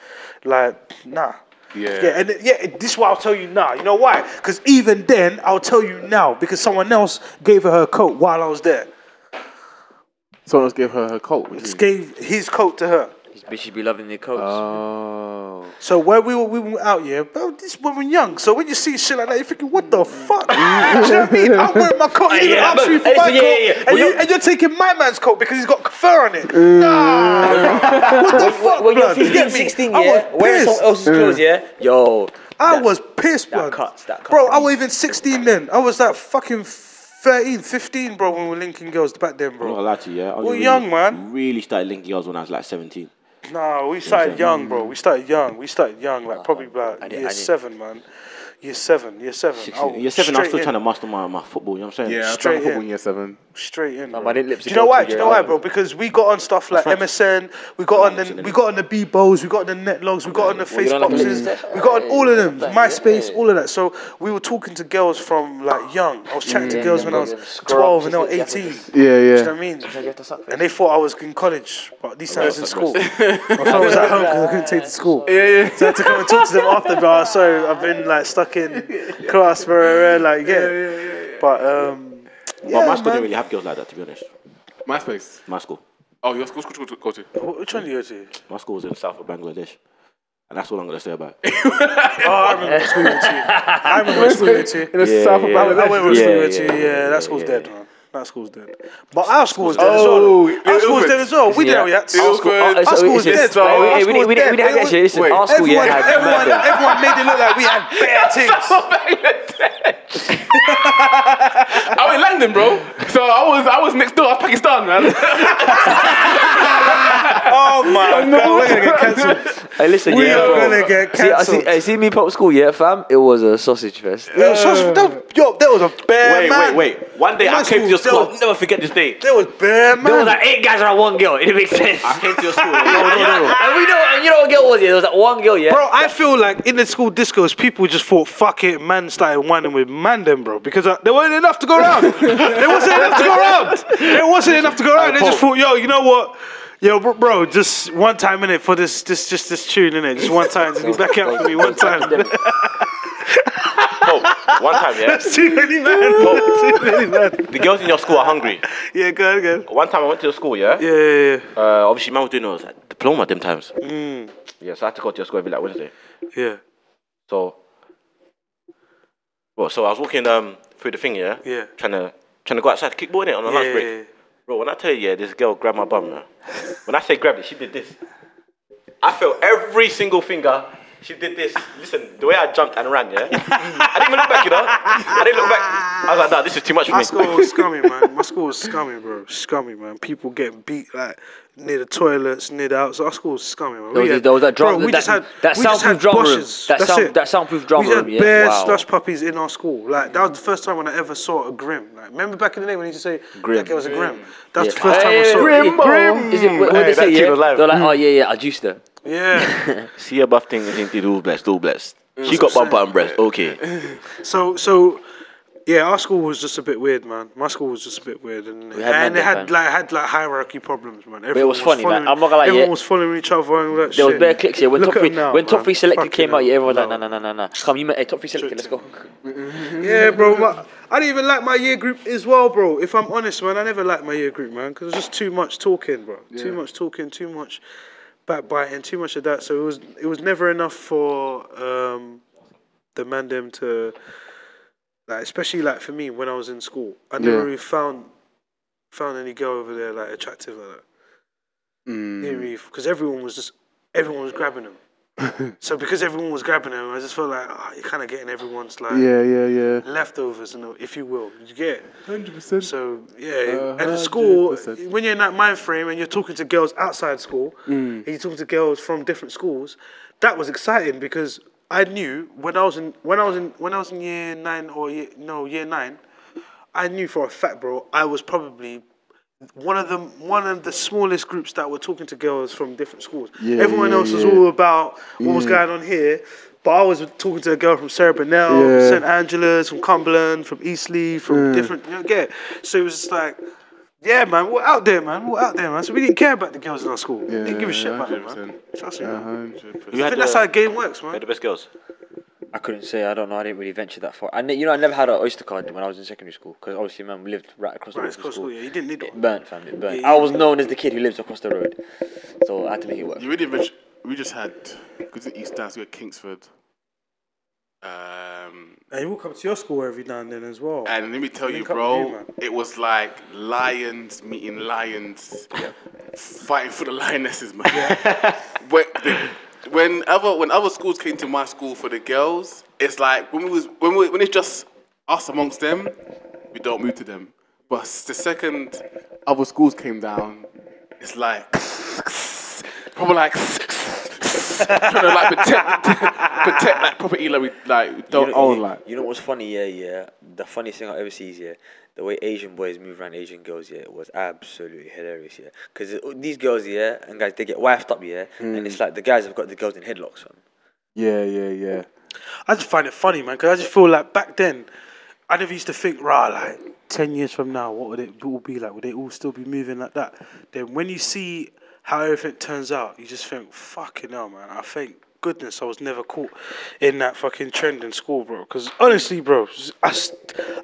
like, nah.
Yeah.
Yeah, and it- yeah, it- this is why I'll tell you now. You know why? Because even then, I'll tell you now because someone else gave her her coat while I was there.
Someone else gave her her coat. what do you
Just
mean?
gave his coat to her.
These bitches be loving their coats.
Oh,
So where we were, we were out here, bro, this woman young. So when you see shit like that, you're thinking, what the fuck? *laughs* Do you know what I mean? I'm wearing my coat, you're
yeah,
gonna ask me
but-
for
hey, so
my
yeah,
coat,
yeah, yeah.
And,
Well,
you,
you-
and you're taking my man's coat because he's got fur on it. Nah, what the fuck,
When you're
blood? You
15,
get me?
16,
I
yeah,
was
wearing someone
pissed.
else's clothes, yeah. Yo,
I
that-
was pissed, blood.
cuts, that cuts.
Bro, I was even 16 then. I was like fucking 13, 15, bro, when we were linking girls back then,
I'm not
bro.
gonna lie to you, yeah. I
We're
really-
young, man.
Really started linking girls when I was like 17.
Nah, we started young, bro. We started young. We started young, like probably like
didn't- I
year
didn't.
seven, man. year seven, year seven. I was
Year seven, I was
Oh, straight
still
in.
trying to master my, my football. You know what I'm saying?
Yeah, I
Straight
played football
in.
in year seven.
straight in.
my
bro.
lips are
Do you know why?
going to
Do you know
your
why,
arm.
bro? Because we got on stuff like MSN, we got on the we got on the Bebos, we got on the net logs, we got on the
you don't like
Faceboxes,
MSN?
we got on all of them,
Yeah.
MySpace, all of that. So we were talking to girls from like young. I
Mm,
was chatting to girls when I was twelve and they were eighteen.
Yeah,
Do you know
yeah.
what I mean?
to suck
And they thought I was in college, but these times I was in school. I *laughs* thought I was at home because I couldn't take to school.
Yeah, yeah.
So I had to come and talk to them after, bro. So I've been like stuck in class for uh, like yeah. But um, yeah,
But my school
man.
didn't really have girls like that, to be honest.
MySpace.
My school.
Oh, your school, school, school, school, go to.
Wh- Which one do you go to?
My school was in the south of Bangladesh. And that's all I'm going to say about
Oh, I
it.
remember what school you went to. I remember what school you went
*laughs*
to.
In the south of
yeah.
I
Bangladesh.
went with school you went
Yeah,
to.
yeah,
Yeah, that school's dead, man. That school's dead. But our school was dead as
Oh,
well. Our school was dead as well. We didn't
It
have
was
Yats.
good.
Oh, it's-
Our school was
it's-
dead,
it's-
bro.
we-
*laughs*
Our
we-
school was
we didn't- we
dead.
didn't have that shit. Listen,
Wait,
our school, yeah,
Everyone,
had
everyone,
mad-
everyone made it look like we had better things.
I was in London, bro. So I was, I was next door. I was Pakistan, man.
Oh my god, we're gonna get cancelled.
Hey, listen,
We
yeah,
are
bro.
gonna get
See, I see,
cancelled.
hey, see me pop school, yeah, fam. It was a sausage fest.
Yo, so- that- Yo, there was a bear
Wait,
man.
wait, wait. One day
In my
I came to your
school,
school.
there
I'll never forget this day.
There was bear man.
There was like eight guys around one girl. It makes sense.
I came to your school. No, no, no. *laughs* no.
and we know, and you know what girl was? Yeah, there was like one girl, yeah.
Bro, I feel like in the school discos, people just thought, fuck it, man started whining with man then, bro, because uh, there weren't enough to go around. there wasn't enough to go around. There wasn't enough to go around. They just thought, yo, you know what? Yo, bro, bro just one time in it for this, this, just this tune in it, just one time, just back out for me one time. *laughs*
Pope, one time,
*laughs*
yeah.
That's too many man. Too many man.
The girls in your school are hungry.
Yeah, go ahead, go ahead.
One time I went to your school, yeah.
Yeah, yeah, yeah.
Uh, obviously, man was doing a like, diploma them times.
Mm.
Yeah, so I had to go to your school every like Wednesday.
yeah.
So, well, so I was walking um through the thing, yeah.
Yeah.
Trying to trying to go outside kickboarding it on the lunch
Yeah,
break.
yeah, yeah.
Bro, when I tell you, yeah, this girl grabbed my bum, man. when I say grabbed it, she did this. I felt every single finger. She did this. Listen, the way I jumped and ran, yeah. I didn't even look back, you know. I didn't look back. I was like, nah, this is too much for
My
me.
school was scummy,
*laughs*
man. My school was scummy, bro. Scummy, man. People getting beat like near the toilets, near the outside. Our school was scummy, man.
There was,
We had-
there was that drum,
bro, we
that,
just had
that
we just had
soundproof drum room.
boshes.
That,
That's
sound,
it.
that soundproof drum
we had
room, yeah.
bare
wow.
slush puppies in our school. Like that was the first time when I ever saw a grim. Like remember back in the day when you used to say
Grim.
like it was a grim. That's the
Yeah.
first time I
Hey,
saw
yeah,
it.
yeah. Is it what, what
Hey,
they
that
say?
kid
Yeah?
was live.
They're like, oh yeah, yeah, I juiced her.
Yeah.
See above thing is indeed all blessed, all blessed. She got bump button breast. Okay.
So so yeah, our school was just a bit weird, man. My school was just a bit weird, and,
had
and
Monday
they had
time.
like had like hierarchy problems, man. Everyone
it was funny, man.
following-
I'm not gonna lie,
Everyone
yeah.
was following each other and all that shit.
There was bare clicks here. When
Look
top
at
three,
'em now,
when top
man.
three selected
Fucking
came out,
hell.
yeah, everyone was like,
No.
nah, nah, nah, nah, nah. Come, you met hey, top three selected. Let's go.
Yeah, bro. My, I didn't even like my year group as well, bro. If I'm honest, man, I never liked my year group, man, because it was just too much talking, bro. Too much talking, too much backbiting, too much of that. So it was it was never enough for um, the man them to like, especially like for me when I was in school, I never
Yeah.
really found found any girl over there like attractive like that because everyone was just everyone was grabbing them. so because everyone was grabbing them, I just felt like ah, you're kind of getting everyone's
*laughs*
like
Yeah, yeah, yeah.
leftovers, you know, if you will. You get it.
Hundred percent.
so yeah.
Uh,
At the school,
100%.
when you're in that mind frame and you're talking to girls outside school,
Mm.
and you're talking to girls from different schools, that was exciting because I knew when I was in when I was in when I was in year nine or year, no year nine, I knew for a fact, bro, I was probably one of the one of the smallest groups that were talking to girls from different schools. Everyone
yeah,
else was
yeah.
all about what was going on here, but I was talking to a girl from Sarah Bernal,
Yeah.
St Angela's, from Cumberland, from Eastleigh, from different. You know, get it? so it was just like. Yeah, man, we're out there, man. We're out there, man. So we didn't care about the girls in our school. We didn't give a shit about them, man.
100%.
Trust me, man.
Hundred percent.
You
I
had
think that's
the-
how the game works,
They're
man.
the best girls.
I couldn't say. I don't know. I didn't really venture that far. I ne- you know, I never had an Oyster card when I was in secondary school because obviously, man, we lived right across the
Right,
road
it's
from
called school, yeah. You didn't need
It
one.
burnt, fam. It burnt.
Yeah,
I
yeah.
was known as the kid who lives across the road, so I had to make it work.
You really rich. We just had because East Downs, we had Kingsford. Um,
And you will come to your school every now and then as well.
and let me tell you,
Link up with you,
bro,
man.
it was like lions meeting lions, fighting for the lionesses, man. *laughs* when, the, when other when other schools came to my school for the girls, it's like when we was when we, when it's just us amongst them, we don't move to them. But s- the second other *laughs* schools came down, it's like probably like
trying to
*laughs*
like protect protect like property like we like we don't
you know,
own
you,
like.
you know what's funny? Yeah, yeah. The funniest thing I ever see is yeah, the way Asian boys move around Asian girls. Yeah, was absolutely hilarious. Yeah, because these girls yeah and guys they get wifed up. Yeah, and it's like the guys have got the girls in headlocks. Man.
Yeah, yeah, yeah.
I just find it funny, man, because I just feel like back then, I never used to think, right, like ten years from now, what would it all be like? Would they all still be moving like that? Then when you see how everything turns out, you just think, fucking hell, man. I think goodness I was never caught in that fucking trend in school, bro. Because honestly, bro, I, s-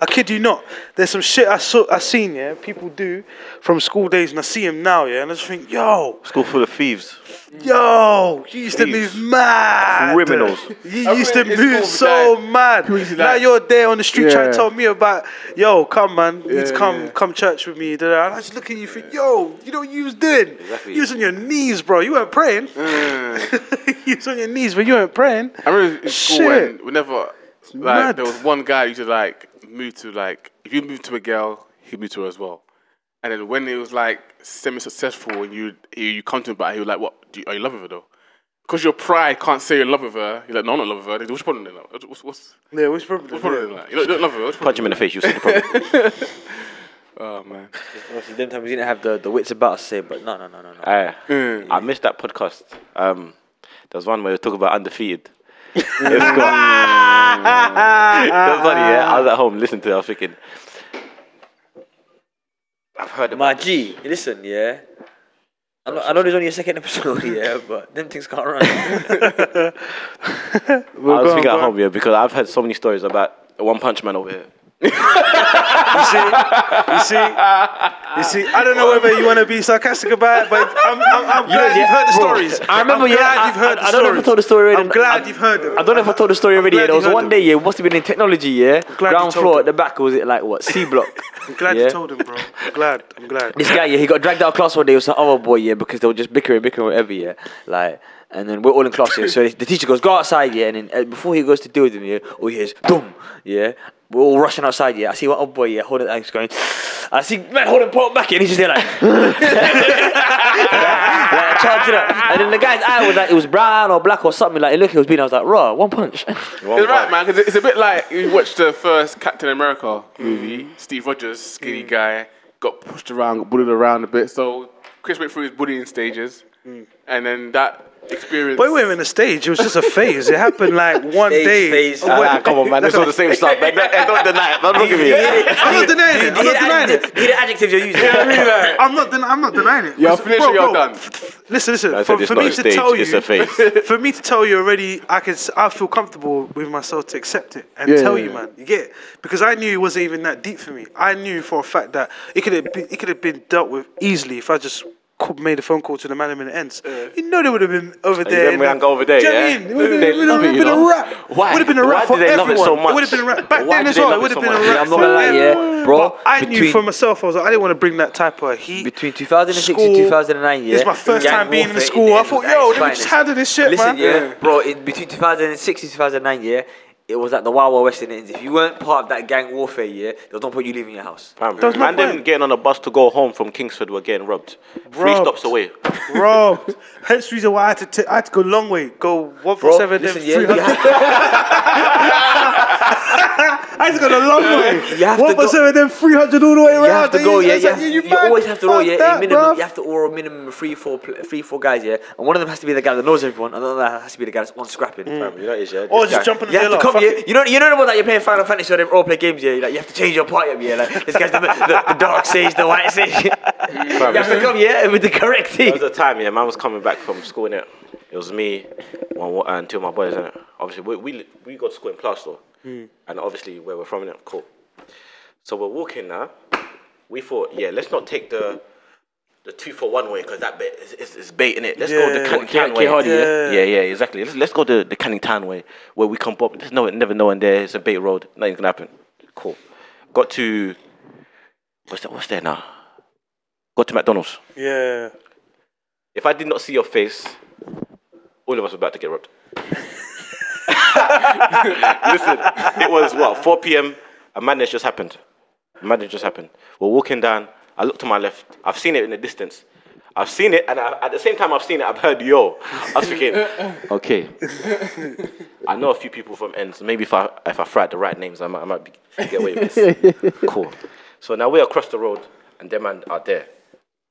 I kid you not, there's some shit I saw, I seen, yeah, people do from school days, and I see them now, yeah, and I just think, yo,
School full of thieves.
Yo, you used to
Thieves.
move mad.
Criminals.
You used to
It's
move
called
so
that.
mad.
People used to
Now
like-
you're there on the street trying
Yeah.
to tell me about, yo, come man, you need to
Yeah,
come,
yeah.
come church with me. da, da. And I just look at you, think, yo, you know what you was doing?
Exactly.
You was on your knees, bro. You weren't praying.
Uh.
*laughs*
Mm.
you was on your knees, but you weren't praying.
I remember in school
Shit.
when whenever like
mad.
there was one guy who used to like move to like if you moved to a girl, he'd move to her as well. And then when it was like semi successful and you you come to him about it, he was like, What do you, are you in love with her though? Because your pride can't say you're in love with her. You're like, no, I'm not in love with her. They go, What's your problem then? Like, What's, what's,
Yeah, what's your problem?
what's your problem then? Like, you don't, you don't love her. What's your
Punch him in the face. You see the problem.
problem? Oh, man.
Obviously, them times you didn't have the, the wits about us to say, but no, no, no, no, no.
Aye. I missed that podcast. Um, there was one where we were talking about *laughs* undefeated. It was called- That's funny, yeah. I was at home listening to it. I was thinking, I've heard about
My G, listen, yeah. I know, I know there's only a second episode, *laughs* yeah, but them things can't
*laughs*
run.
I was thinking at home, yeah, because I've heard so many stories about One Punch Man over here.
You see, you see, you see. I don't know whether you want to be sarcastic about it, but I'm, I'm, I'm glad you've heard the stories.
I remember,
I'm
yeah,
glad
I-
you've heard
I-
the
I don't know if I
stories.
told the story already.
I'm glad
I-
you've heard them.
I don't know if I told the story already.
glad
Yeah. There
you
was
heard
one
them.
day, yeah, it must have been in technology, yeah.
glad you
Ground
told
floor
them.
at the back was it like what C block?
*laughs* I'm glad
yeah.
you told him, bro. I'm glad. I'm glad.
This guy, yeah, he got dragged out of class one day with some other boy, yeah, because they were just bickering, bickering, whatever, yeah. Like, and then we're all in class, yeah. So the teacher goes, go outside, yeah. And then uh, before he goes to deal with him, yeah, all he hears, boom, yeah. We're all rushing outside, yeah. I see one other boy, yeah, holding, he's going, I see man holding pole back, yeah, and he's just there like, *laughs* like, charging up. And then the guy's eye was like, it was brown or black or something. Like, look, it was being, I was like, raw, one punch.
It's right, man, because it's a bit like you watch the first Captain America movie. Steve Rogers, skinny guy, got pushed around, got bullied around a bit. So Chris went through his bullying stages, and then that experience.
Boy,
*laughs*
we were in the stage. It was just a phase. It happened like one
Stage,
day.
phase.
Oh,
Ah,
wait.
Ah, come on, man. This
*laughs*
was the same stuff back then. Eh, Don't deny it. Don't look at me.
I'm not denying it. I'm not denying it.
Hear the adjectives you're using.
*laughs* I'm not, den- I'm not denying it.
You're
Listen,
finished,
bro,
you're
bro.
done.
Listen, listen.
I
for,
said it's
for
not
me
a
to
stage,
tell you,
it's a
*laughs*
phase.
for me to tell you already, I can. s- I feel comfortable with myself to accept it and tell you, man. You get it? because I knew it wasn't even that deep for me. I knew for a fact that it could have been, it could have been dealt with easily if I just. cou- Made a phone call to the man in the ends. You know they would have been over there.
them
in
we
that-
don't go over there,
Do you know
yeah?
what I mean? It would have
*laughs* They
been, it would have
love it,
been
you
a
know?
rap.
Why?
Would have been a
Why
rap
do
for
they love it
everyone.
so much?
would have been a rap back
Why
then
do
as
they
well.
love
It
it
would have
so
been a
much?
rap
Yeah,
I'm not
for
gonna lie, yeah,
everyone.
bro,
But I knew
between-
for myself, I was like, I didn't want to bring that type of heat
between 2006 and
School.
2009. Yeah,
It's my first
gang
time being in the
warfare
school. I
end
thought,
was at
yo,
its
let me
finest.
just handle this shit,
Listen,
man.
yeah, bro. In between 2006 and 2009, yeah, it was like the Wild Wild West in the ends. If you weren't part of that gang warfare, yeah, there was no point you leaving your house.
Man,
There's no
man them
point.
getting on a bus to go home from Kingsford were getting robbed. Three
Robbed.
stops away.
bro. Hence the reason why I had to t- I had to go long way, go one four seven, then
listen, yeah,
three
you
hundred.
have,
I had to go the
*laughs*
long way.
You have to
one four
go-
seven, then three hundred all the way around.
you have to go, yeah.
It's
You,
like,
have,
you
you,
mad?
always have to roll,
Fuck
yeah.
that,
a minimum,
bruv.
you have to roll a minimum of three, four, pl- three, four guys, yeah. And one of them has to be the guy that knows everyone, and another has to be the guy that's on scrapping.
Mm.
fam.
You know what it is, yeah?
Or
This
just
guy-
jump on the
You have
deal.
to
off,
come.
fuck
You,
it.
you know, you know the one that you're playing Final Fantasy or them role play games. Yeah, like you have to change your party up. Yeah, like this guy's the, the, the dark sage, the white sage. *laughs* you have to come. Yeah, with the correct
There
team.
was a time, yeah, man was coming back from school, innit? It was me one, wa- and two of my boys, innit? Obviously, we, we, we got to school in Plaster.
Hmm.
And obviously, where we're from, innit? Cool. So we're walking now. We thought, yeah, let's not take the the two for one way because that bit is, is, is bait, innit? Let's go
Yeah.
the Canning Town
K-
way.
K Hardy,
yeah?
yeah. yeah, exactly. Let's, let's go the, the Canning Town way where we come up. There's no, never no one there. It's a bait road. Nothing's going to happen. Cool. Got to. What's, that, what's there now? Got to McDonald's
Yeah.
if I did not see your face, all of us were about to get robbed. Listen, it was what 4 p.m. A madness just happened. A madness just happened. We're walking down. I look to my left. I've seen it in the distance. I've seen it, and I, at the same time I've seen it, I've heard yo. I was thinking, okay. I know a few people from ends. Maybe if I if I fried the right names, I might, I might be, get away with this. *laughs* cool. So now we're across the road, and them man are there.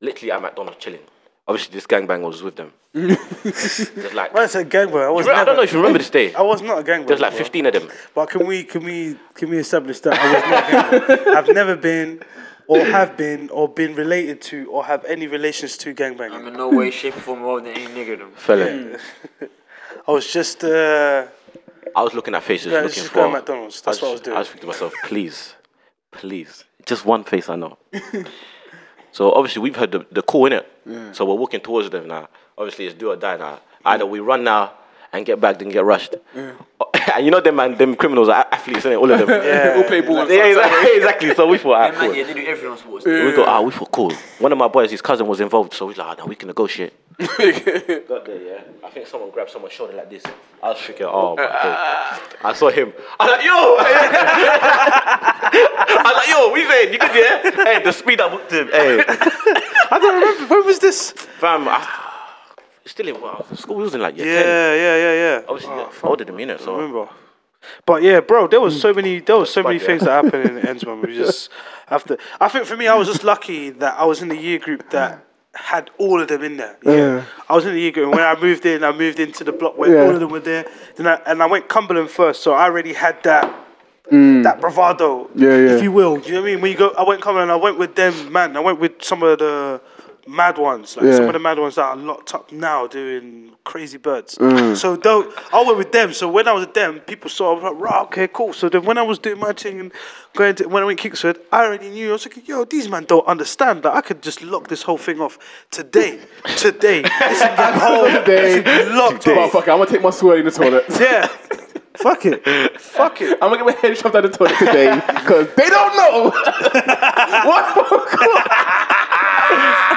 Literally at McDonald's chilling. Obviously, this gangbang was with *laughs* them. There's like,
That's a gangbang. I was
I
never-
don't know if you remember this day.
I was not a gangbang.
There's like
bro.
15 of them.
But can we can we can we establish that I was not a gangbang? I've never been, or have been, or been related to, or have any relations to gangbanging.
I'm in no way, shape, or form involved in any nigger. them.
Fella,
I was just uh,
I was looking at faces,
Yeah, it's
looking
just
for
going McDonald's. That's what I was doing.
I was thinking to myself, please, please, just one face I know. so obviously we've heard the, the call in it. So we're walking towards them now. Obviously it's do or die now. Either we run now and get back, then get rushed. and *laughs* you know them man, them criminals are athletes, innit?
*laughs*
All of them.
Yeah. We'll play ball. on
*laughs*
Saturday.
Yeah, exactly. *laughs* exactly. So we thought, ah,
Man,
cool.
yeah, they do everything on sports.
We go, ah, we thought, cool. One of my boys, his cousin was involved, so we like, ah, no, we can negotiate.
*laughs*
Got there, yeah. I think someone grabbed someone's shoulder like this. I was freaking, *laughs* oh my god. I saw him. I was like, yo! *laughs* I was like, yo, we said, you could yeah? Hey, the speed I booked him. Hey.
I don't remember. When was this?
Fam, I, still in what? I was in School, we was in like year
Yeah,
10.
yeah, yeah, yeah.
Obviously, yeah, older than me, innit? So.
remember. But yeah, bro, there was so many there was so many
bad,
things that happened in the ends, man. We just have to. I think for me, I was just lucky that I was in the year group that had all of them in there. Yeah. I was in the year group, and when I moved in, I moved into the block where all of them were there. Then I, and I went Cumberland first, so I already had that. That bravado, Mm. yeah, yeah. if you will. Do you know what I mean? When you go, I went Cumberland, I went with them, man. I went with some of the mad ones, like some of the mad ones that are locked up now doing crazy birds. So though I went with them. So when I was with them, people saw I was like, right, okay, cool. So then when I was doing my thing and going to when I went Kingsford, I already knew. I was like, yo, these man don't understand that I could just lock this whole thing off today, today. This *laughs* whole
Today.
thing locked
But
off.
fuck it, I'm gonna take my swear in the
*laughs*
toilet.
Yeah. Fuck it. Fuck it.
I'm gonna get my head shoved out the toilet today because they don't
*laughs*
know.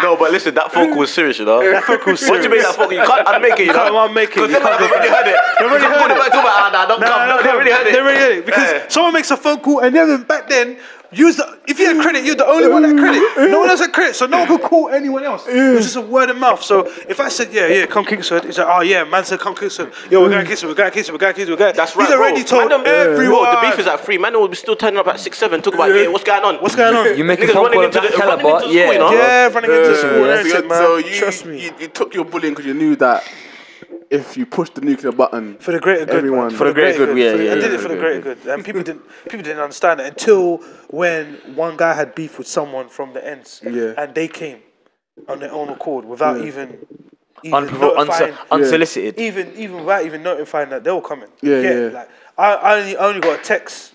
No, but listen, that phone call was serious, you know. That phone call was Once you make that phone call, you can't unmake it, you know.
Can't unmake it,
Because
you
they might
can't
have
go
already
back.
heard it.
They already
You can't
heard
go
it.
back to about, ah, nah, don't come. No, they already heard it.
They already heard it because
Yeah.
someone makes a phone call and they're in back then. Use the, if you had credit, you're the only one that credit. No one else had credit, so no one could call anyone else. It's just a word of mouth. So if I said, yeah, yeah, come Kingsford, it's like, oh yeah, man said come Kingsford. Yo, we're going Kingsford, we're going Kingsford, we're going Kingsford, we're going.
That's right.
He's already
bro.
told
Madam,
everyone.
Bro, the beef is at three. Man, will be still turning up at six, seven. Talk about yeah. what's going on?
What's going on?
You make a
Niggas
phone
running
call of
into
that
the- running into
caliber,
the
yeah.
school, you know?
yeah, running into
Uh,
some weird
so,
shit, man.
so you,
Trust me.
You, you took your bullying because you knew that if you pushed the nuclear button,
for the greater good,
Everyone.
man.
For the
greater good, yeah,
For the-
yeah,
I did
yeah,
it for the greater good, and people didn't people didn't understand it until when one guy had beef with someone from the ends,
Yeah.
and they came on their own accord without even even
Unprovo-
notifying,
unso- unsolicited.
even even without even notifying that they were coming.
Yeah,
Get it?
yeah.
Like I, I only I only got a text.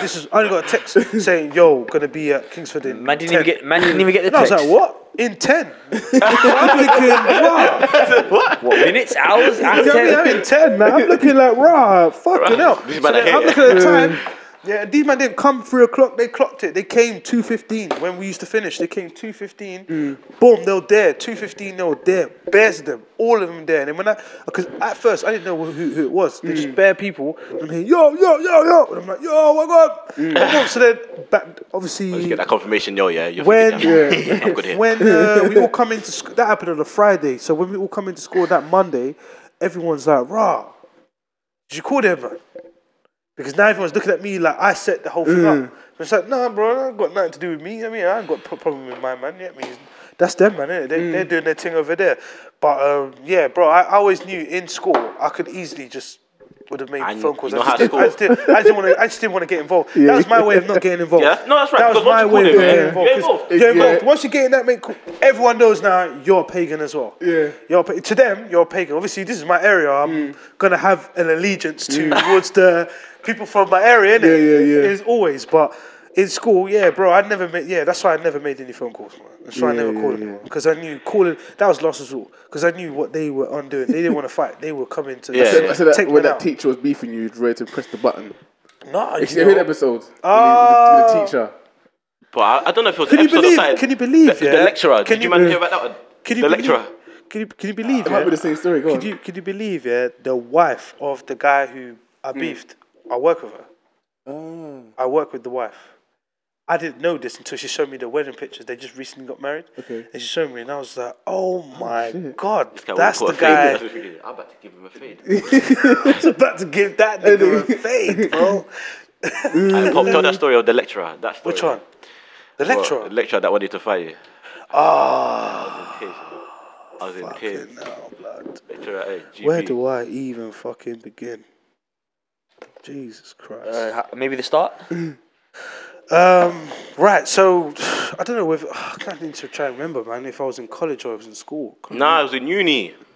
this is I only got a text saying, "Yo, gonna be at Kingsford in."
Man didn't even
10."
get. Man didn't even get the
And I was
text.
like, "What?" In ten, *laughs* I'm thinking, wow.
What, Minutes, *laughs* hours,
You know what I mean?
after.
I'm in 10, man. I'm looking like, rah, fucking hell.
These
So
man are
then I'm
here.
looking at the time. Yeah, these man didn't come 3 o'clock. They clocked it. They came 2.15 when we used to finish. They came 2.15. Boom, they were there. 2.15, they were there. Bears them. All of them there. And then when I... Because at first, I didn't know who, who it was. They just bare people. And I'm here, yo, yo, yo, yo. And I'm like, yo, my God. Boom, So then, back,
You
obviously...
get that confirmation, yo, yeah. You're
When-
thinking, yeah. I'm good here.
When
*laughs*
uh, we all come into school, that happened on a Friday. So when we all come into school that Monday, everyone's like, "Rah, did you call them, man?" Because now everyone's looking at me like I set the whole thing
Mm.
up. And it's like, nah, bro, I ain't got nothing to do with me. I mean, I ain't got pro- problem with my man. Yeah, I mean, that's them, man. Innit? They,
Mm.
They're doing their thing over there. But um, yeah, bro, I, I always knew in school I could easily just would have made
And
phone calls.
you know
I, just didn't,
how
I, just
school-
didn't, I just didn't want to. I just didn't want to get involved. That was my way of not getting involved.
Yeah, no, that's right,
That was
because once
my
you
way of
call
not
it,
getting
yeah,
involved.
you're
'cause
involved.
You're involved. Once you get in that, make everyone knows now you're a pagan as well.
Yeah. Mm.
you're a, pa- to them you're a pagan. Obviously, this is my area. I'm gonna have an allegiance to towards the people from my area. Innit?
Yeah, yeah, yeah.
It's always, but in school, yeah, bro, I never made. Yeah, that's why I never made any phone calls, man. That's why I never called anyone because I knew calling that was last resort because I knew what they were undoing. They
*laughs*
didn't want to fight. They were coming to
Yeah,
I said that
take
when
me
that
out.
teacher was beefing you, you was ready to press the button.
Nah, you
It's every
know.
episode.
Ah.
with the, with the teacher.
But I, I don't know if it was
Can
an
you
episode
believe-
aside.
can you believe,
The,
yeah?
the lecturer.
Can
Did
you
you man
believe-
hear about that one?
Can you
the
believe-
lecturer.
Can you can you believe?
It might
yeah?
be the same story. Go
Could
on.
you could you believe yeah the wife of the Hmm. guy who I beefed? I work with her. I work with the wife, I didn't know this until she showed me the wedding pictures. They just recently got married.
Okay.
And she showed me, and I was like, oh my God,
This guy
that's the
would've put a
guy.
fade in. *laughs* I'm about to give him a fade.
I was *laughs* about to give that nigga a fade, *laughs* bro.
I popped out that story of the lecturer. That story.
Which one? The
Well,
lecturer.
the lecturer that wanted to fight you.
Ah,
I was in cage.
fucking hell, blood.
Lecturer at GB.
Where do I even fucking begin? Jesus Christ.
Uh, ha- maybe the start.
Um, right, so *sighs* I don't know if I can't need to try and remember, man, if I was in college or I was in school. Can't
Nah, it was in uni.
remember.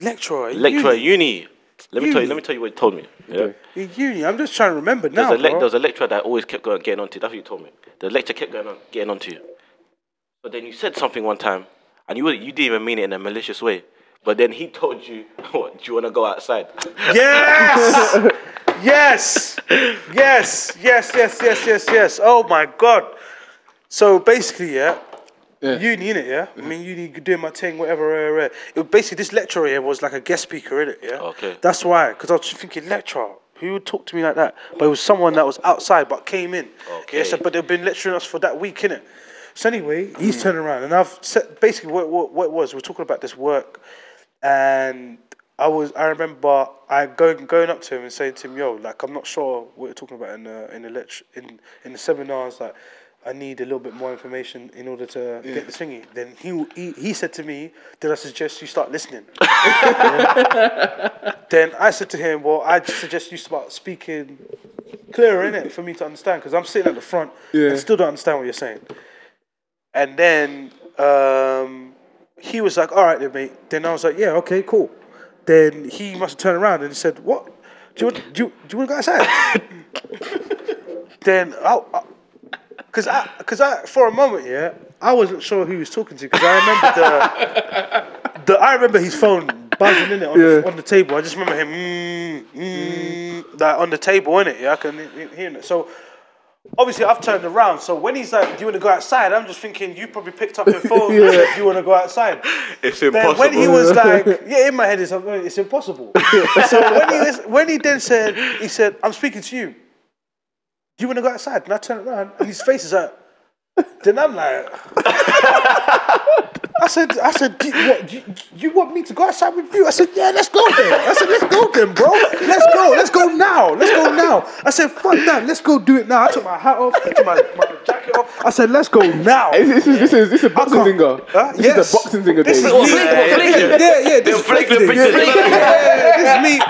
lecturer, in
Lecturer at
uni,
uni. Let me tell you.
Uni.
Let me tell you what he told me. Yeah.
in uni. I'm just trying to remember
There
now.
was, a lec
bro.
there was a lecturer that I always kept going, getting onto. That's what you told me. The lecturer kept going on, getting onto you. But then you said something one time, and you wa- you didn't even mean it in a malicious way. But then he told you, *laughs* "What? Do you want to go outside?" *laughs*
Yes! yes! Yes! Yes, yes, yes, yes, yes. Oh my god. So basically, yeah. Uni in it, yeah. I mean, uni doing my thing, whatever. Uh, uh. It was basically this lecturer here was like a guest speaker in it, yeah.
Okay.
That's why, because I was thinking lecturer. Who would talk to me like that? But it was someone that was outside but came in.
Okay.
Yeah, so, but they've been lecturing us for that week, innit? So anyway, he's turning around, and I've set, basically what, what what it was. We're talking about this work, and I was I remember I going going up to him and saying to him, "Yo, like I'm not sure what you're talking about in the in the lecture in in the seminars. Like I need a little bit more information in order to get this thingy." Then he he he said to me, "Did I suggest you start listening?" then I said to him, "Well, I suggest you start speaking clearer in it for me to understand because I'm sitting at the front and still don't understand what you're saying." And then um, he was like, "All right, then, mate." Then I was like, "Yeah, okay, cool." Then he must have turned around and said, "What? Do you want, do you, do you want to go outside?" then I, because I, because I, for a moment, yeah, I wasn't sure who he was talking to because I remember the, *laughs* the, I remember his phone buzzing in it on, the, on the table. I just remember him, mm, mm, like on the table in it. Yeah, I can he- hear it. So obviously I've turned around. So when he's like, "Do you want to go outside?" I'm just thinking you probably picked up your phone. and said, "Do you want to go outside?"
It's
Then when he was like, "Yeah," in my head, it's, like, "Oh, it's impossible. so when he was, when he then said, he said, "I'm speaking to you. Do you want to go outside?" And I turned around, and his face is like. Then I'm like, I said, I said, do you, what, do you, you want me to go outside with you? I said, yeah, let's go then. I said, let's go then, bro. Let's go. Let's go now. Let's go now. I said, fuck that. Let's go do it now. I took my hat off, I took my, my jacket off. I said, let's go now.
This is this is this is a boxing
can't-
zinger.
Huh?
This
Yes.
is a boxing zinger
This
day.
is me. Yeah, yeah, yeah, This is
flick the
me.
pictures.
Yeah, yeah, yeah, yeah, This is me.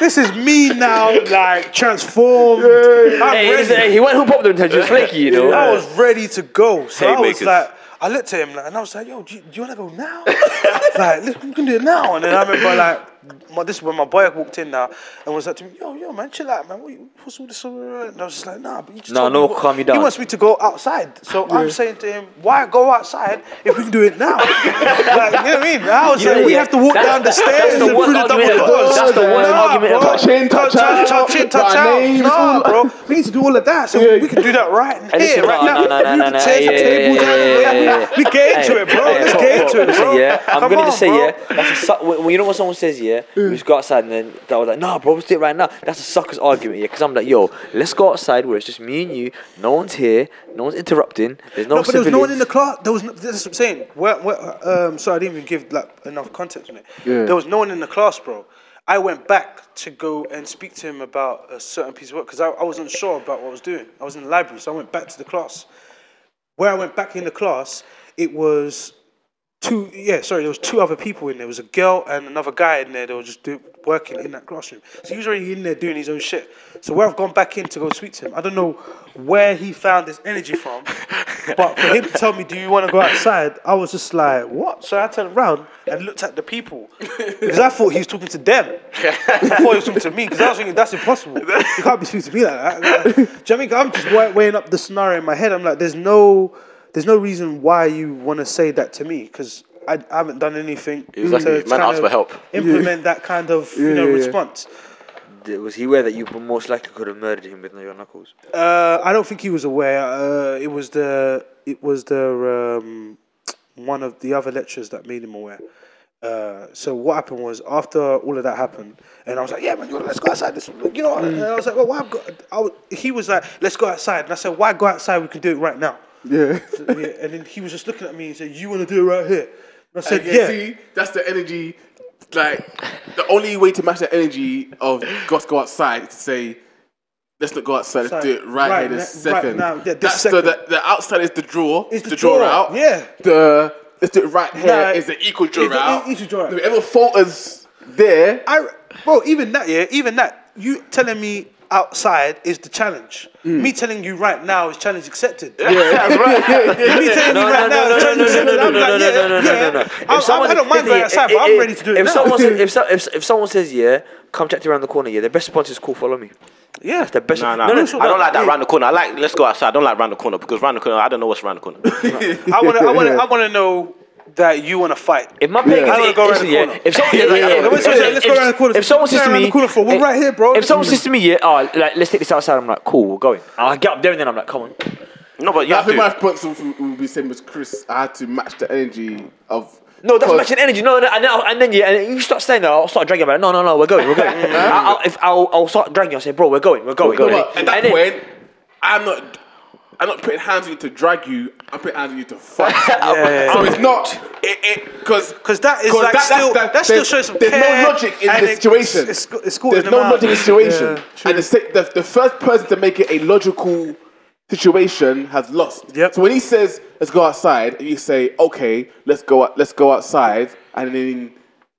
This is me *laughs* now, like transformed. I'm
Hey,
ready.
listen, hey, he went who popped them attention. It's flaky, *laughs* you know.
I was ready to go. So I was
Haymakers.
like, I looked at him like, and I was like, yo, do you, do you want to go now? *laughs* like, look, we can do it now. And then I remember like, my, this is when my boy walked in now and was like to me, yo, yo, man, chill out, man. What, you- what's all this? all right? And I was just like, nah, but you just
Nah,
told
no,
me what-
calm me down.
He wants me to go outside. So I'm saying to him, why go outside if we can do it now? *laughs* like, you know what I mean? I was
You
like,
know,
we
yeah,
have to walk
that's-
down the
that's
stairs
the
and
worst
through the double
argument ever.
doors.
That's the worst
Nah,
argument
bro.
ever.
Chin, touch
touch,
out,
touch, chin, touch
by
out.
name,
Nah,
all-
bro.
*laughs*
We need to do all of that. So
Yeah.
we can do that right
Hey,
here,
listen,
right
no,
now.
no, no,
We
no,
can
no,
change the
yeah,
tables.
yeah, yeah, yeah, yeah.
We get into
Hey,
it, bro.
hey,
Let's
bro,
get
bro,
into it,
listen,
bro.
Yeah, I'm
Come
gonna
on,
just say
bro.
yeah. That's a suck. When, when you know what someone says, yeah, we just go outside and then that was like, nah, bro, let's do it right now. That's a sucker's argument, yeah. Because I'm like, yo, let's go outside where it's just me and you. No one's here. No one's interrupting. There's no,
No, but there was no one in
civilians.
the class. There was. No, that's what I'm saying. Where, where, um, so I didn't even give like enough context on it. There was no one in the class, bro. I went back to go and speak to him about a certain piece of work because I, I wasn't sure about what I was doing. I was in the library, so I went back to the class. Where I went back in the class, it was two. Yeah, sorry, there was two other people in there. There was a girl and another guy in there. They were just do, working in that classroom. So he was already in there doing his own shit. So where I've gone back in to go speak to him, I don't know where he found this energy from. But for him to tell me, do you want to go outside? I was just like, what? So I turned around and looked at the people because I thought he was talking to them before he was talking to me because I was thinking, that's impossible. You can't be speaking to me like that. Like, do you know what I mean? I'm just wei- weighing up the scenario in my head. I'm like, there's no, there's no reason why you want to say that to me because I, I haven't done anything
Exactly.
to
Man
kind
asked
of
for help.
implement that kind of you know
yeah, yeah.
response.
There Was he aware that you most likely could have murdered him with your knuckles?
Uh, I don't think he was aware. Uh, it was the it was the um, one of the other lecturers that made him aware. Uh, so what happened was after all of that happened, and I was like, "Yeah, man, you wanna- let's go outside." This, you know,
Mm.
and I was like, "Well, why?" I've got, I w- he was like, "Let's go outside," and I said, "Why go outside? We can do it
*laughs*
right now."
Yeah.
Yeah, and then he was just looking at me and said, "You want to do it right here?" And I said,
yeah,
*laughs* "Yeah."
see, that's the energy. Like the only way to match the energy of "Let's go outside" is to say, "Let's not go outside. Let's
Outside.
do it right,
Right
here, this
na- right
second.
now, yeah, this
that's
second.
The, the the outside is the draw.
It's the
the draw,
draw,
out.
yeah.
The let's do it right here is
Nah,
the equal draw
it's the
out.
e- equal draw out.
Whoever falters there,
I, bro, even that, yeah, even that, you telling me outside is the challenge.
Mm.
Me telling you right now is challenge accepted. Yeah, *laughs* Me
*laughs*
telling
No,
you
no,
right now
no,
is
no, no,
challenge
no, no,
accepted.
no,
I'm
no,
like,
no,
yeah,
no, no, no,
yeah.
no.
I, I, I don't mind
if-
going
if-
outside, but
if-
I'm ready to do it
If
now.
someone says, *laughs* if, so, if, if someone says, yeah, come chat around the corner, yeah, the best response is cool, follow me.
yeah,
The best.
Nah, nah.
no, no,
I don't like that round the corner. I like let's go outside. I don't like round the corner because round the corner, I don't know what's round
*laughs*
the corner.
I want to,
*laughs*
I want to, I want to know that you want to fight.
If my player
I wanna
gets
go around the
listen, yeah,
corner.
If someone,
Yeah,
yeah,
yeah, yeah. Let's go- let's go
if-
around the corner.
If someone says to
Around the
me,
corner for- we're
if-
right here, bro. Mm.
If someone says to me, yeah, oh, like let's take this outside, I'm like, cool, we're going. I'll get up there and then I'm like, come on.
No, but you
I
have
think my
to.
response would would be same as Chris. I had to match the energy of.
No, that's
because-
matching energy. No, no, and then, I'll- and then yeah, and then you start saying that. I'll start dragging. I'm like, no, no, no, we're going, we're
*laughs*
going.
Mm-hmm.
I'll, I'll, if I'll, I'll start dragging. I'll say, bro, we're going, we're going.
No, but at
And
that
then-
point, I'm not. I'm not putting hands on you to drag you. I'm putting hands on you to fight. So it's not it because
Because that is like still that, still shows some
There's
care,
no logic in this
and it's-
situation.
It's, it's, cool.
there's no logic in the situation, and the, se- the the first person to make it a logical situation has lost.
Yep.
So when he says let's go outside, and you say okay, let's go out, let's go outside, and then.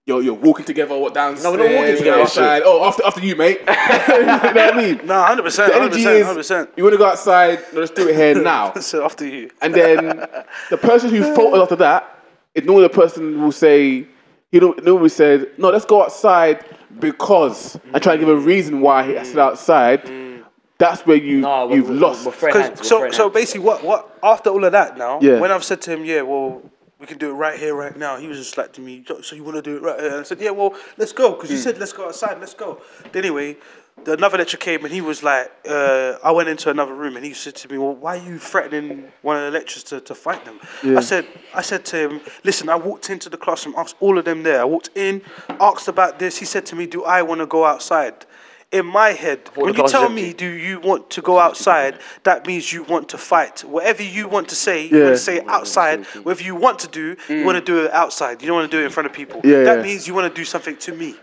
You're, you're walking together, what downstairs?
No, we're not walking
you're
together.
outside. Oh, after after you, mate. *laughs* you know what I
*laughs*
mean?
No, hundred percent,
The
hundred
energy
percent,
is
hundred percent.
you want to go outside. No, let's do it
*laughs*
here now.
So after you.
And then the person who faltered after that is normally the person who will say, you know, normally said, no, let's go outside because I try to give a reason why he said outside. That's where you
No, we're-
you've
we're-
lost.
We're friend hands,
Because
we're
so
friend
so
hands.
basically, what what after all of that now?
Yeah.
When I've said to him, yeah, well, we can do it right here, right now. He was just like to me, "Yo, so you want to do it right here? And I said, yeah, well, let's go because you said let's go outside, let's go. Then anyway, the, another lecturer came and he was like, uh, I went into another room and he said to me, well, why are you threatening one of the lecturers to, to fight them? I said, I said to him, listen, I walked into the classroom, asked all of them there. I walked in, asked about this. He said to me, do I want to go outside? In my head, when you
class is
tell
empty.
me do you want to go outside? That means you want to fight. Whatever you want to say, you want to say outside. Whatever you want to do, you want to do it outside. You don't want to do it in front of people.
Yeah,
that
yeah. Mm-hmm.
means you want to do something to me.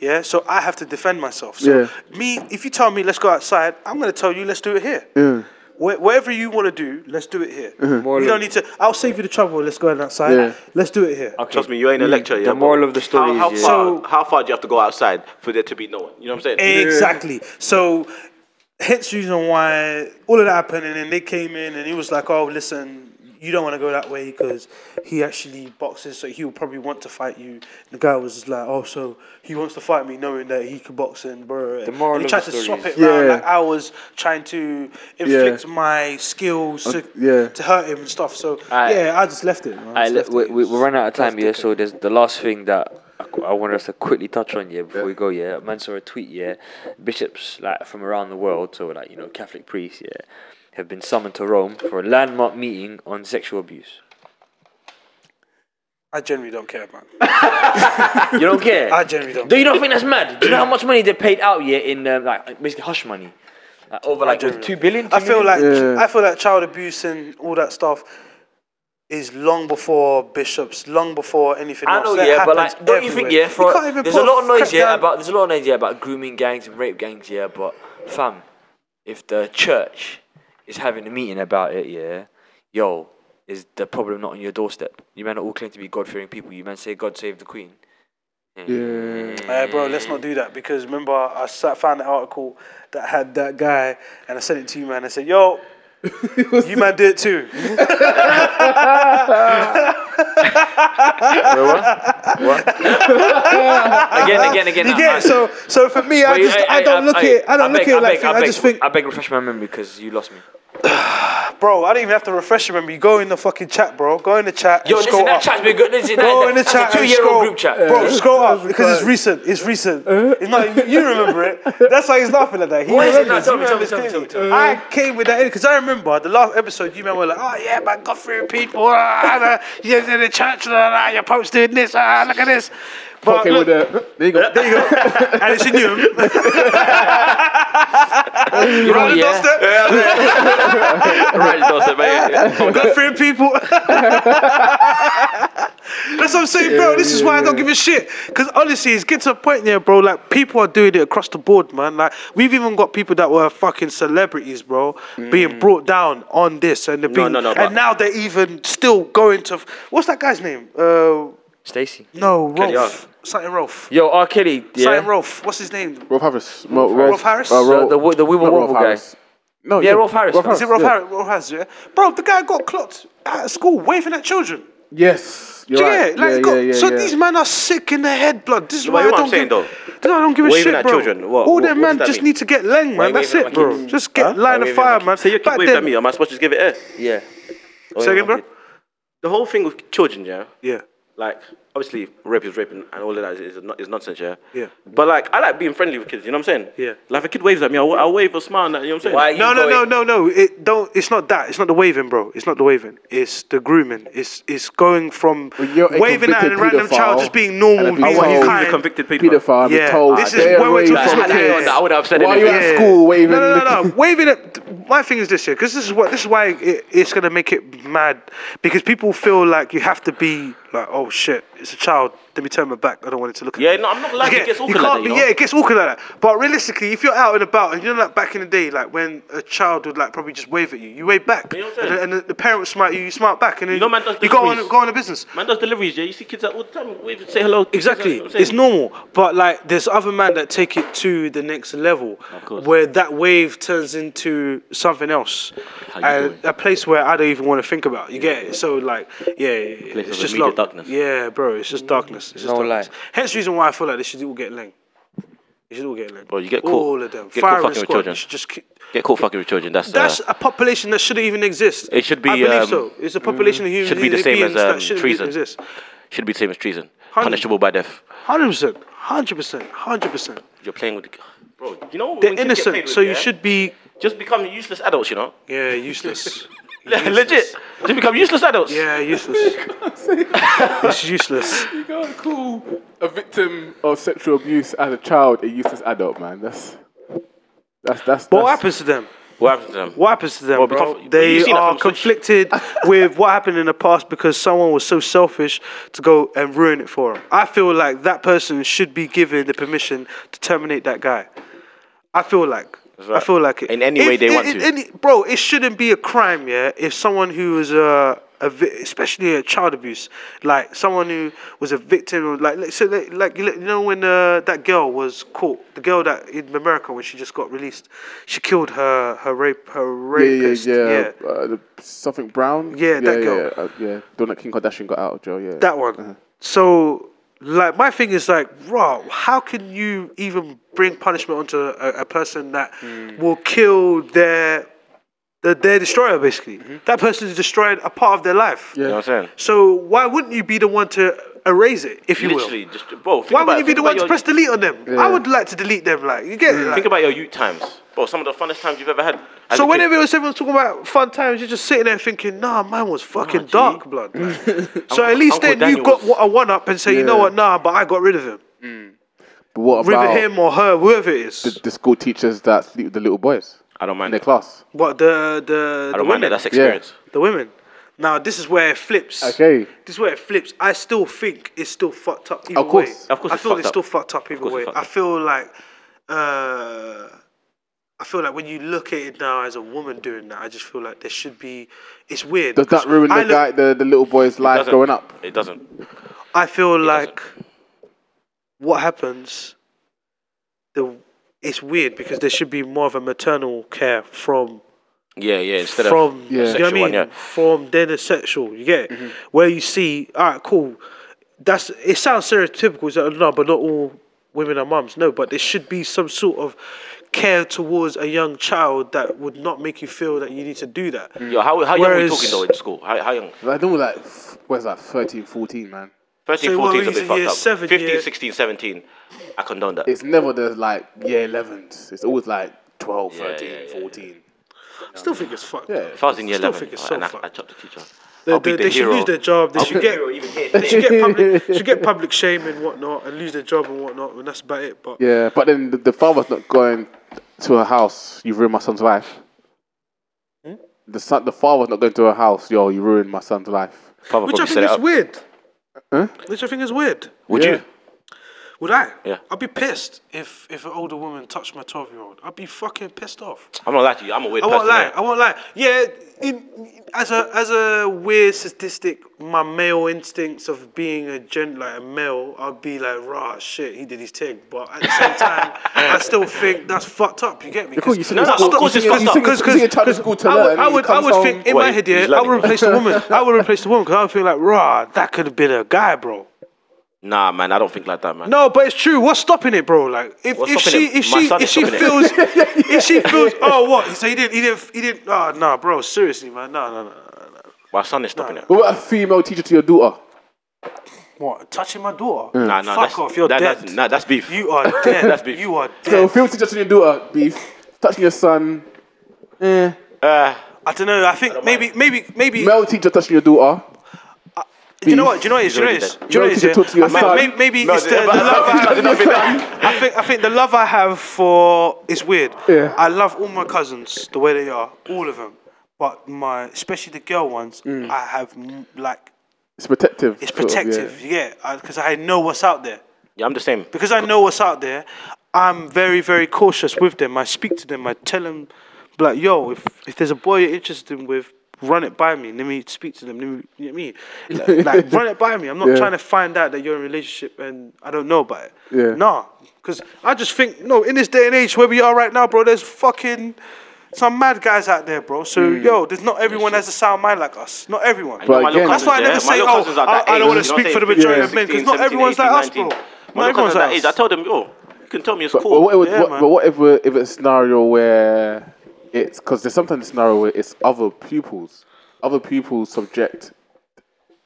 Yeah. So I have to defend myself. So
Yeah.
me, if you tell me let's go outside, I'm going to tell you let's do it here. Wh- Whatever you want to do, let's do it here. You don't need to. I'll save you the trouble. Let's go outside.
Mm-hmm. Yeah.
Let's do it here.
Trust me, you ain't a lecturer. yeah,
Mm, The
but
moral of the story
How, how
is, yeah.
far? how far do you have to go outside for there to be no one? You know what I'm saying?
Exactly. So, hence the reason why all of that happened, and then they came in, and he was like, "Oh, listen, you don't want to go that way because he actually boxes, so he will probably want to fight you." The guy was just like, "Oh, so he wants to fight me, knowing that he can box and bro." The
moral
and he
of
tried
the
to
story
swap it
is-
around
Yeah.
like I was trying to inflict my skills
Uh,
to,
yeah.
to hurt him and stuff. So
Alright.
yeah, I just left it. man. I
Alright,
just
look,
left
we,
it.
we, we're running out of time here,
That's
so there's the last thing that I, qu- I wanted us to quickly touch on here before we go. Yeah, man saw a tweet. Yeah, bishops like from around the world, so like you know Catholic priests, yeah, have been summoned to Rome for a landmark meeting on sexual abuse.
I generally don't care, man.
You don't care.
*laughs* I generally don't.
Do you not think that's mad? Do you know
*clears throat*
how much money they paid out here in um, like basically hush money, like, over like
don't know.
two billion?
I feel like
Yeah.
I feel like child abuse and all that stuff is long before bishops, long before anything.
I
else.
know,
That
yeah, but like,
happens
don't you think,
everywhere.
yeah? For,
You can't even
there's a
put
lot of noise,
crack
yeah,
down-
about there's a lot of noise, yeah, about grooming gangs and rape gangs, yeah. But fam, if the church is having a meeting about it, yeah, yo, is the problem not on your doorstep? You man all claim to be God-fearing people. You man say God save the
*laughs*
Queen.
Uh, bro, let's not do that because remember I sat, found an article that had that guy, and I sent it to you, man. I said, "Yo, you man do it
*laughs*
too."
Again, again, again.
you
I-
get it?
I-
so so for me, I
wait,
just I, don't look at it. I don't
I
look
beg,
at it
I
like
beg,
that. I just
beg,
think
I beg, I beg refresh my memory because you lost me.
Bro, I don't even have to refresh your memory. You go in the fucking chat, bro. Go in the chat. and
Yo, listen,
scroll
that
up.
chat's been good. Listen,
Go
that,
in the
that's
chat.
a
and
two-year-old
scroll.
group chat.
Bro, scroll up because it's recent. It's recent. It's not, you remember it. That's Uh. why he's laughing like that. He
What is it? No,
remembers.
tell
He
me, tell me,
remembers
tell me, tell me,
clearly.
tell
I came with that because I remember the last episode. You men were like, "Oh yeah, man, Godfrey and people. Ah, ah, you're in the church. Ah, ah, you're posting this. Ah, look at this." But
Okay,
look,
with the there you go.
there you go. and it's in you. you
know, yeah.
Right, Dawson, mate.
Good for people. That's what I'm saying, bro. This is why I don't give a shit. Because honestly, it's getting to a point there, bro. Like people are doing it across the board, man. Like we've even got people that were fucking celebrities, bro, being brought down on this, and they're being,
Mm. no, no, but-
and now they're even still going to. What's that guy's name? Uh,
Stacy.
no, Rolf.
Young.
Something Rolf.
Yo, R. Kelly. Yeah.
Something Rolf. What's his name?
Rolf Harris. Mo- Rolf,
Harris?
Uh, Rolf,
The- the- the Wibble
not Rolf
Wobble guy.
Harris. No,
Yeah, Rolf Harris.
Rolf
Is
Harris.
Is it Rolf
yeah.
Harris? Rolf Harris, yeah. Bro, the guy got clocked at school waving at children.
Yes, you're
Do you
right.
get it? Like,
yeah,
got-
yeah, yeah,
so
yeah.
these men are sick in the head, blood. This is
No,
why
but you
I
know what
don't
I'm saying,
give.
though?
This is why I don't give a
Waving
shit,
at
bro.
children, what-
All
what-
them
what
man
does that
just
mean?
need to get leng,
Why
man.
you
That's
waving
it,
at
bro.
my kids?
Just get line of fire, man.
So you keep
Back
waving at
then-
me. Am I supposed to just give it air?
Yeah.
Say again, bro. The whole thing with children, yeah.
Yeah.
Like, obviously, rape is raping and all of that is, is, no- is nonsense, yeah?
Yeah.
But, like, I like being friendly with kids, you know what I'm saying?
Yeah.
Like, if a kid waves at me, I'll, I'll wave or smile, and that, you know what I'm saying?
Why you
No, no, no,
going-
no, no. It don't. It's not that. It's not the waving, bro. It's not the waving. It's the grooming. It's it's going from
You're a
waving at a
convicted
random
paedophile
child just being normal,
and a
being
paedophile.
He's
kind.
a convicted paedophile.
Pedophile.
Yeah.
Yeah. Told
This is
stay
when we're
away
talking
Like,
from
had I known
kids.
that, I would have said
Why are
anything.
you at school waving?
No, no,
*laughs*
no, no. waving at my thing is this here because this is what this is why it, it's gonna make it mad because people feel like you have to be like oh shit it's a child let me turn my back I don't want it to look at
Yeah,
me.
no, I'm not lying.
You
It
get-
gets
you
awkward like
can't
that, you
be-
know?
yeah it gets awkward like that but realistically if you're out and about and you know like back in the day like when a child would like probably just wave at you you wave back
You know what I'm
and,
saying?
the, and the, the parent would smile at you you smile back and then
You know man does
you go on
deliveries.
go on a business
Man does deliveries, yeah? You see kids out all the time, wave, say hello.
Exactly,
You know what I'm
it's
saying?
normal. But like, there's other men that take it to the next level,
course.
where that wave turns into something else,
you
and
doing?
a place where I don't even want to think about. You get it? So like, yeah,
Place
it's
of
just
immediate
like,
darkness.
Yeah, bro, it's just darkness. It's just
No
darkness.
lie.
Hence the reason why I feel like they should all get leng. They should all get leng.
Bro, you get caught-
all of them.
get caught
Firing
fucking with
squad,
children.
you should just. ki-
Get caught fucking with children. That's,
That's
uh,
a population that shouldn't even exist.
It should be,
I believe
um, mm,
so. It's a population of human
should be the same
beings
as um,
that shouldn't even
treason.
exist.
Should be the same as treason.
Hundred-
Punishable by death.
Hundred percent. Hundred percent. Hundred percent.
You're playing with the. Bro, you know
They're
when kids get played
innocent,
with,
so
yeah?
you should be
Just become useless adults, you know? *laughs*
yeah useless.
Legit. Just become useless adults.
yeah,
*laughs*
useless. it's useless.
You can't call a victim of sexual abuse as a child a useless adult, man. That's that's that's.
But what
that's,
happens to them?
What happens to them?
What happens to them, bro?
because- you
They
see that
are
from social-
conflicted
*laughs*
with what happened in the past because someone was so selfish to go and ruin it for them. I feel like that person should be given the permission to terminate that guy. I feel like. I
right.
feel like it.
In any way they want to.
any- bro, it shouldn't be a crime, yeah. If someone who is a, a vi- especially a child abuse, like someone who was a victim, of, like like, so like, like you know when uh, that girl was caught, the girl that in America when she just got released, she killed her her rape her
yeah,
rapist.
yeah, yeah. Uh, the, something Brown.
Yeah, that
yeah,
girl.
Yeah, uh, yeah. The one that Kim Kardashian got out of jail. Yeah,
That one. So, like, my thing is like, raw. How can you even bring punishment onto a, a person that
Hmm.
will kill their the, their destroyer? Basically,
Mm-hmm.
that person has destroyed a part of their life.
You know what I'm saying?
So why wouldn't you be the one to erase it if you
Literally,
will?
just bro. Think
Why
about
wouldn't you
it,
be
think
the
about
one to
your-
press delete on them? I would like to delete them. Like, you get it? like-
Think about your youth times, bro. Some of the funnest times you've ever had. as
so
a kid.
whenever it was everyone's talking about fun times, you're just sitting there thinking, nah, mine was fucking dark blood.
*laughs*
like. so at least
Uncle
then you
Daniel
got
was-
a one up and say, you know
Yeah.
what, nah, but I got rid of him.
But what
River
about
him or her, whoever it is.
the school teachers that sleep with the little boys
I don't
in
mind.
their
it.
class?
what the the the
I don't mind it.
women,
That's experience.
the women. Now this is where it flips.
Okay.
This is where it flips. I still think it's still fucked up either
Of course.
way.
Of course
I
it's
feel
fucked
it's
up.
still fucked up either
course it's
way.
fucked
I
up.
feel like uh I feel like when you look at it now as a woman doing that, I just feel like there should be. It's weird.
Does that
because
ruin the
I look-
guy, the, the little boy's life
Doesn't-
growing up?
It doesn't.
I feel like what happens, the it's weird because there should be more of a maternal care from
Yeah, yeah. Instead
from
of
you know what I
sexual
mean
one, yeah.
from then it's sexual you get it?
Mm-hmm.
where you see all right cool that's it sounds stereotypical so, no but not all women are mums. No, but there should be some sort of care towards a young child that would not make you feel that you need to do that.
Mm.
Yo, how, how young are we
Whereas-
talking though in school? How, how young?
I think we're like, f- what's that, 13, 14, man.
13,
So what
14 is a
is
bit
it,
fucked
year
up.
seven,
15,
year-
16, 17. I condone that.
It's never the like year 11s. It's always like 12,
Yeah,
13,
yeah, yeah, yeah.
14.
I still think it's fucked.
Yeah.
If I was in year
Still
11
think it's so
and I,
fucked.
I chopped the teacher,
They,
I'll be
they,
the
they should
hero.
lose their job. They should get
even
they should get
*laughs*
public should get public shame and whatnot and lose their job and whatnot and that's about it. But
Yeah, but then the, the father's not going to her house. You've ruined my son's life.
Hmm?
The son, the father's not going to her house. Yo, you ruined my son's life.
Father
which I think
probably set
is
it up.
weird.
Huh?
Which I think is weird.
Would
Yeah.
you?
Would I?
Yeah.
I'd be pissed if if an older woman touched my twelve year old. I'd be fucking pissed off.
I'm not lying to you. I'm a weird
I won't
person.
lie.
innit?
I won't lie. Yeah, in, as a as a weird statistic, my male instincts of being a gent like a male, I'd be like, rah, shit, he did his thing. But at the same time, I still think that's fucked up. You get me?
Because you sing
No,
at
no,
school-
of course
you
it's
sing at-
fucked
you
up.
sing at-
Because
you sing at Charter School to
I
learn
would,
and
I
he
would, I
comes
would
home-
think in
Well,
my
he-
head, yeah,
he's
I would
learning.
replace the woman. I would replace the woman because I would feel like, rah, that could have been a guy, bro.
Nah, man, I don't think like that, man.
No, but it's true. What's stopping it, bro? Like, if,
What's
if
stopping
she
it?
if
My
she
son
if
is
she
stopping it.
feels
*laughs*
if she feels oh what so he didn't he didn't he didn't oh nah bro seriously man no no no
My son is stopping it.
What about a female teacher to your daughter?
what touching my daughter
Mm. Nah, nah,
fuck
that's,
off you're
that-
dead
That's, nah, that's beef.
you
*laughs*
are dead
That's beef.
you are
So,
dead
female teacher to your daughter, beef. Touching your son. Eh.
Uh,
I don't know I think maybe maybe maybe
Male teacher touching your daughter.
do you know what do you know what it is? do you know
already
what it is?
dead.
do you know what
Male
it is,
teacher
yeah?
talk to your
I
son.
think may- maybe
No,
it's the,
yeah,
the
but-
love I have I think I think the love I have for it's weird
Yeah.
I love all my cousins the way they are all of them but my especially the girl ones I have m- like
*laughs* It's protective.
It's
sort of, Oh, yeah.
protective, yeah, because I know what's out there.
yeah, I'm the same.
Because I know what's out there, I'm very, very cautious with them. I speak to them. I tell them, like, yo, if, if there's a boy you're interested in with, run it by me. Let me speak to them. Let me, you know what I
*laughs*
mean? Like, like, run it by me. I'm not
Yeah.
trying to find out that you're in a relationship and I don't know about it.
Yeah.
Nah, because I just think, no, in this day and age where we are right now, bro, there's fucking some mad guys out there, bro. So,
Mm.
yo, there's not everyone has a sound mind like us. Not everyone.
But
My little
again-
That's why I
cousins,
never
yeah, my
say,
little cousins
oh,
are that
I, I
age,
don't want
you
to
know
speak
what
for the
I'm saying?
majority of
16,
men because not
17,
everyone's
18,
like us,
19.
bro.
My
Not
little
everyone's
cousin's that
like
age. I
us.
told him, yo, you can tell me it's
But,
cool.
but, what,
Yeah,
what,
man.
but what if we're, if it's a scenario where it's because there's sometimes a scenario where it's other pupils, other pupils subject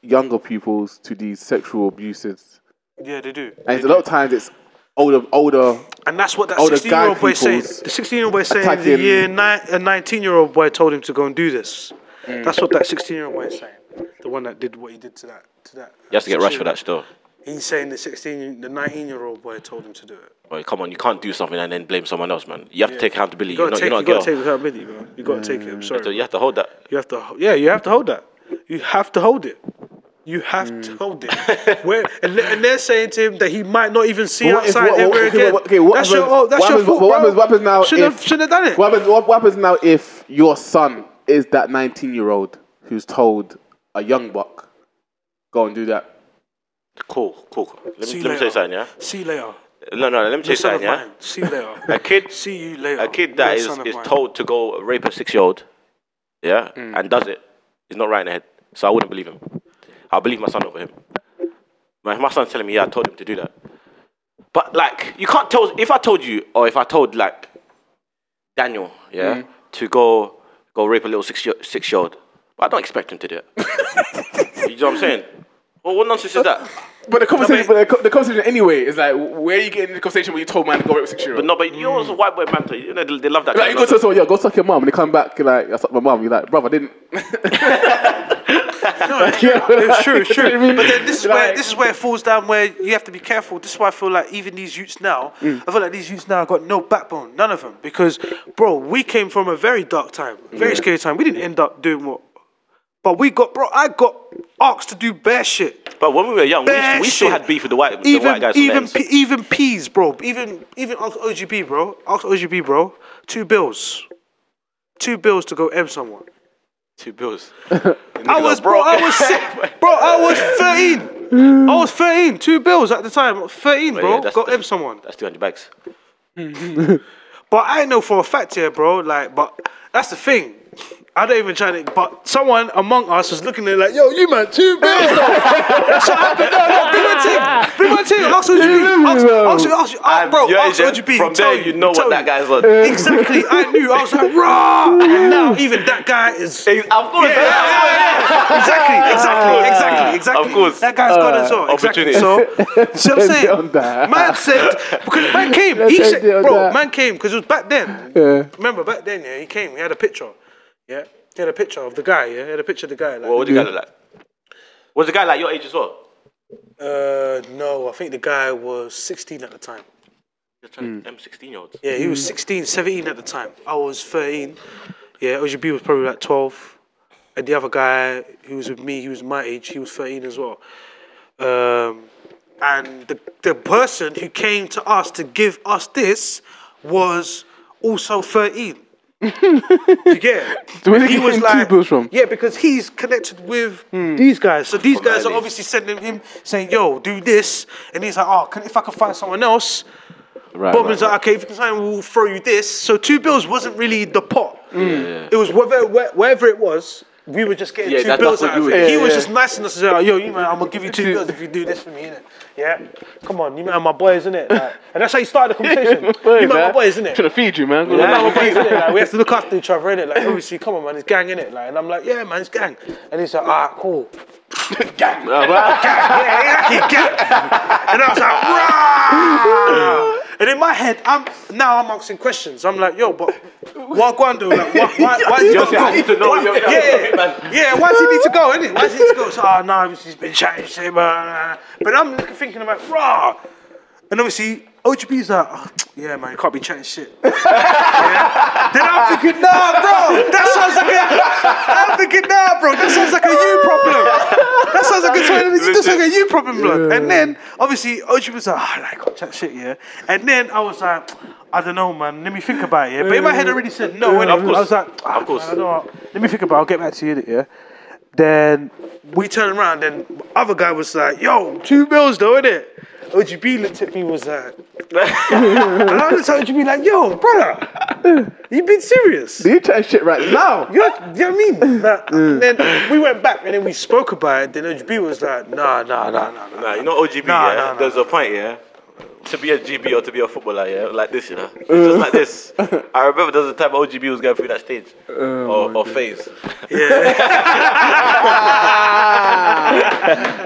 younger pupils to these sexual abuses,
Yeah, they do.
and it's a lot of times it's older older
And that's what that
Oh, the
16 year old
guy
boy saying.
people's
The 16 year old boy saying the
attacking-
year nine, a 19 year old boy told him to go and do this.
Mm.
That's what that 16 year old boy is saying. The one that did what he did to that. To that
You have to get rushed for that still.
He's saying the 16, the 19 year old boy told him to do it.
Boy, come on, you can't do something and then blame someone else, man. You have to take accountability.
You
You're
gotta
not, you're
take,
not
you gotta
a girl.
take accountability, bro. You gotta take it. I'm
So
sorry.
you have to hold that.
You have to, ho- yeah, you have to hold that. You have to hold it. You have
Mm.
to hold
*laughs*
it. Where, and, and they're saying to him that he might not even see
What if- what-
outside
what-
ever
okay,
again.
what- okay, what
that's
happens-
your, oh, that's
what
your
happens-
fault,
what
bro.
happens- what happens now
Should have,
if-
should have done it.
What happens, what happens now if your son is that 19 year old who's told a young buck, go and do that?
Cool, cool. cool. Let
See
me,
you
let me
later.
tell you something, yeah?
See you later.
No, no, let
You're
me tell you
son of
something, yeah?
mine. See you later.
A kid,
See you later.
a kid that
You're
is,
son of
is
mine. Mm.
told to go rape a six year old, yeah, and does it, is not right in the head. So I wouldn't believe him. I believe my son over him. My, my son's telling me, yeah, I told him to do that. But like, you can't tell. If I told you, or if I told like Daniel, yeah,
Mm.
to go go rape a little six year six year old, I don't expect him
*laughs*
to do it. you know what I'm saying? Well, what nonsense is that?
But the conversation, but the, co- the conversation anyway is like, where are you getting the conversation when you told man to go rape six year
But
old?
no, but
Mm.
you know, it's a white boy banter. You know, they, they love that.
Like
kind
you
of
go to
nonsense.
someone, yo, go suck your mum, and they come back, you're like, I sucked my mum. You're like, bruv, I didn't.
*laughs* It's true, it's
*laughs*
true.
mean?
But then this is where
Like-
this is where it falls down. Where you have to be careful. This is why I feel like even these youths now,
Mm.
I feel like these youths now got no backbone, none of them. Because, bro, we came from a very dark time, very scary time. We didn't end up doing what, but we got, bro. I got asked to do bare shit.
But when we were young, we, used to-
Bare
we still
shit.
had beef with the white, the white
Even
guys.
even
men's.
P, even peas, bro. Even even ask OGB, bro. Ask OGB, bro. Two bills, two bills to go M someone. *laughs*
two bills.
I was, bro, I was,
*laughs*
si- bro, I was 13. I was 13, two bills at the time. 13,
yeah,
bro.
that's-
Got him someone.
*laughs* That's 200 bags.
But I know for a fact here, bro. Like, but that's the thing. I don't even try to, but someone among us was looking at it like, yo, you man, two bills. Shut up, no, no, big one thing. man saying, ask OGB. Ask, ask, ask, ask,
And
bro,
yeah,
ask
yeah,
OGB.
From
tell
there, you know what
tell
that
you.
guy's like.
*laughs*
Exactly, I knew. I was like, rah! And now even that guy is. Yeah,
Of course.
yeah, yeah, yeah.
Ah.
Exactly, exactly, exactly, exactly.
Of course. Ah,
That guy's gone as well. Exactly.
opportunity.
So,
*laughs*
see what I'm
Let's get on
saying?
that.
Man said, because man came. He
Let's
said,
get on
bro,
that.
man came, because it was back then.
*laughs* Yeah.
Remember, back then, yeah, he came, he had a picture. Yeah? He had a picture of the guy, yeah? He had a picture of the guy. Like,
What would the guy look like? Was the guy like your age as well?
Uh, no, I think the guy was 16 at the time.
You're
Hmm.
trying to them 16 year olds.
Yeah, he
Hmm.
was 16, 17 at the time. I was 13. Yeah, OGB was probably like 12. And the other guy who was with me, he was my age, he was 13 as well. Um, and the, the person who came to us to give us this was also 13. you get it?
*laughs* Where did
And
he get two bills from? Hmm.
Yeah, because he's connected with these guys. So these guys are obviously sending him saying, yo, do this. And he's like, oh, can, if I can find someone else,
Right.
Bobman's like, okay, if you can sign, we'll throw you this. So two bills wasn't really the pot.
yeah.
It was whether where- wherever it was, we were just getting
Yeah,
two
that-
bills
that's
out of
what you
it.
were-
he
yeah,
was
yeah.
just nice enough to say, oh, yo, you man, I'm gonna give you two bills if you do this for me, innit? Yeah, come on, you man, my boys, innit? Like, and that's how you started the
*laughs*
conversation. you man, my boys, innit?
Trying to feed you, man.
Yeah, like, we're mates, innit? Like,
*laughs*
we have to look after each other,
*laughs*
innit? Like, obviously, come on, man, it's gang, innit? Like, and I'm like, yeah, man, it's gang. And he's like, ah, cool. gang. gang. Yeah, yeah, gang. And I was like, rah! And in my head, I'm now I'm asking questions. I'm like, yo, but what Guando? Like, why, why, why is he got to go? Why- *laughs* yeah, yeah, yeah. Why does he need to go? Innit? Why does he need to go? So, ah, no, he's been chatting shit, man. But I'm looking, thinking about rah. And obviously, OGB's like, oh, yeah, man, you can't be chatting shit. *laughs* Yeah. Then I'm thinking, nah, bro, that sounds like a. I'm thinking, nah, bro, that sounds like a you problem. That sounds like a that sounds like a you problem, blood. And then obviously OG was like, oh, I can't chat shit, yeah. And then I was like, I don't know, man. Let me think about it. Yeah? But in my head, I already said no. and of course, I was like, Ah, of course. I don't know. Let me think about. it. I'll get back to you. Yeah. Then we turned around, and other guy was like, "Yo, two bills though, innit?" OGB looked at me, was like, *laughs* and I looked at OGB like, "Yo, brother, you been serious?
You chatting shit right
*laughs*
now.
You know, you know what I
*laughs*
mean? Like,
Mm.
and then we went back and then we spoke about it. Then OGB was like, nah, nah, nah, nah, nah.
Nah, you know OGB,
Nah,
yeah?
nah, nah.
There's a point, yeah? To be a GB or to be a footballer, yeah? Like this, you know?
Uh.
It's just
*laughs*
like this. I remember there was a time OGB was going through that stage
Oh
or, or phase.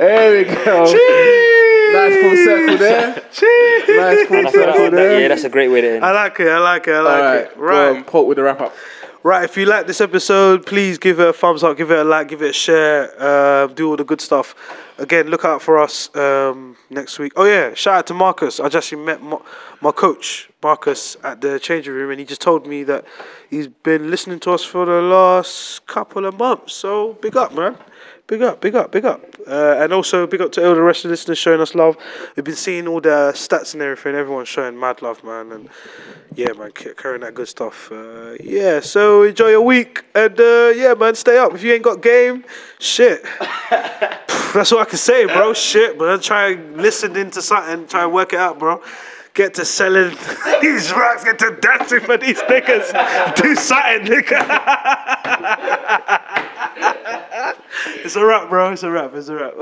There we go. Nice full circle there. Nice full
I feel that-
circle
that- yeah,
there.
that's a great way to end.
I like it, I like it, I like
All
it.
right,
Right.
right. Um, Port with the wrap up.
Right, if you like this episode, please give it a thumbs up, give it a like, give it a share, uh, do all the good stuff. Again, look out for us um, next week. Oh, yeah, shout out to Marcus. I just actually met my, my coach, Marcus, at the changing room, and he just told me that he's been listening to us for the last couple of months. So, big up, man. Big up, big up, big up. Uh, and also, big up to all the rest of the listeners showing us love. We've been seeing all the stats and everything. Everyone's showing mad love, man. And yeah, man, c- carrying that good stuff. Uh, yeah, so enjoy your week. And uh, yeah, man, stay up. If you ain't got game, shit. *laughs* That's all I can say, bro. Shit, man. Try and listen into something. Try and work it out, bro. Get to selling *laughs* these racks. Get to dancing for these niggas. *laughs* Do something, *laughs* nigga. it's a wrap, bro. It's a wrap. It's a wrap.